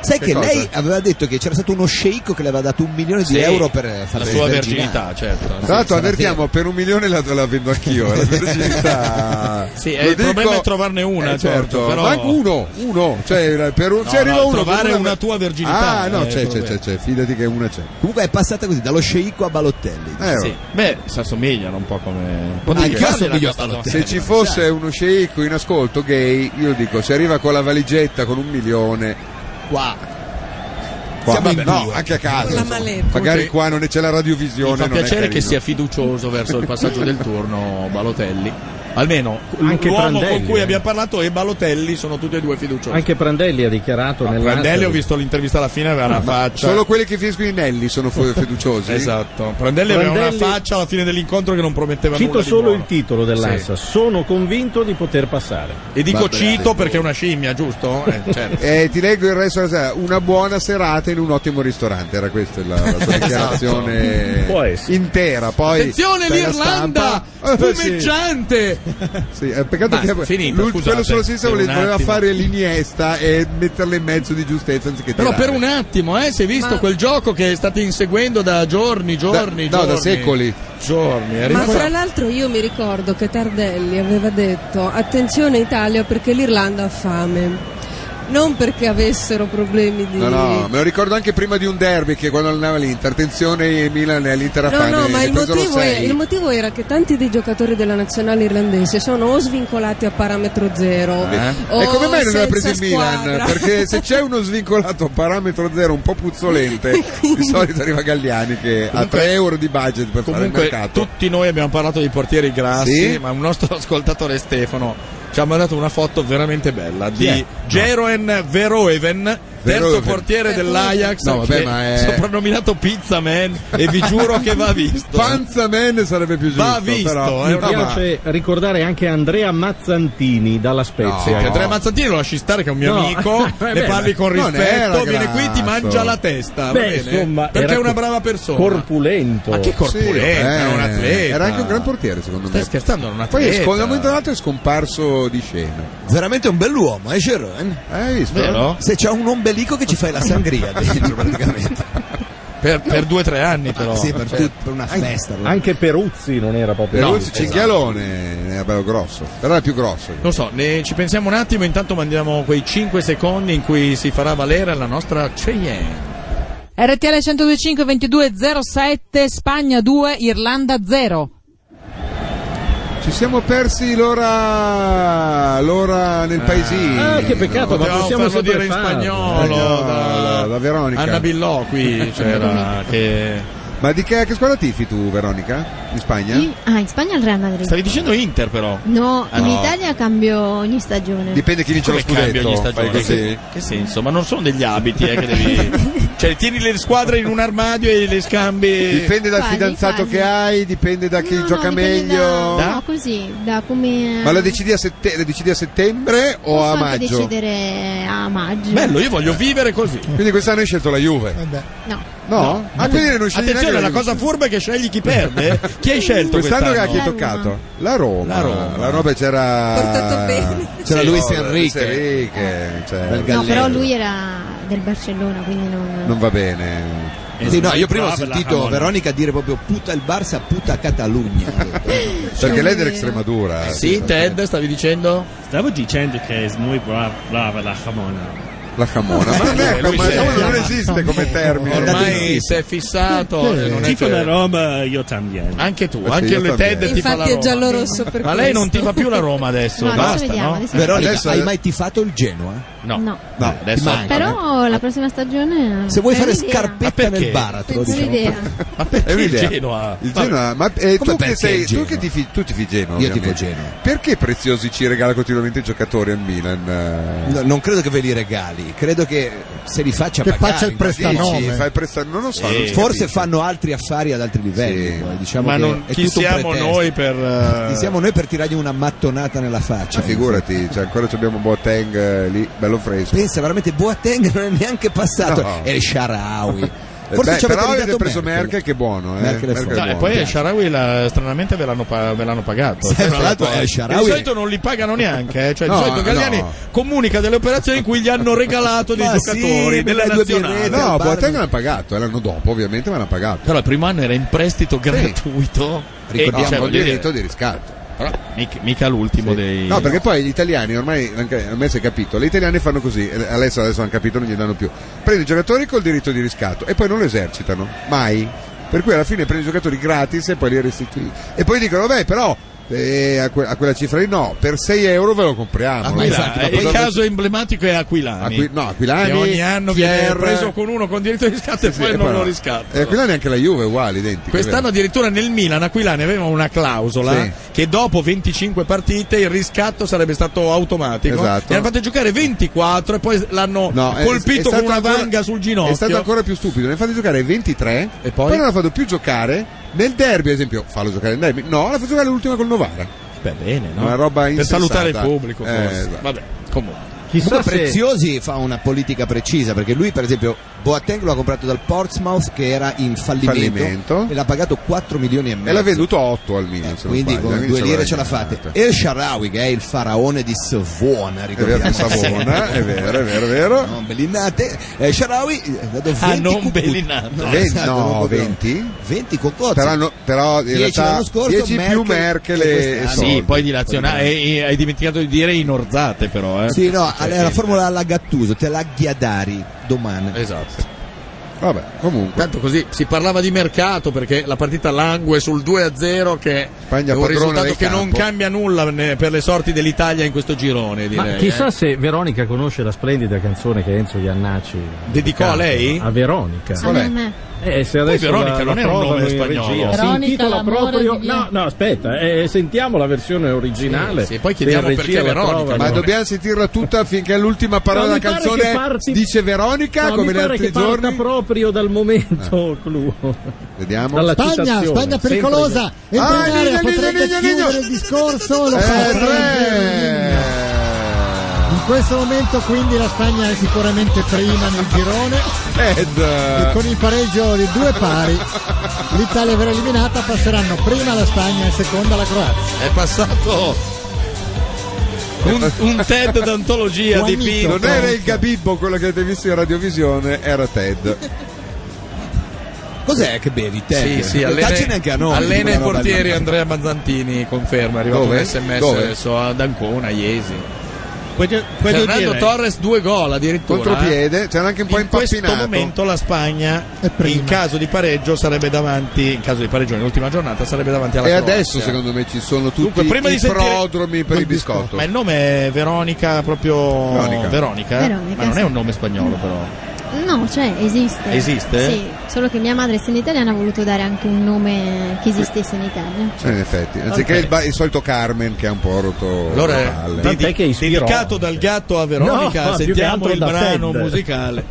sai Che che, cosa? lei aveva detto che c'era stato uno sceicco che le aveva dato un milione di Sì, euro per la fare sua virginità, certo. Tra l'altro avvertiamo per un milione la, la vendo anch'io. eh, La virginità. Sì, eh, Lo il dico- problema è trovarne una, eh, certo, Giorgio, però- ma anche uno, uno, cioè, per un, No, se arriva no, uno con trovare una tua virginità, Ah, no, eh, c'è, il c'è, c'è, problema. c'è, fidati che una c'è. oh. Comunque è passata così dallo sceicco a Balottelli. Eh, Sì. Beh, si assomigliano un po' come. Potevi Anche- fargliela se questa domanda. se ci fosse uno sceicco in ascolto gay, io dico, se arriva con la valigetta con un milione, Qua. qua, Siamo in no, due. anche a Con casa, la insomma. maletta. magari Comunque- qua non c'è la radiovisione. Mi fa non è piacere che carino. sia fiducioso verso il passaggio del turno Balotelli. Almeno l- Anche l'uomo Prandelli, con cui eh. abbiamo parlato e Balotelli sono tutti e due fiduciosi. Anche Prandelli ha dichiarato nella Prandelli ho visto l'intervista alla fine aveva una Ma faccia. Solo quelli che finiscono in Nelli sono fu- fiduciosi. Esatto. Prandelli, aveva una Prandelli- faccia alla fine dell'incontro che non prometteva nulla. Cito di solo buono. il titolo dell'ANSA, sono convinto di poter passare. E dico cito perché è una scimmia, giusto? Eh, certo. Eh, ti leggo il resto della sera. Una buona serata in un ottimo ristorante. Era questa la, la sua dichiarazione Esatto. Può intera. Poi Attenzione dai la l'Irlanda! stampa. Eh, sì. Fumeggiante! Sì, eh, peccato Basta, che finito, l'ul- scusate, quello sulla sinistra per un voleva voleva attimo. fare l'iniesta e metterla in mezzo di giustezza anziché Però tirare. per un attimo, eh, si è visto Ma- quel gioco che state inseguendo da giorni, giorni, Da- no, da giorni. secoli. Giorni. è Ma rimasto- tra l'altro io mi ricordo che Tardelli aveva detto attenzione Italia perché l'Irlanda ha fame. Non perché avessero problemi di... No, no, me lo ricordo anche prima di un derby che quando allenava l'Inter, attenzione Milan e l'Inter a No, fame, no, ma ne il presero motivo, è- sei. il motivo era che tanti dei giocatori della nazionale irlandese sono o svincolati a parametro zero Eh? o e come mai non l'ha senza preso il squadra. Milan? Perché se c'è uno svincolato a parametro zero un po' puzzolente, di solito arriva Galliani che ha Comunque- 3 euro di budget per fare il Comunque, mercato. tutti noi abbiamo parlato di portieri grassi, Sì? ma un nostro ascoltatore Stefano ci ha mandato una foto veramente bella Chi è? di Jeroen Verhoeven terzo Eh, portiere dell'Ajax, No, vabbè, che ma è- soprannominato Pizza Man, e vi giuro che va visto. eh. Panza Man sarebbe più giusto. Va visto, però. No, eh, Mi ma- piace ricordare anche Andrea Mazzantini dalla Spezia. Sì, che Andrea Mazzantini lo lasci stare che è un mio No. amico, Eh, ne beh, parli con non rispetto, era viene qui ti grasso. mangia la testa, va Beh, bene? insomma, perché è era una co- brava persona. Corpulento. Ma che corpulento, eh, era un atleta. Era anche un gran portiere, secondo Stai me. scherzando, era un Poi atleta. sc- da un momento all'altro è scomparso di scena. Veramente un bell'uomo, eh, Sharon? Hai visto? Vero? Se c'è un ombelico che ci fai la sangria Eh, dentro, praticamente. Per, per due o tre anni però. Sì, per, Cioè, tut- per una festa. proprio. Anche Peruzzi non era proprio Peruzzi, esatto. Cinghialone era bello grosso, però è più grosso. Non so, ne- ci pensiamo un attimo, intanto mandiamo quei 5 secondi in cui si farà valere la nostra Cheyenne. RTL 125 22 07 Spagna 2 Irlanda 0. Ci siamo persi l'ora, l'ora Eh, nel paesino. Ah, che peccato, ma Potevamo possiamo farlo sempre dire in farlo. Eh, spagnolo. da, da Veronica. Anna Billò qui c'era che... Ma di che, che squadra tifi tu, Veronica? In Spagna? Ah, in Spagna il Real Madrid. Stavi dicendo Inter però. No, Ah, in no. Italia cambio ogni stagione. Dipende chi vince Come lo scudetto, cambia ogni fai stagione? così. Che, che senso? Ma non sono degli abiti eh, che devi... cioè tieni le squadre in un armadio e le scambi... Dipende dal fidanzato che hai, dipende da chi No, gioca no, dipende meglio. Da, no, così, da come... Ma la decidi a, sette- la decidi a settembre o a posso anche maggio? decidere a maggio. Bello, io voglio vivere così. Quindi quest'anno hai scelto la Juve. No. No? Ah, quindi non scegli Attenzione, neanche la la cosa furba è che scegli chi perde. eh? chi hai scelto Quest'anno quest'anno? che a chi è toccato? La Roma. La Roma. c'era. C'era Sì, Luis no, Enrique. Luis Enrique, cioè, Bel No, però lui era del Barcellona, quindi non... Non va bene. Eh, Sì, no, io prima ho sentito Verona Veronica dire proprio puta il Barça, puta Catalogna. Perché lei è eh. dell'Extremadura. Sì, Ted, stavi dicendo? Stavo dicendo che è molto brava, brava la Jamona. La camona. Eh, Ma non, è, come- non esiste come termine. Ormai si è fissato. eh, non è Tifo che- la Roma, io también. Anche tu, Sì, anche io il también. Ted tifa la Infatti è Roma. giallorosso per Ma lei non questo. tifa più la Roma adesso, No, adesso basta, vediamo, no? adesso Veronica, Adesso- hai mai tifato il Genoa? No. Eh, No. No, adesso- manca. Però la prossima stagione... Se vuoi è fare diciamo. un'idea. scarpetta nel bar, te lo Penso dico. un'idea. Ma perché È un'idea. il Genoa? Il Genoa, ma eh, Come tu che perché sei, il Genoa? tu che tifi, tu tifi Genoa? Io tifo ovviamente. Genoa. Perché Preziosi ci regala continuamente i giocatori al Milan? eh? No, non credo che ve li regali, credo che se li faccia Che pagare. faccia il in prestanome. dieci, Fa il prestanome, non lo so, Eh, non si Forse capisce. fanno altri affari ad altri livelli. poi, diciamo Ma che non- è chi tutto un siamo pretesto. noi per... eh, Chi siamo noi per tirargli una mattonata nella faccia? Ma figurati, cioè, ancora abbiamo Boateng eh, lì, bello fresco. Pensa veramente Boateng non è neanche passato. No. Esatto. E Sharawi. Eh, Forse beh, ci avete però avete ridato preso Merkel. Merkel. che è buono, eh. Merkel è Merkel No, è Cioè, e buono. poi Sharawi la- stranamente ve l'hanno, pa- ve l'hanno pagato. Sì, Cioè, tra l'altro, eh, Sharawi- Di solito non li pagano neanche. eh. Cioè, No, di solito Galliani no. comunica delle operazioni in cui gli hanno regalato dei Ma sì, giocatori mi della dai due nazionale. birrette al No, bar. Boateng l'hanno pagato, eh, l'anno dopo ovviamente ma l'hanno pagato. Però il primo anno era in prestito gratuito. Ricordiamo E, cioè, il voglio diritto dire, di riscatto. però mica, mica l'ultimo dei... No, perché poi gli italiani, ormai anche a me si è capito, gli italiani fanno così, eh, adesso, adesso hanno capito, non gli danno più. Prendi i giocatori col diritto di riscatto e poi non lo esercitano, mai. Per cui alla fine prendi i giocatori gratis e poi li restituisci. E poi dicono, beh però eh, a, que- a quella cifra lì no, per 6 euro ve lo compriamo. Ma Eh, esatto, ma il cosa- caso emblematico è Aquilani. Aqui- no, Aquilani, Che ogni anno viene Kier- preso con uno con diritto di riscatto e sì, poi e non poi lo no. riscatta. E Eh, quella neanche la Juve è uguale, identica. Quest'anno vero? addirittura nel Milan Aquilani aveva una clausola Sì. che dopo 25 partite il riscatto sarebbe stato automatico. Esatto. Ne hanno fatto giocare 24 e poi l'hanno No, è- è colpito stato con una ancora- vanga sul È stato ginocchio. ancora più stupido, ne ha fatto giocare 23 e poi? non l'ha fatto più giocare nel derby, ad esempio, fallo giocare nel derby. No, l'ha fatto giocare l'ultima col Novara. Beh, bene, no? Una roba per insensata. salutare il pubblico. Eh, forse. esatto. Vabbè, comunque. Comunque Preziosi fa una politica precisa perché lui per esempio Boateng lo ha comprato dal Portsmouth che era in fallimento, Fallimento. e l'ha pagato 4 milioni e mezzo E l'ha venduto a 8 al Milan, se non quindi sbaglio, Eh, con due ce lire l'aveva ce la guadagnata. fate El Sharawi che è il faraone di Savona ricordiamo di Savona, è vero, è vero, è vero. non bellinate El Sharawi eh, ha dato 20 Ah, non cucù- bellinate. no, Ve- esatto, no, non proprio. 20? 20 coccozzi Però, no- però in 10 realtà l'anno scorso, 10 più Merkel Merkel e, e e quest'anno. soldi. Sì, poi di nazionale. e- e hai dimenticato di dire inorzate, però. Eh. sì no Cioè, è la sì. formula alla Gattuso te la ghiadari domani Esatto. Vabbè, comunque. Tanto così si parlava di mercato perché la partita langue sul 2-0 che è Spagna un padrona risultato del che non campo. cambia nulla ne- per le sorti dell'Italia in questo girone direi. Ma chissà eh. se Veronica conosce la splendida canzone che Enzo Iannacci Dedicò a lei? A Veronica. Ah, no, a me. Eh, se Poi adesso Veronica la- non la era un trovano nome in spagnolo. regia. Si Veronica, intitola l'amore proprio. di Dio. No, no, aspetta, eh, sentiamo la versione originale. Sì, sì, poi Se chiediamo in perché regia la Veronica, trovano. ma dobbiamo sentirla tutta finché l'ultima parola No, mi della pare che canzone parti- dice Veronica No, come mi gli pare altri che parta giorni. Eh. proprio dal momento clou. Vediamo. Dalla Spagna, citazione, Spagna sempre pericolosa. che- Entra in Ah, area, Ligno, Ligno, potrebbe Ligno, chiudere Ligno. il discorso. Lo Eh, fa tre. Berlino. In questo momento quindi la Spagna è sicuramente prima nel girone Ed, eh, e con il pareggio di due pari l'Italia verrà eliminata, passeranno prima la Spagna e seconda la Croazia. È passato un, un TED d'antologia di Pino. Non era il Gabibbo quello che avete visto in radiovisione, era Ted. Cos'è Eh, che bevi, Sì, Ted? sì, Non allena, cacci neanche a noi, allena i quella roba portieri lì. Andrea Mazzantini, conferma, è arrivato Dove? un sms Dove? adesso ad Ancona, Iesi. voglio Fernando dire- Torres due gol addirittura. eh. Contropiede, c'era anche un po' in questo impappinato. momento la Spagna in caso di pareggio sarebbe davanti, in caso di pareggio nell'ultima giornata sarebbe davanti alla E Croazia. adesso secondo me ci sono tutti Dunque, prima i di sentire- prodromi per il biscotto. Ma il nome è Veronica proprio Veronica. Veronica, eh? Veronica, ma non sì. è un nome spagnolo però. No, cioè, esiste. Esiste? Sì, solo che mia madre, essendo italiana, ha voluto dare anche un nome che esistesse in Italia. Cioè, in effetti, anziché Ok. il, ba- il solito Carmen che ha un po' rotto Allora, le palle. di- Tant'è che ispirò. dedicato dal gatto a Veronica, No, più sentiamo che altro il da brano Ted. musicale.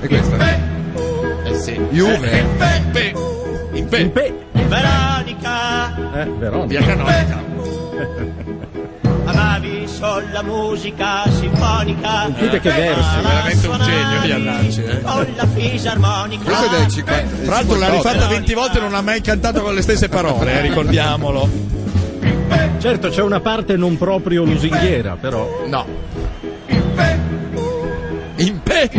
E questa? Eh sì. Juve. Impe. Impe. Veronica, Eh, Veronica. Via Canonica. amavi solo la musica sinfonica. Sentite che Eh, versi. Veramente un genio Iannacci, eh. Con la fisarmonica. Questo è del 50. Tra l'altro l'ha rifatta 20 volte e non ha mai cantato con le stesse parole, eh, ricordiamolo. Certo, c'è una parte non proprio lusinghiera, però. No. Impe.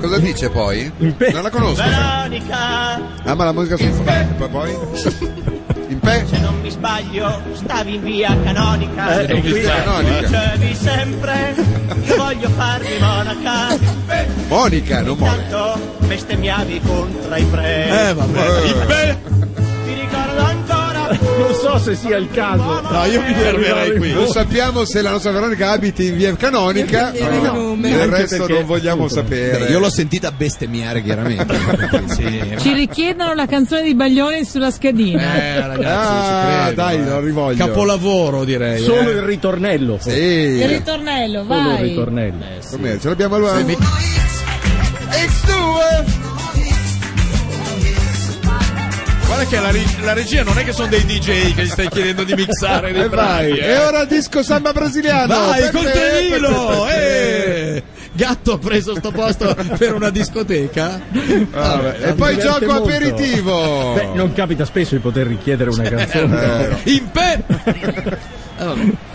Cosa dice poi? Non la conosco. Veronica, Ah, ma la musica sinfonica. E poi- poi? In pe? se non mi sbaglio, stavi in via canonica. Cioè, Eh, è qui, Canonica. Dicevi sempre, io voglio farmi monaca. Monica, non Monica. Tanto bestemmiavi contro i preti. Eh, vabbè. Impe. Ti ricordo ancora. Non so se sia il caso. No, io mi fermerei qui. Non sappiamo se la nostra Veronica abiti in via canonica. Perché il nome. Il Anche resto perché- non vogliamo Beh, sapere. io l'ho sentita bestemmiare chiaramente. Ci richiedono la canzone di Baglioni sulla schedina. Eh, ah, dai, lo rivoglio. Capolavoro, direi. eh. Solo eh. il ritornello. forse. Il Sì. ritornello, Solo il vai. ritornello. Com'è? Ce l'abbiamo allora. Guarda che la, ri- la regia non è che sono dei DJ che gli stai chiedendo di mixare dei E vai. brani. E eh. ora il disco samba brasiliano. Vai Per col te, per trenino! te, per te. eh. Gatto ha preso sto posto per una discoteca. Vabbè, Ah, E poi Diverte gioco molto. aperitivo. Eh, Beh, non capita spesso di poter richiedere una Eh, canzone. Impe!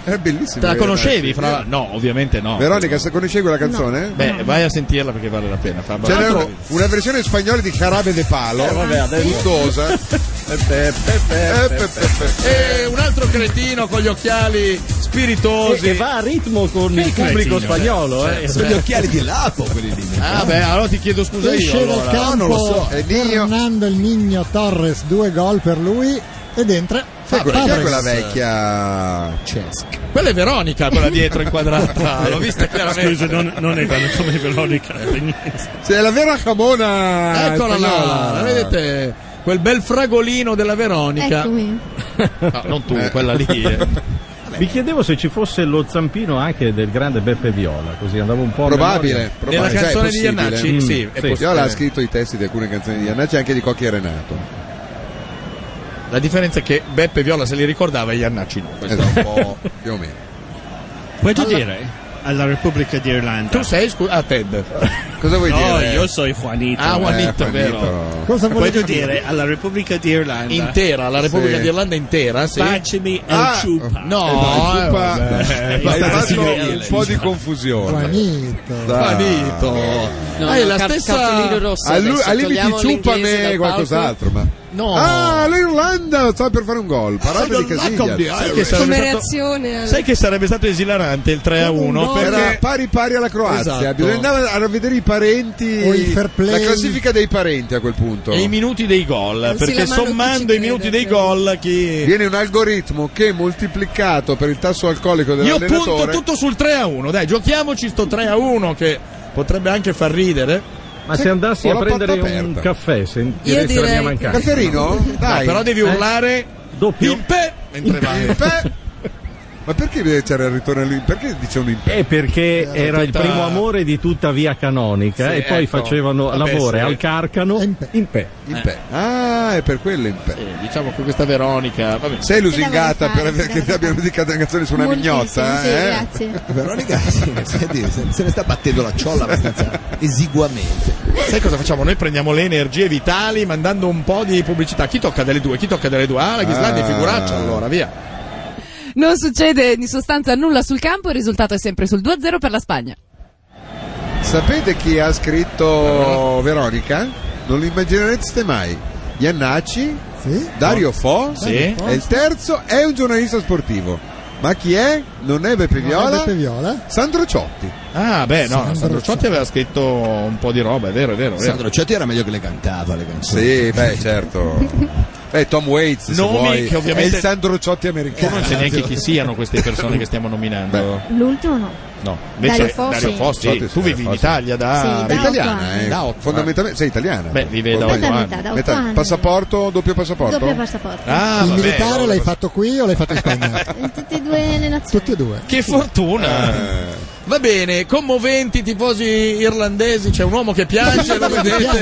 È bellissimo. Ah, Te la eh, conoscevi? ragazzi. Fra... No, ovviamente no. Veronica, se conoscevi quella canzone? Beh, vai a sentirla perché vale la pena. Fa- C'era Tra una, l'altro- una versione spagnola di Carabe de Palo, Eh, vabbè, adesso- gustosa. Eh, pe, pe, pe. E un altro cretino con gli occhiali spiritosi. E- e va a ritmo con Che il pubblico cretino, certo, spagnolo, eh. Sono gli occhiali di lapo quelli lì. Ah, beh, allora ti chiedo scusa Esce io. dal allora. campo No, non lo Ah, so. Eh, Fernando il Nigno Torres, due gol per lui ed entra Sai quella, chi è Fabregas. quella vecchia Cesc. Quella è Veronica, quella dietro inquadrata. L'ho vista chiaramente. Scusa, non, non è bello come Veronica. per niente. C'è la vera Camona. Eccola là, la vedete? Quel bel fragolino della Veronica. Eccomi. Ah, No, non tu, quella lì. eh. Mi chiedevo se ci fosse lo zampino anche del grande Beppe Viola, così andavo un po' a memoria. Probabile, probabile. Cioè, è possibile. Mm, Viola ha scritto i testi di alcune canzoni di Iannacci e anche di Cocchi e Renato. La differenza è che Beppe Viola se li ricordava e gli annacci no. Questo è un po'. più o meno. Vuoi Alla- dire? Alla Repubblica d'Irlanda. Tu sei scu- a Ted. Cosa vuoi no, dire? io sono Juanito. Ah, Juanito, Eh, vero. Cosa Cosa vuoi vuole dire? dire? alla Repubblica d'Irlanda. Intera, la Repubblica Sì. d'Irlanda intera, sì. Facimi el Ah, chupa. No, Eh, no, il eh, chupa- vabbè. Eh, Hai basta fatto signorina, un po' di insomma. confusione. Juanito. Juanito. No, Ah, è no, la cap- stessa cartolino rosso Al, adesso, al limite togliamo l'inglese ciupame dal e qualcos'altro, ma. No. Ah, l'Irlanda sta per fare un gol. Parata Sai di che lack of the Casillas. Sai che sarebbe Come stato- reazione al- Sai che sarebbe stato esilarante il 3 a 1 Era perché pari pari alla Croazia, Esatto. bisogna andare a vedere i parenti, O il fair play. la classifica dei parenti a quel punto. e i minuti dei gol, Eh, sì, perché la mano sommando i minuti dei gol chi Viene un algoritmo che moltiplicato per il tasso alcolico Io punto dell'allenatore tutto sul 3 a 1, dai, giochiamoci sto 3 a 1 che potrebbe anche far ridere. Ma se andassi Ho a la porta prendere aperta. un caffè, sentiresti la mia mancanza. Caterino, dai. No, però devi urlare doppio. Impe! Mentre vai. Ma perché deve c'era il ritorno lì? Perché dice un impe? Eh, perché era il tutta- primo amore di tutta via canonica Sì, e poi ecco. facevano Vabbè, l'amore sì. al carcano in pe. Impè. Ah, è per quello impè. diciamo con questa Veronica. vabbè. Sei lusingata per aver, che ti abbiano dedicato una canzone su una Moltissimo, mignotta? sì, eh? grazie. Veronica, sì, senti, se se ne sta battendo la ciolla abbastanza esiguamente. Sai cosa facciamo? Noi prendiamo le energie vitali mandando un po' di pubblicità. Chi tocca delle due? Chi tocca delle due? Ah, la Ghislandi è Ah. figuraccia allora, via. Non succede in sostanza nulla sul campo, il risultato è sempre sul 2-0 per la Spagna. Sapete chi ha scritto Veronica? Non lo immaginereste mai. Iannacci, Dario Fo, Sì. e il terzo è un giornalista sportivo. Ma chi è? Non è Beppe Viola? Beppe Viola. Sandro Ciotti. Ah, beh, no, Sandro Sandro Ciotti aveva scritto un po' di roba, è vero, è vero. è vero. Sandro Ciotti era meglio che le cantava le canzoni. Sì, beh, certo. Beh, Tom Waits, se Nomi vuoi. che È ovviamente- il Sandro Ciotti Tu americano. non sai neanche chi siano queste persone che stiamo nominando. Cioè, L'ultimo no. No, invece Dario Fo, Dario sì. Fo, sì. Ciotti, sì, tu Dario vivi in Fo, sì. Italia da... Sì, da È italiana, otto eh. anni. Da otto Fondamentalmente sei italiana. Beh, vive da Ormai. otto anni. Metà, da otto anni. Passaporto, doppio passaporto? Doppio passaporto. Ah, il vabbè, militare allora l'hai fatto qui o l'hai fatto in Spagna? Tutte e due le nazioni. Tutti e due. Che fortuna! Va bene, commoventi tifosi irlandesi, c'è un uomo che piange, lo vedete?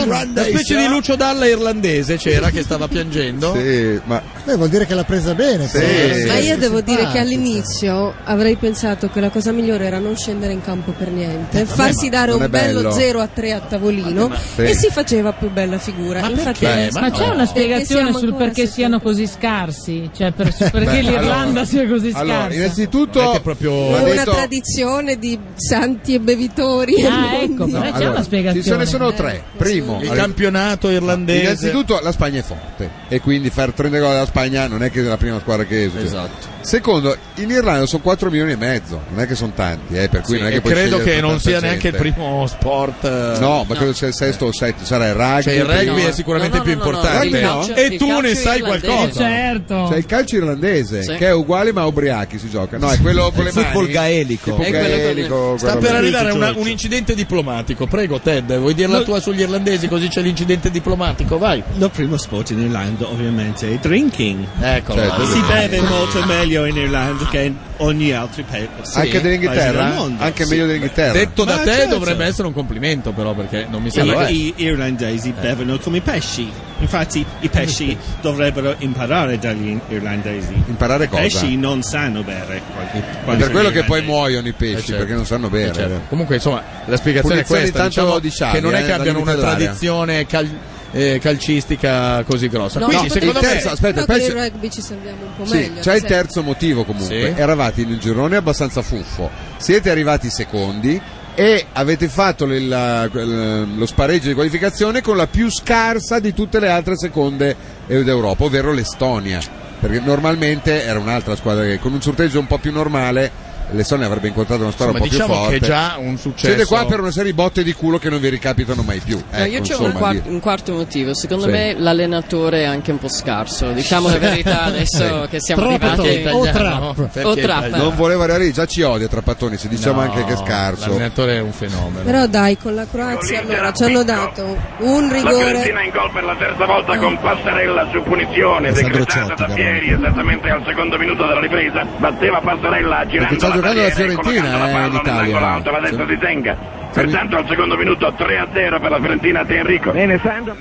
Una specie di Lucio Dalla irlandese c'era che stava piangendo. Eh, Sì, ma Beh, vuol dire che l'ha presa bene. Sì. insomma. Ma Eh, io devo dire che Simpatica. all'inizio avrei pensato che la cosa migliore era non scendere in campo per niente, farsi dare Eh, non è un bello bello. 0 a 3 a tavolino sì. e si faceva più bella figura. Infatti Perché? adesso- ma c'è una spiegazione siamo sul ancora perché siano così scarsi? Cioè, per- perché Beh, l'Irlanda allora- sia così allora, scarsa? innanzitutto Non è che proprio- va una detto- tradizione di santi e bevitori. Ah, ecco, però No, c'è allora, una spiegazione. Ci sono, ne sono Eh, tre. Primo, Il allora, campionato irlandese. innanzitutto la Spagna è forte e quindi far 30 gol alla Spagna non è che è la prima squadra che esce. Esatto. Secondo, in Irlanda sono 4 milioni e mezzo, non è che sono tanti, eh, per cui Sì, non è che e puoi credo scegliere che non tanta sia neanche il gente. primo sport. eh. No, ma credo sia il sesto o il settimo, sarà il rugby. Cioè, il rugby prima. è sicuramente più importante. Rugby no? E tu ne sai qualcosa. Certo. C'è Cioè, il calcio irlandese Sì. che è uguale ma a ubriachi si gioca. No, è quello con le Il mani. football gaelico. Il football È quello con- gaelico, Sta quello per lì. arrivare una- un incidente diplomatico. Prego, Ted, vuoi dirla No. tua sugli irlandesi così c'è l'incidente diplomatico? Vai. Lo primo sport in Irlanda ovviamente è drinking. Eccolo. Certo. Si beve molto meglio in Irlanda che in ogni altro pa- paese. Anche dell'Inghilterra? del mondo. Anche Sì. meglio dell'Inghilterra? Detto da Ma te certo. dovrebbe essere un complimento, però, perché non mi sembra. I, I irlandesi bevono come pesci. Infatti i pesci dovrebbero imparare dagli irlandesi. Imparare cosa? I pesci non sanno bere. quanti- È quanti per quello che irlandesi. poi muoiono i pesci, certo. perché non sanno bere. Eh, certo. Comunque, insomma, la spiegazione è Punizioni questa: tanto diciamo, di Xavi, che non è eh, che da abbiano una limite d'area. tradizione cal- eh, calcistica così grossa. Quindi, infatti- secondo il me, terzo- aspetta, Credo che penso- il rugby ci salviamo un po' Sì, meglio. c'è il cioè- terzo motivo comunque. Sì. Eravate in un girone abbastanza fuffo. Siete arrivati secondi e avete fatto le- la- quel- lo spareggio di qualificazione con la più scarsa di tutte le altre seconde d'Europa, ovvero l'Estonia. Perché normalmente era un'altra squadra che con un sorteggio un po' più normale l'Estonia avrebbe incontrato una squadra insomma, un po' più forte. diciamo che è già un successo. Siete qua per una serie di botte di culo che non vi ricapitano mai più. No, io Ecco, c'ho un, insomma, quar- lì. un quarto motivo, secondo Sì. me l'allenatore è anche un po' scarso, diciamo la verità adesso Sì. che siamo Troppo arrivati troppo. O Trump. o Trump. Non voleva arrivare, già ci odia Trapattoni, se diciamo anche che è scarso. L'allenatore è un fenomeno. Però dai, con la Croazia allora ci hanno dato un La rigore. Fiorentina in gol per la terza volta con Passarella su punizione, Alessandro decretata da Pieri esattamente al secondo minuto della ripresa. Batteva Passarella Perché girando sta la giocando la barriera e Fiorentina collocando eh, la in palla nell'angolo Italia. alto alla destra di Zenga. Pertanto al secondo minuto 3-0 per la Fiorentina di Enrico.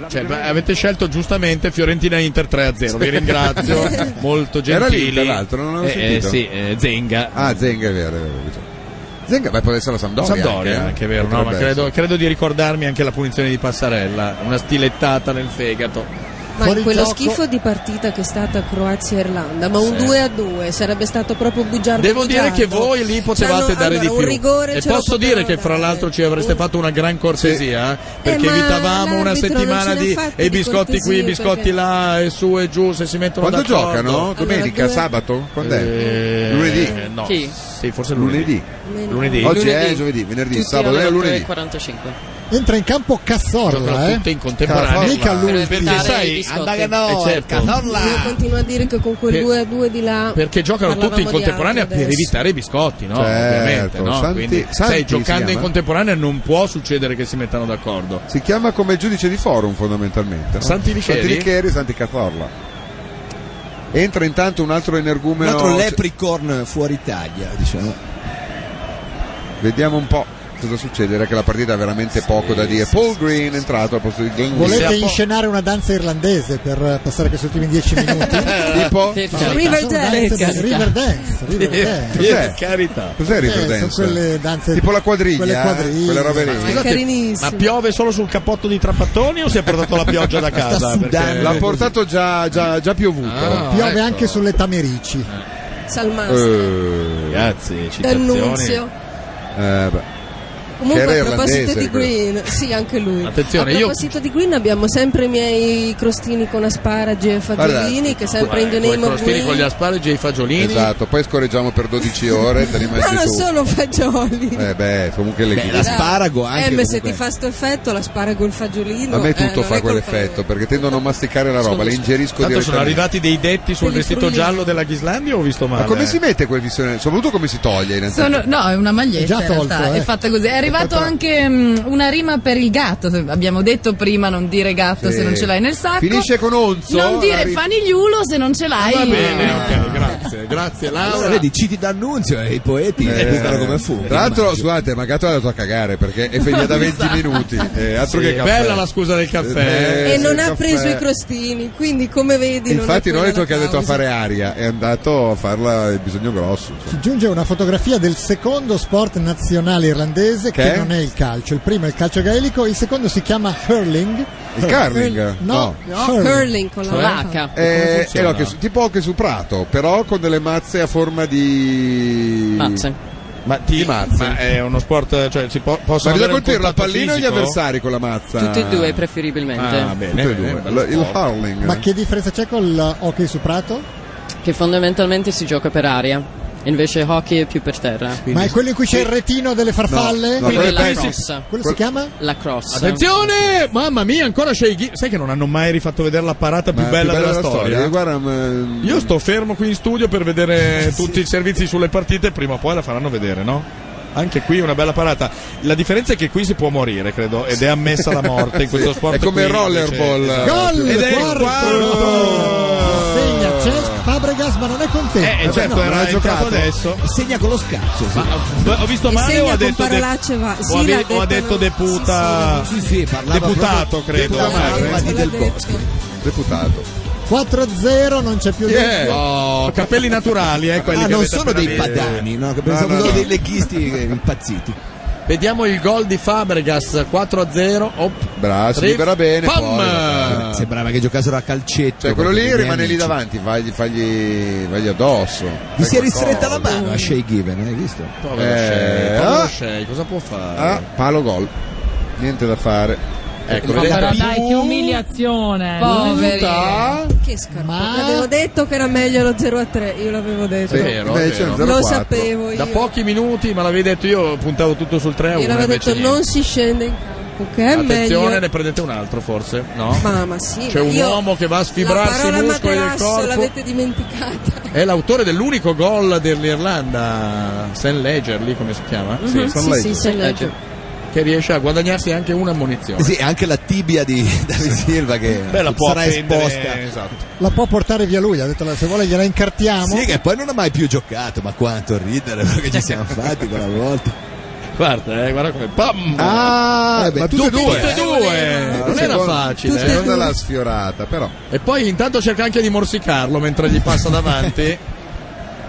Cioè, beh, avete scelto giustamente Fiorentina Inter 3-0. Vi ringrazio, molto Era gentili. lì, tra l'altro, non l'avevo Eh, eh, sentito. sì, eh, Zenga. Ah, Zenga è vero, è vero. è vero. Zenga, beh, può essere la Sampdoria. Sampdoria, eh. anche è vero, no, Potrebbe ma credo, essere. credo di ricordarmi anche la punizione di Passarella, una stilettata nel fegato. Ma Fuori quello gioco. schifo di partita che è stata Croazia-Irlanda, ma un Sì. 2 a 2 sarebbe stato proprio bugiardo. Devo bugiardo. dire che voi lì C'hanno- potevate dare Certo. Cioè, allora, di più. Un rigore e ce lo posso dire potevano che fra dare. l'altro ci avreste fatto una gran cortesia, eh, perché Eh, ma evitavamo una l'arbitro settimana non ce di l'ha fatti e di biscotti qui, cortesie, biscotti perché- là e su e giù se si mettono Quando d'accordo. giocano? Domenica, due- sabato? Quando è? Eh, Lunedì? No. Chi? Sì, forse Lunedì. lunedì. Lunedì. Oggi è giovedì, venerdì, Tutti sabato, erano è alle lunedì. 3.45. Entra in campo Cazzorla, eh. Soprattutto in contemporanea. Mica l'ultimo. Perché sai, eh, certo. Io continuo a dire che con quel Per- 2 a 2 di là. Perché giocano tutti in parlavamo di contemporanea altro per adesso. evitare i biscotti, no? Certo, Ovviamente, no? Santi- Quindi, Santi sai, si giocando in chiama? contemporanea non può succedere che si mettano d'accordo. Si chiama come giudice di forum fondamentalmente. Santi Licheri? Santi Licheri, Santi Cazorla. Entra intanto un altro Un energumeno. altro leprecorn fuori Italia, diciamo. Vediamo un po' cosa succede, era che la partita ha veramente poco da dire. Paul Green è entrato al posto di Glenn Volete Wilson. inscenare una danza irlandese per eh, passare questi ultimi dieci minuti? Sono Tipo? danze- River Dance. River Dance. Cos'è? carità. Cos'è il Eh, cioè, sono quelle danze Tipo la quadriglia, eh? quelle quadriglie. quelle robe lì. ma piove solo sul cappotto di Trapattoni o si è portato la pioggia da casa? Perché- L'ha portato già, già, già piovuto. Ah, Ecco, Piove ecco. anche sulle tamerici. Salmastro. Eh, Grazie, D'Annunzio. Eh, beh. Comunque, Che era a proposito irlandese, di quello. Green, sì, anche lui. Attenzione, a io- proposito di Green, abbiamo sempre i miei crostini con asparagi e fagiolini, che sempre eh, in the name of Green. gli asparagi e i fagiolini. Esatto, poi scorreggiamo per 12 ore, te li Ma mangi non tu. sono fagioli. Eh beh, comunque le Dai. Eh, ma se ti fa sto effetto, l'asparago e il fagiolino. A me eh, tutto non fa è colpa quell'effetto, perché tendo a non masticare la roba, le ingerisco Tanto sono direttamente. arrivati dei detti sul Quelli vestito frullini. giallo della Ghislandia o ho visto male? Ma come si mette quel visione? Soprattutto come si toglie innanzitutto? Sono- no, è una maglietta. È già in realtà, tolto, eh. è fatta così. È arrivato anche mm, una rima per il gatto. se- Abbiamo detto prima non dire gatto Sì. se non ce l'hai nel sacco. Finisce con onzo. Non dire la ri- fanigliulo se non ce l'hai. Va bene, ok, grazie, grazie Laura. Allora, vedi, citi d'annunzio e i poeti Eh, buttano come fu. Tra l'altro, scusate, ma Gatto è andato a cagare perché è finita da 20 minuti. eh, altro Esatto. Sì, che caffè. bella la scusa del caffè. Eh, E non sì, ha caffè. preso i crostini, quindi come vedi. non è Infatti, quella non è detto la che ha detto a causa. fare aria, è andato a farla il bisogno grosso. insomma. Ci giunge una fotografia del secondo sport nazionale irlandese che, Che è? non è il calcio. Il primo è il calcio gaelico, il secondo si chiama hurling. Il curling? Hurl- No, No, hurling. curling con la H. Eh, eh no, che su- tipo anche su Prato, però con delle mazze a forma di. Mazze. Ma ti Ma è uno sport, cioè si può, Ma possono bisogna avere un colpire la contatto pallina o gli fisico? avversari con la mazza? Tutti e due preferibilmente. Ah, bene, Tutti e due. bene, bello Lo- il sport. hurling. Ma che differenza c'è col hockey su prato? Che fondamentalmente si gioca per aria, invece hockey è più per terra. Ma è quello in cui c'è il retino delle farfalle? No, no, quello è quello, la crossa. si chiama? La cross. Attenzione! Mamma mia, ancora Shea Gibbs. Sai che non hanno mai rifatto vedere la parata più Ma bella, più della, storia? Eh, guarda, ma- Io sto fermo qui in studio per vedere tutti i servizi sulle partite, prima o poi la faranno vedere, no? Anche qui una bella parata. La differenza è che qui si può morire, credo, ed è ammessa la morte in questo Sì, sport. è come qui, il rollerball. invece- Gol! Ed è il quarto! Segna Cesc Fabregas, ma non è contento. Eh, Vabbè, certo, no, era non ha entrato giocato. adesso. Segna con lo scazzo. sì. Ma ho visto E male o segna ha con detto, parolacce va- sì, o ha l'ha o detto, ha detto no? deputa Sì, sì, parlava deputato, proprio- credo. parlava ormai. di Del Bosco. Deputato. 4-0, non c'è più Yeah. niente. Oh, capelli naturali, eh, quelli Ah, che non avete sono appena dei visto. padani, no? Che pensavo no, solo no. dei leghisti eh, impazziti. Vediamo il gol di Fabregas 4-0. Op. Brava, si Tre- libera bene. Pam! Poi, Sembrava che giocassero a calcetto. cioè, quello lì proprio, rimane miei lì amici. davanti, fagli, fagli, fagli addosso. Gli Fai si qualcosa. è ristretta la mano a Ah, Shea Given, hai visto? Povero eh? Shea, povero Shea, cosa può fare? Eh, Ah, palo gol. Niente da fare. Ecco, Ma vedete? dai, che umiliazione. Poverino. Che scarpa. Avevo detto che era meglio lo 0 a 3, io l'avevo detto. È vero, è Invece vero. è un Lo sapevo io. Da pochi minuti, ma l'avevi detto io, puntavo tutto sul 3 1. Io l'avevo detto non si scende in campo, che è Attenzione, meglio. ne prendete un altro forse, no? Ma, ma sì, C'è ma un io- uomo che va a la sfibrarsi i parola muscoli del materasso corpo. l'avete dimenticata. È l'autore dell'unico gol dell'Irlanda, Sam Ledger, lì come si chiama? Mhm, sì, sì, Sam Ledger. Ecco, Che riesce a guadagnarsi anche una munizione. Sì, anche la tibia di David Silva che Beh, la può sarà appendere, esposta. esatto. La può portare via lui, ha detto se vuole gliela incartiamo. Sì, che poi non ha mai più giocato, ma quanto ridere perché ci siamo fatti quella volta. Guarda, eh, guarda come pam! Ah, Eh, beh, ma tutte e due. tutte e due. Eh, non era seconda- facile. tutte eh. e due. l'ha sfiorata, però. E poi intanto cerca anche di morsicarlo mentre gli passa davanti.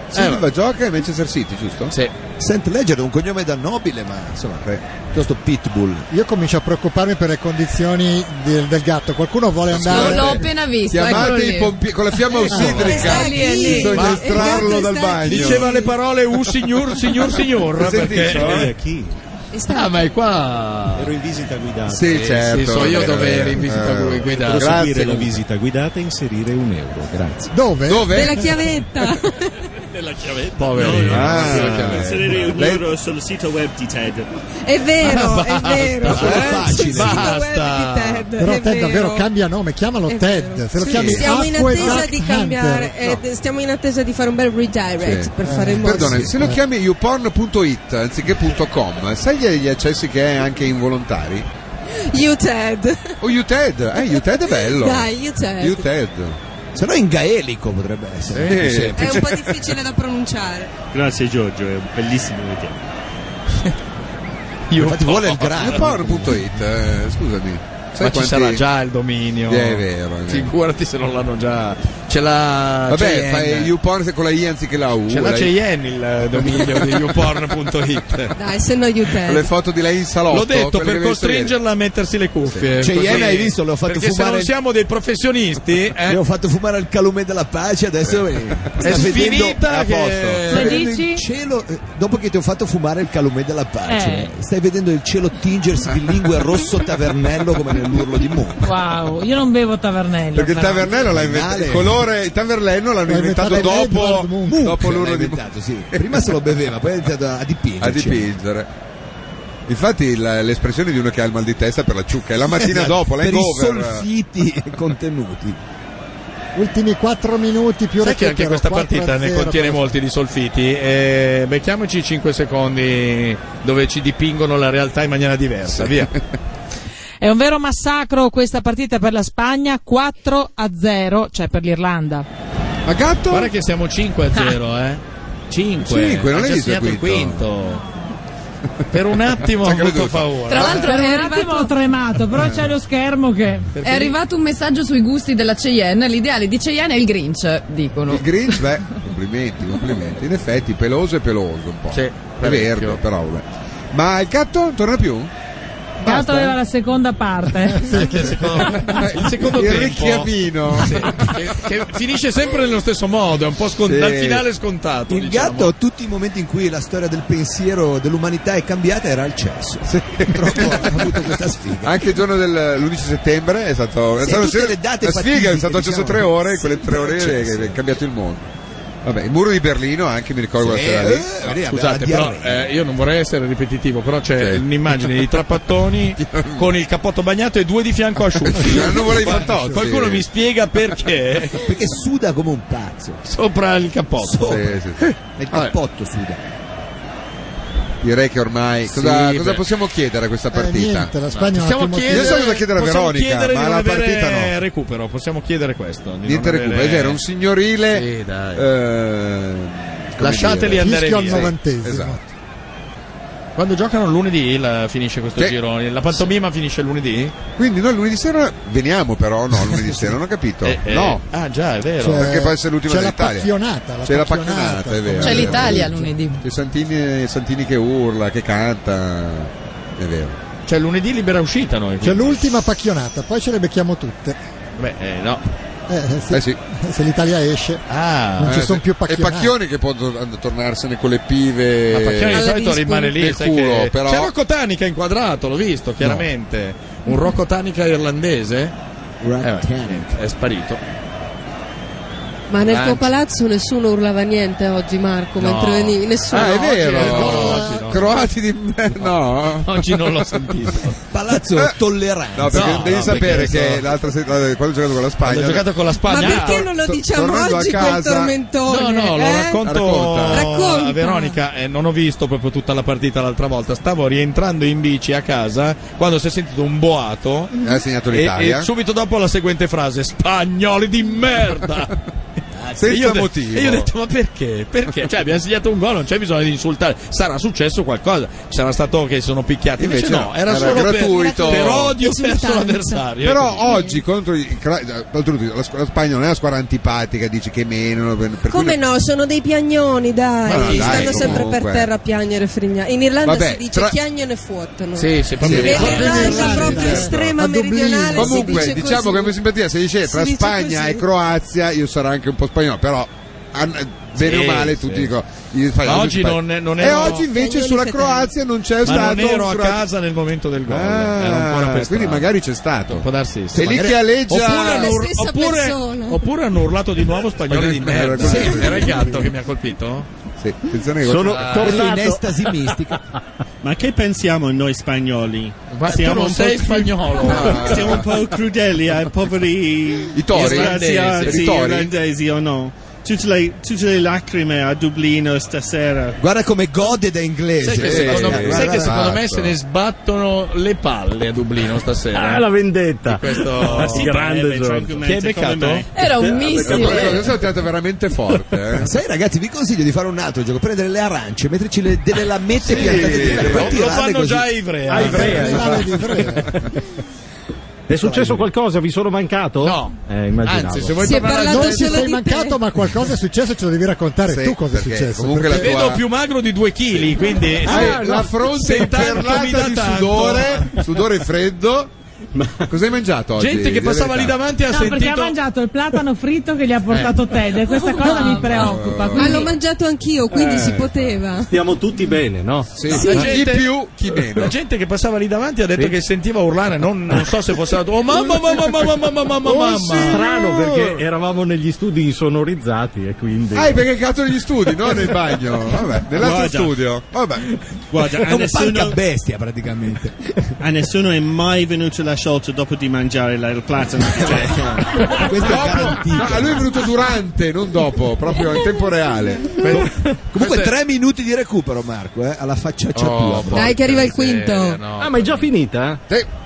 Silva Eh, vabbè. gioca a Manchester City, giusto? Sì. Saint Ledger è un cognome da nobile, ma insomma, piuttosto pitbull. Io comincio a preoccuparmi per le condizioni del, del gatto. Qualcuno vuole andare. Non l'ho appena visto. eccolo Chiamate lì. i pompieri con la Eh, fiamma ossidrica. Sta lì, è lì. Bisogna Ma- estrarlo dal bagno. Diceva eh, le parole u signor, signor, signor. Sentito, perché... eh? Chi? Ah, ma è qua. Ero in visita guidata. Sì, certo. sì, so io Eh, dove eri in visita eh, guidata. Per Grazie, seguire la comunque. visita guidata e inserire un euro, grazie. Dove? Dove? Della chiavetta. la chiavetta. Poverino. No, no, Ah. sì, la chiavetta. Inserire un Lei- euro sul sito web di Ted. È vero, Ah, basta, è vero. è cioè, eh, facile. Sul sito Basta. web di Ted. Però è Ted davvero vero. cambia nome, chiamalo È Ted. Se lo Sì. chiami Stiamo in Aqueduct attesa di Hunter. cambiare, eh, d- stiamo in attesa di fare un bel redirect per fare il mondo. Eh. Perdona, se lo chiami youporn.it anziché .com, sai gli- gli accessi che hai anche involontari? You Ted. O UTED, eh, UTED è bello. Dai, you Ted. UTED. Se no in gaelico potrebbe essere. Sì. È un Cioè po' difficile da pronunciare. Grazie Giorgio, è un bellissimo video. Io Infatti vuole il grano. Youporn.it, eh, scusami. Ma ci sarà già il dominio. Eh, È vero, è vero. Figurati se non l'hanno già. C'è la. Vabbè, Cheyenne. fai YouPorn con la I anziché la U. C'è la Cheyenne il eh, dominio di youporn.it. Dai, se no you Ted. Le foto di lei in salotto. L'ho detto quelle per che avete ieri. costringerla a mettersi le cuffie. Sì. Cioè, Così- ieri hai visto, le ho fatto Perché fumare- Se non siamo dei professionisti, eh, Abbiamo fatto fumare il calumet della pace, adesso eh, sta È vedendo- sfinita a che- posto. Sta Lo vedendo dici? il cielo, eh, dopo che ti ho fatto fumare il calumet della pace, Eh. stai vedendo il cielo tingersi di lingue rosso tavernello come nell'urlo di Munch. Wow, io non bevo tavernello. Perché il però. tavernello l'ha inventato. Il colore, il tavernello l'hanno L'ha inventato, inventato dopo, Edward Munch. dopo Munch l'urlo l'ha di inventato, sì. Prima se lo beveva, poi ha iniziato a dipingere. a dipingere. Infatti la- l'espressione di uno che ha il mal di testa per la ciucca è la mattina Esatto, dopo, per i l'hangover. solfiti contenuti. Ultimi 4 minuti più Sai che anche recupero, questa 4 a partita ne 0. contiene molti di solfiti. Eh, becchiamoci 5 secondi dove ci dipingono la realtà in maniera diversa. Via. È un vero massacro questa partita per la Spagna, 4 a 0, cioè per l'Irlanda. Ma gatto? Guarda che siamo 5 a 0, eh. 5. Ah. Cinque, non Ha hai già visto il segnato il quinto. Per un attimo ho Sai che avuto vedo- paura. Tra l'altro Per è un attimo ho arrivato, tremato, Eh. però c'è lo schermo che... è arrivato un messaggio sui gusti della Cheyenne. L'ideale di Cheyenne è il Grinch, dicono. Il Grinch, beh, complimenti, complimenti. In effetti peloso e peloso un po'. Sì, è verde, però vabbè. Ma il gatto non torna più? Tanto aveva eh. la seconda parte. Il secondo Il tempo richiamino. Sì, che, che finisce sempre nello stesso modo, è un po' scon- Sì. dal finale scontato. Il diciamo. gatto, tutti i momenti in cui la storia del pensiero dell'umanità è cambiata, era al cesso. Purtroppo ha avuto questa sfiga. Anche il giorno dell'11 settembre è stato. è Sì, stato- tutte le date la sfiga fatidiche, è stato acceso diciamo. tre ore, quelle tre ore sì, che- sì. che è cambiato il mondo. Vabbè, il muro di Berlino anche mi ricordo Sì, quella sera eh, lì. no, scusate, però eh, io non vorrei essere ripetitivo, però c'è un'immagine di Trappattoni con il cappotto bagnato e due di fianco asciutti. Non volevi Qual- fantozzi. Qualcuno mi spiega perché Perché suda come un pazzo. sopra il cappotto. Sì, sì, sì. Eh, Nel cappotto suda. Direi che ormai. Sì, Cosa, beh. cosa possiamo chiedere a questa partita? niente, la Spagna ha No. un possiamo attimo chiedere, chiuso. Io so cosa chiedere a Possiamo Veronica, chiedere di ma non la avere partita no. recupero, possiamo chiedere questo. di Niente non recupero, avere- è vero, un signorile. Sì, dai. ehm, come Lasciateli dire. andare Fischio al via. novantesimo. Esatto. Quando giocano lunedì la- finisce questo Sì. giro. La pantomima finisce lunedì? Quindi noi lunedì sera veniamo però, no, lunedì sera, non ho capito. Eh, eh. No. Ah, già, è vero. Cioè, perché può essere l'ultima c'è la dell'Italia. pacchionata, la c'è la pacchionata, Ah, pacchionata, è vero. Ah, C'è è vero. l'Italia lunedì. C'è Santini, Santini che urla, che canta. È vero. Cioè, lunedì libera uscita noi. C'è l'ultima pacchionata, poi ce le becchiamo tutte. Beh, eh, no. Eh, se, Eh sì. se l'Italia esce, Ah, non ci Eh, sono sì. più E pacchionati. Pacchioni che può tor- tornarsene con le pive. Ma Pacchioni di solito del rimane lì, sai culo, che- però. C'è Rocco Tanica inquadrato, l'ho visto, chiaramente. Un Rocco Tanica irlandese. Eh, è sparito. Ma nel tuo Anzi. palazzo nessuno urlava niente oggi, Marco, No. mentre venivi. Nessuno. Ah, è vero. oggi no. Croati di me- no. Eh. Oggi non l'ho sentito. Palazzo tollerante. No, perché No, devi no, sapere perché che so- l'altra settimana quando ho giocato con la Spagna Ho giocato con la Ma Spagna. perché non lo to- diciamo tornando a oggi quel casa- No, tormentone? no, lo eh? racconto Racconta. Racconta. a Veronica. eh, non ho visto proprio tutta la partita l'altra volta. Stavo rientrando in bici a casa quando si è sentito un boato. ha segnato E, l'Italia e subito dopo la seguente frase: Spagnoli di merda! E senza io de- motivo. E io ho detto, ma perché? Perché? Cioè, abbiamo segnato un gol, non c'è bisogno di insultare. Sarà successo qualcosa. Sarà stato che sono picchiati. Invece, Invece no, era, era solo per- gratuito. Per, odio verso Insultanza. l'avversario. però Ecco. oggi contro i- cra- d'altronde la, squ- la Spagna non è una squadra antipatica dici che meno per, per Come cui- no, sono dei piagnoni, dai. Ma dai, Stanno sempre comunque. per terra a piangere e frignare. In Irlanda Vabbè, si dice tra- chiagnono e fuottano. Sì, sì, proprio Sì. vero. L'Irlanda proprio Sì. estrema A Dublino. meridionale comunque si dice diciamo così. che come simpatia se dice tra dice Spagna così. e Croazia io sarò anche un po' spagnolo però han- bene o Sì, male sì. tutti dicono gli sbagliano, Ma gli oggi sbagliano. non- non e ero- oggi invece Spagnoli sulla settembre. Croazia non c'è Ma stato non ero un a croa- casa nel momento del gol. Ah, Ero ancora per quindi strada. magari c'è stato può darsi sì. Se lì Magari- che alleggia- oppure, hanno, La stessa oppure- persona. oppure hanno urlato di nuovo spagnoli di Spagnoli- merda. Sì. Sì, era il gatto che mi ha colpito? Sì, attenzione che- Sono Ah. tornato- mistica. Ma che pensiamo noi spagnoli? Ma tu non un po' sei cru- spagnolo. No, Siamo un po' crudeli ai poveri I tori? disgraziati I tori? irlandesi o no? Tutte le, tutte le lacrime a Dublino stasera. Guarda come gode da Eh, inglese. Eh, Sai che, secondo, me, sai che secondo me se ne sbattono le palle a Dublino stasera. Ah, la vendetta. Ah, Di questo Sì, grande Giorgio. Chi hai beccato? Era un Adesso missile. sono tirato veramente forte. eh. Sai ragazzi, vi consiglio di fare un altro gioco, prendere le arance, metterci le- delle Sì, lammette piantate dentro e lo- poi lo tirarle fanno così. già a Ivrea. A Ah, Ivrea, È successo qualcosa? Vi sono mancato? No. Eh, immaginavo. Anzi, se vuoi Sì, tornare non al ci sei mancato, ma qualcosa è successo, ce lo devi raccontare Sì, tu cosa è perché successo. comunque perché- vedo più magro di 2 kg, quindi Ah, se- la fronte se tanto mi dà imperlata di tanto- sudore, sudore freddo. Cosa hai mangiato oggi? Gente che Di passava verità. lì davanti ha No, perché ha sentito mangiato il platano fritto che gli ha Eh. portato Ted e questa cosa Ah, mi preoccupa. Ma quindi- l'ho Ah. mangiato anch'io, quindi Eh. si Ah, poteva. Stiamo tutti bene, no? Sì, No, la gente- La gente che passava lì davanti ha detto Sì. che sentiva urlare, non, non so se fosse stato oh mamma mamma mamma mamma mamma mamma. Oh, Strano perché eravamo negli studi insonorizzati e quindi... Ah, hai beccato negli studi, non nel bagno. Vabbè, nell'altro Guarda. studio. Vabbè. Guarda, a nessuno, bestia praticamente. a nessuno è mai venuto la sciolta dopo di mangiare la- il platano. No, a lui è venuto durante, non dopo, proprio in tempo reale. Comunque tre minuti di recupero Marco, eh, alla facciaccia Oh, tua. porca Dai, che arriva il quinto. Ah, ma è già finita?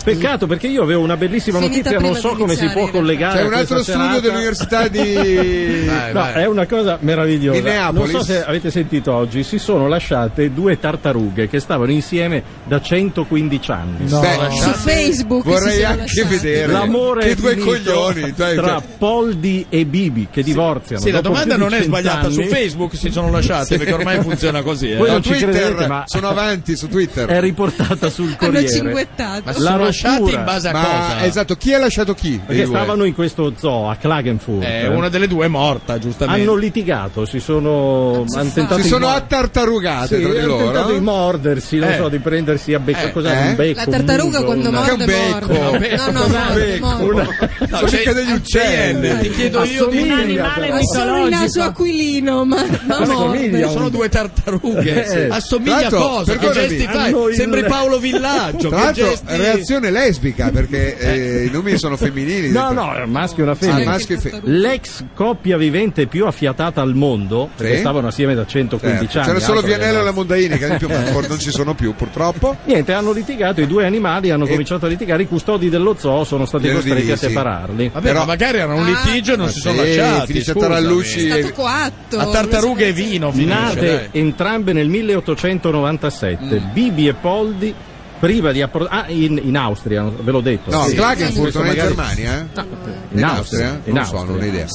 Peccato perché io avevo una bellissima Finita notizia, prima non so di come si iniziare, può in realtà. collegare. C'è a un altro questa studio serata. dell'università di- Vai, no, vai. è una cosa Di meravigliosa. Non Neapolis. so se avete sentito oggi, si sono lasciate due tartarughe che stavano insieme da 115 anni. No. Beh, Su Facebook si Vorrei sono anche lasciati. vedere L'amore che è due finito coglioni. dai, tra cioè- Poldi e Bibi che divorziano. Sì, la dopo domanda più di non è sbagliata, su cent'anni. Facebook si sono lasciati perché ormai funziona così. Voi non eh. ci credete, ma sono avanti su Twitter. È riportata sul Hanno Corriere. cinguettato. Ma sono lasciati in base a Ma- cosa? Esatto, chi ha lasciato chi? Perché stavano in questo zoo a Klagenfurt. Eh, una delle due è morta, giustamente. Hanno litigato, si Ah, sono hanno tentato si di sono mor- attartarugate Sì, tra di hanno loro. tentato di mordersi, non Eh. so, di prendersi a becco. Eh, Cos'è? eh? Un becco? La tartaruga un muso, quando una- morde, morde. No, no, morde, morde. No, Cioè, c'è- degli eh, uccelli. Ti chiedo io di Assomiglia, Ha solo il naso aquilino, ma, ma morde. Sono due tartarughe. Eh. Assomiglia a Tra l'altro, cosa? Che perdonami, gesti fai? hanno il- Sembri Paolo Villaggio. Tra Che l'altro, gesti... reazione lesbica perché eh, i nomi sono femminili. No, no, è un maschio e una Ah, femmina. maschio e fe- L'ex coppia vivente più affiatata al mondo, perché Sì. stavano assieme da 115 Certo, anni. c'era solo altro che- Vianello e la Mondaini eh. che ad esempio Manford non ci sono più purtroppo Niente, hanno litigato, i due animali hanno cominciato a litigare, i custodi dello zoo sono stati Glielo costretti a divisi. separarli. Vabbè, ma magari era un Ah. litigio e non Ma si sono sì, lasciati. finisce a scusami. tarallucci Ah, È stato Esatto, coatto. A tartarughe e vino finisce, Nate dai. entrambe nel 1897, Bibi e Poldi, prima di appro- ah, in, in Austria, non- ve l'ho detto. no Sì. Klagenfurt Questo non è in magari- Germania eh? In Austria? non in so Austria. non ho idea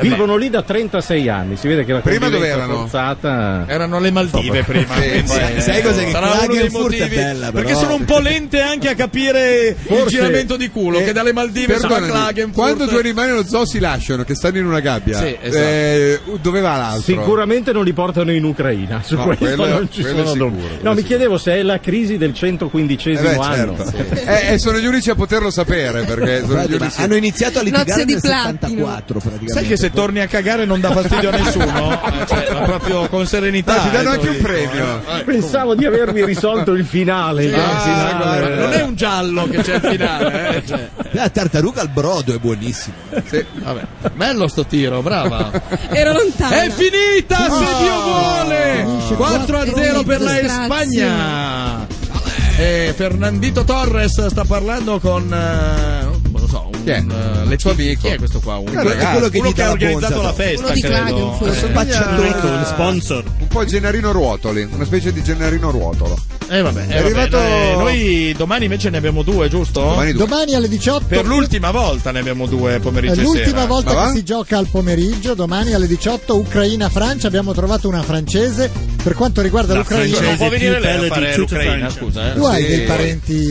Vivono lì da 36 anni, si vede che la Prima dove convivenza erano? forzata Erano le Maldive prima. Sì, quindi, sì. eh, Sai cos'è che sarà uno dei Klagenfurt è motivi bella, però. perché sono un po' lente anche a capire il Forse- giramento di culo che dalle Maldive sono a Perdonami, Klagenfurt. quando due animali allo zoo si lasciano che stanno in una gabbia Sì, esatto. eh, dove va l'altro? Sicuramente non li portano in Ucraina, su No, questo quello- non ci quello è sono sicuro, dubbi. quello No, è mi chiedevo se è la crisi del 115 Eh beh, anno. certo. Eh, eh, sono gli unici a poterlo sapere perché sono gli Guardi, ma unici hanno iniziato a litigare Nozze di nel platino. 74 praticamente. Sai che se torni a cagare non dà fastidio a nessuno? Eh, cioè, ma proprio con serenità. Ah, ti danno eh, anche te lo un dico, premio. eh. Pensavo di avervi risolto il finale. Sì, no? sì, Il sì, finale. guarda, non è un giallo che c'è al finale. eh, cioè. La tartaruga al brodo è buonissima. Vabbè, bello sto tiro, brava. Ero lontana. È finita, se Dio vuole! 4 a 0 per la Grazie. Spagna. E Fernandito Torres sta parlando con eh, non lo so, un, Chi è? eh, le- suo amico. Chi è questo qua? Un Eh, ragazzo. quello che, Uno che ha ha organizzato la festa, credo. Klagenfurt. Eh, Spacciatore. un po' Gennarino Ruotoli una specie di Gennarino Ruotolo eh, vabbè, È eh, vabbè, arrivato- eh, noi domani invece ne abbiamo due, giusto? Domani due. Domani alle 18 Per l'ultima volta ne abbiamo due pomeriggio È e l'ultima sera. volta che si gioca al pomeriggio, domani alle 18 Ucraina-Francia, abbiamo trovato una francese. Per quanto riguarda l'Ucraina, Non può venire lei a bella di fare tutta l'Ucraina, Francia. scusa. eh. tu hai Sì. dei parenti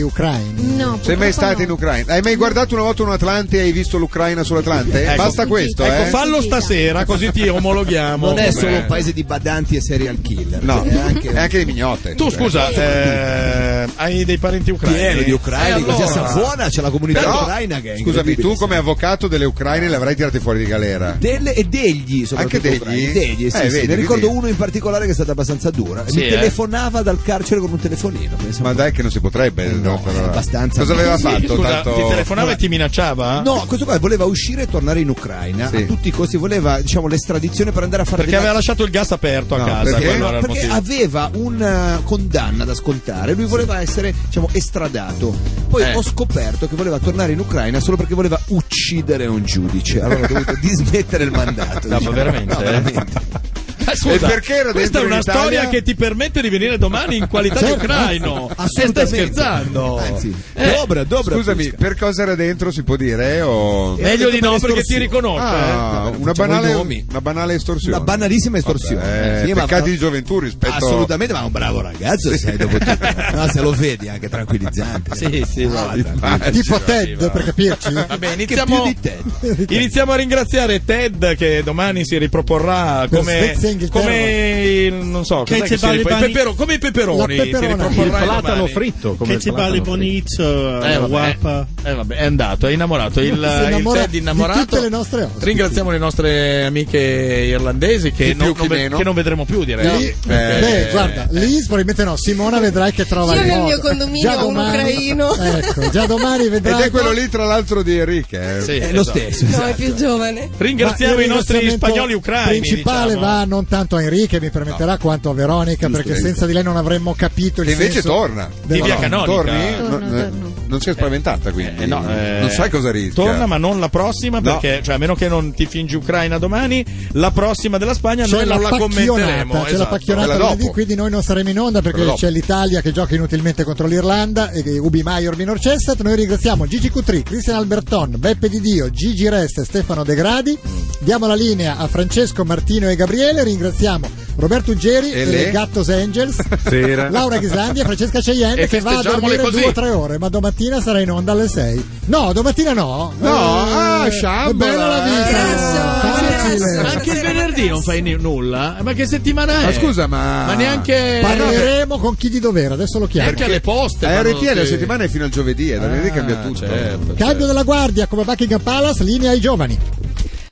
No, ucraini? sei mai purtroppo stato no. in Ucraina hai mai guardato una volta una sull'Atlante e hai visto l'Ucraina sull'Atlante? Ecco, Basta questo, ecco, eh? fallo stasera così ti omologhiamo. Non è solo un Beh. paese di badanti e serial killer. No, è anche, cioè. è Eh, anche di mignotte. Tu scusa, eh, hai dei parenti ucraini? pieno di Eh, ucraini, allora. così a Savona c'è la comunità Però, ucraina che è Scusami, incredibile. tu come avvocato delle Ucraine le avrai tirate fuori di galera? Delle e degli, soprattutto Anche degli? ucraini. degli sì, Eh, sì. vedi, ne ricordo vedi. uno in particolare che è stato abbastanza dura. Sì, Mi eh. telefonava dal carcere con un telefonino. pensa un Ma po'. dai che non si potrebbe, no, però. Eh, abbastanza. Cosa aveva Sì, fatto? scusa, tanto... ti telefonava e ti minacciava? No, questo qua voleva uscire e tornare in Ucraina Sì. a tutti i costi, voleva diciamo l'estradizione per andare a fare Perché dei- aveva lasciato il gas aperto a No, casa. perché, quello era il perché motivo. aveva una condanna da scontare, lui voleva essere diciamo, estradato. Poi Eh. ho scoperto che voleva tornare in Ucraina solo perché voleva uccidere un giudice. Allora ho dovuto dismettere il mandato. diciamo. No, ma veramente, No, eh? veramente. Eh, scusa, questa è una storia che ti permette di venire domani in qualità di Certo. ucraino. E stai scherzando? Anzi, Eh, Scusami, per cosa era dentro si può dire? eh, O... Meglio di no, perché ti riconosce, Ah, eh. una, Facciamo i banale, nomi. una banale estorsione. Una banalissima estorsione. Vabbè, eh, Sì, ma- peccati di gioventù rispetto Assolutamente, ma è un bravo ragazzo, Sì. sai, dopo tutto. No, se lo vedi è anche tranquillizzante. Sì, sì, Ah, sì. tranquillo. Tipo Ted, per capirci. Vabbè, iniziamo, Che iniziamo a ringraziare Ted che domani si riproporrà Per come, Svezia e Inghilterra. come il, non so, Che cos'è che ci si ripro- balibani- il pepero- come i La peperoni si peperona. riproporrà Il platano domani. fritto, come Che il ci platano balibani- Bonito, eh, vabbè, guapa. eh, vabbè, è andato, è innamorato. Il, Si il innamora Ted di innamorato. tutte le nostre ospiti. Ringraziamo le nostre amiche irlandesi che, Chi non, più, chi non ve- meno. che non vedremo più, direi. Lì- Eh, Beh, guarda, lì probabilmente no. Simona vedrai che trova Io il nel modo. mio condominio Già ho un domani- ucraino. Ecco, già domani vedrai. Ed è quello lì, tra l'altro, di Enrique. eh. Sì, È lo esatto. stesso. No, è più giovane. Ringraziamo Ma i il nostri ringraziamento spagnoli ucraini. principale diciamo. va non tanto a Enrique, mi permetterà, quanto a Veronica, Giusto, perché giusto. senza di lei non avremmo capito il Che invece senso torna. del- No, no, Torni? Torno, No, no, Non si è spaventata, quindi. non sai cosa rischia. eh, Torna, ma non la prossima, No. perché cioè, a meno che non ti fingi Ucraina domani, la prossima della Spagna C'è noi la non la pacchionata, commenteremo. c'è la esatto. pacchionata lunedì, quindi noi non saremo in onda perché Quella dopo. c'è l'Italia che gioca inutilmente contro l'Irlanda e che Ubi Maior Minor Cessat. Noi ringraziamo Gigi Cutri, Cristian Alberton, Beppe Di Dio, Gigi Reste, Stefano De Gradi. Diamo la linea a Francesco, Martino e Gabriele. Ringraziamo Roberto Uggeri E e, le- le Gattos Angels, Sera. Laura Ghislandi e Francesca Ceienne Eh. E che va a festeggiamole dormire così. due o tre ore, ma domattina sarà in onda alle 6. No, domattina no. Eh, No, ah, è sciambola. Eh, Bella la vita. Ma Anche il venerdì non fai ni- nulla? Ma che settimana è? Ma scusa, ma- Ma neanche. Parleremo con chi di dovere, adesso lo chiamo. Neanche alle poste. Ah, certo, A fanno- RTL Eh, la sì. settimana è fino al giovedì, e da venerdì eh, cambia tutto. Cambio della guardia come Buckingham Palace, linea ai giovani.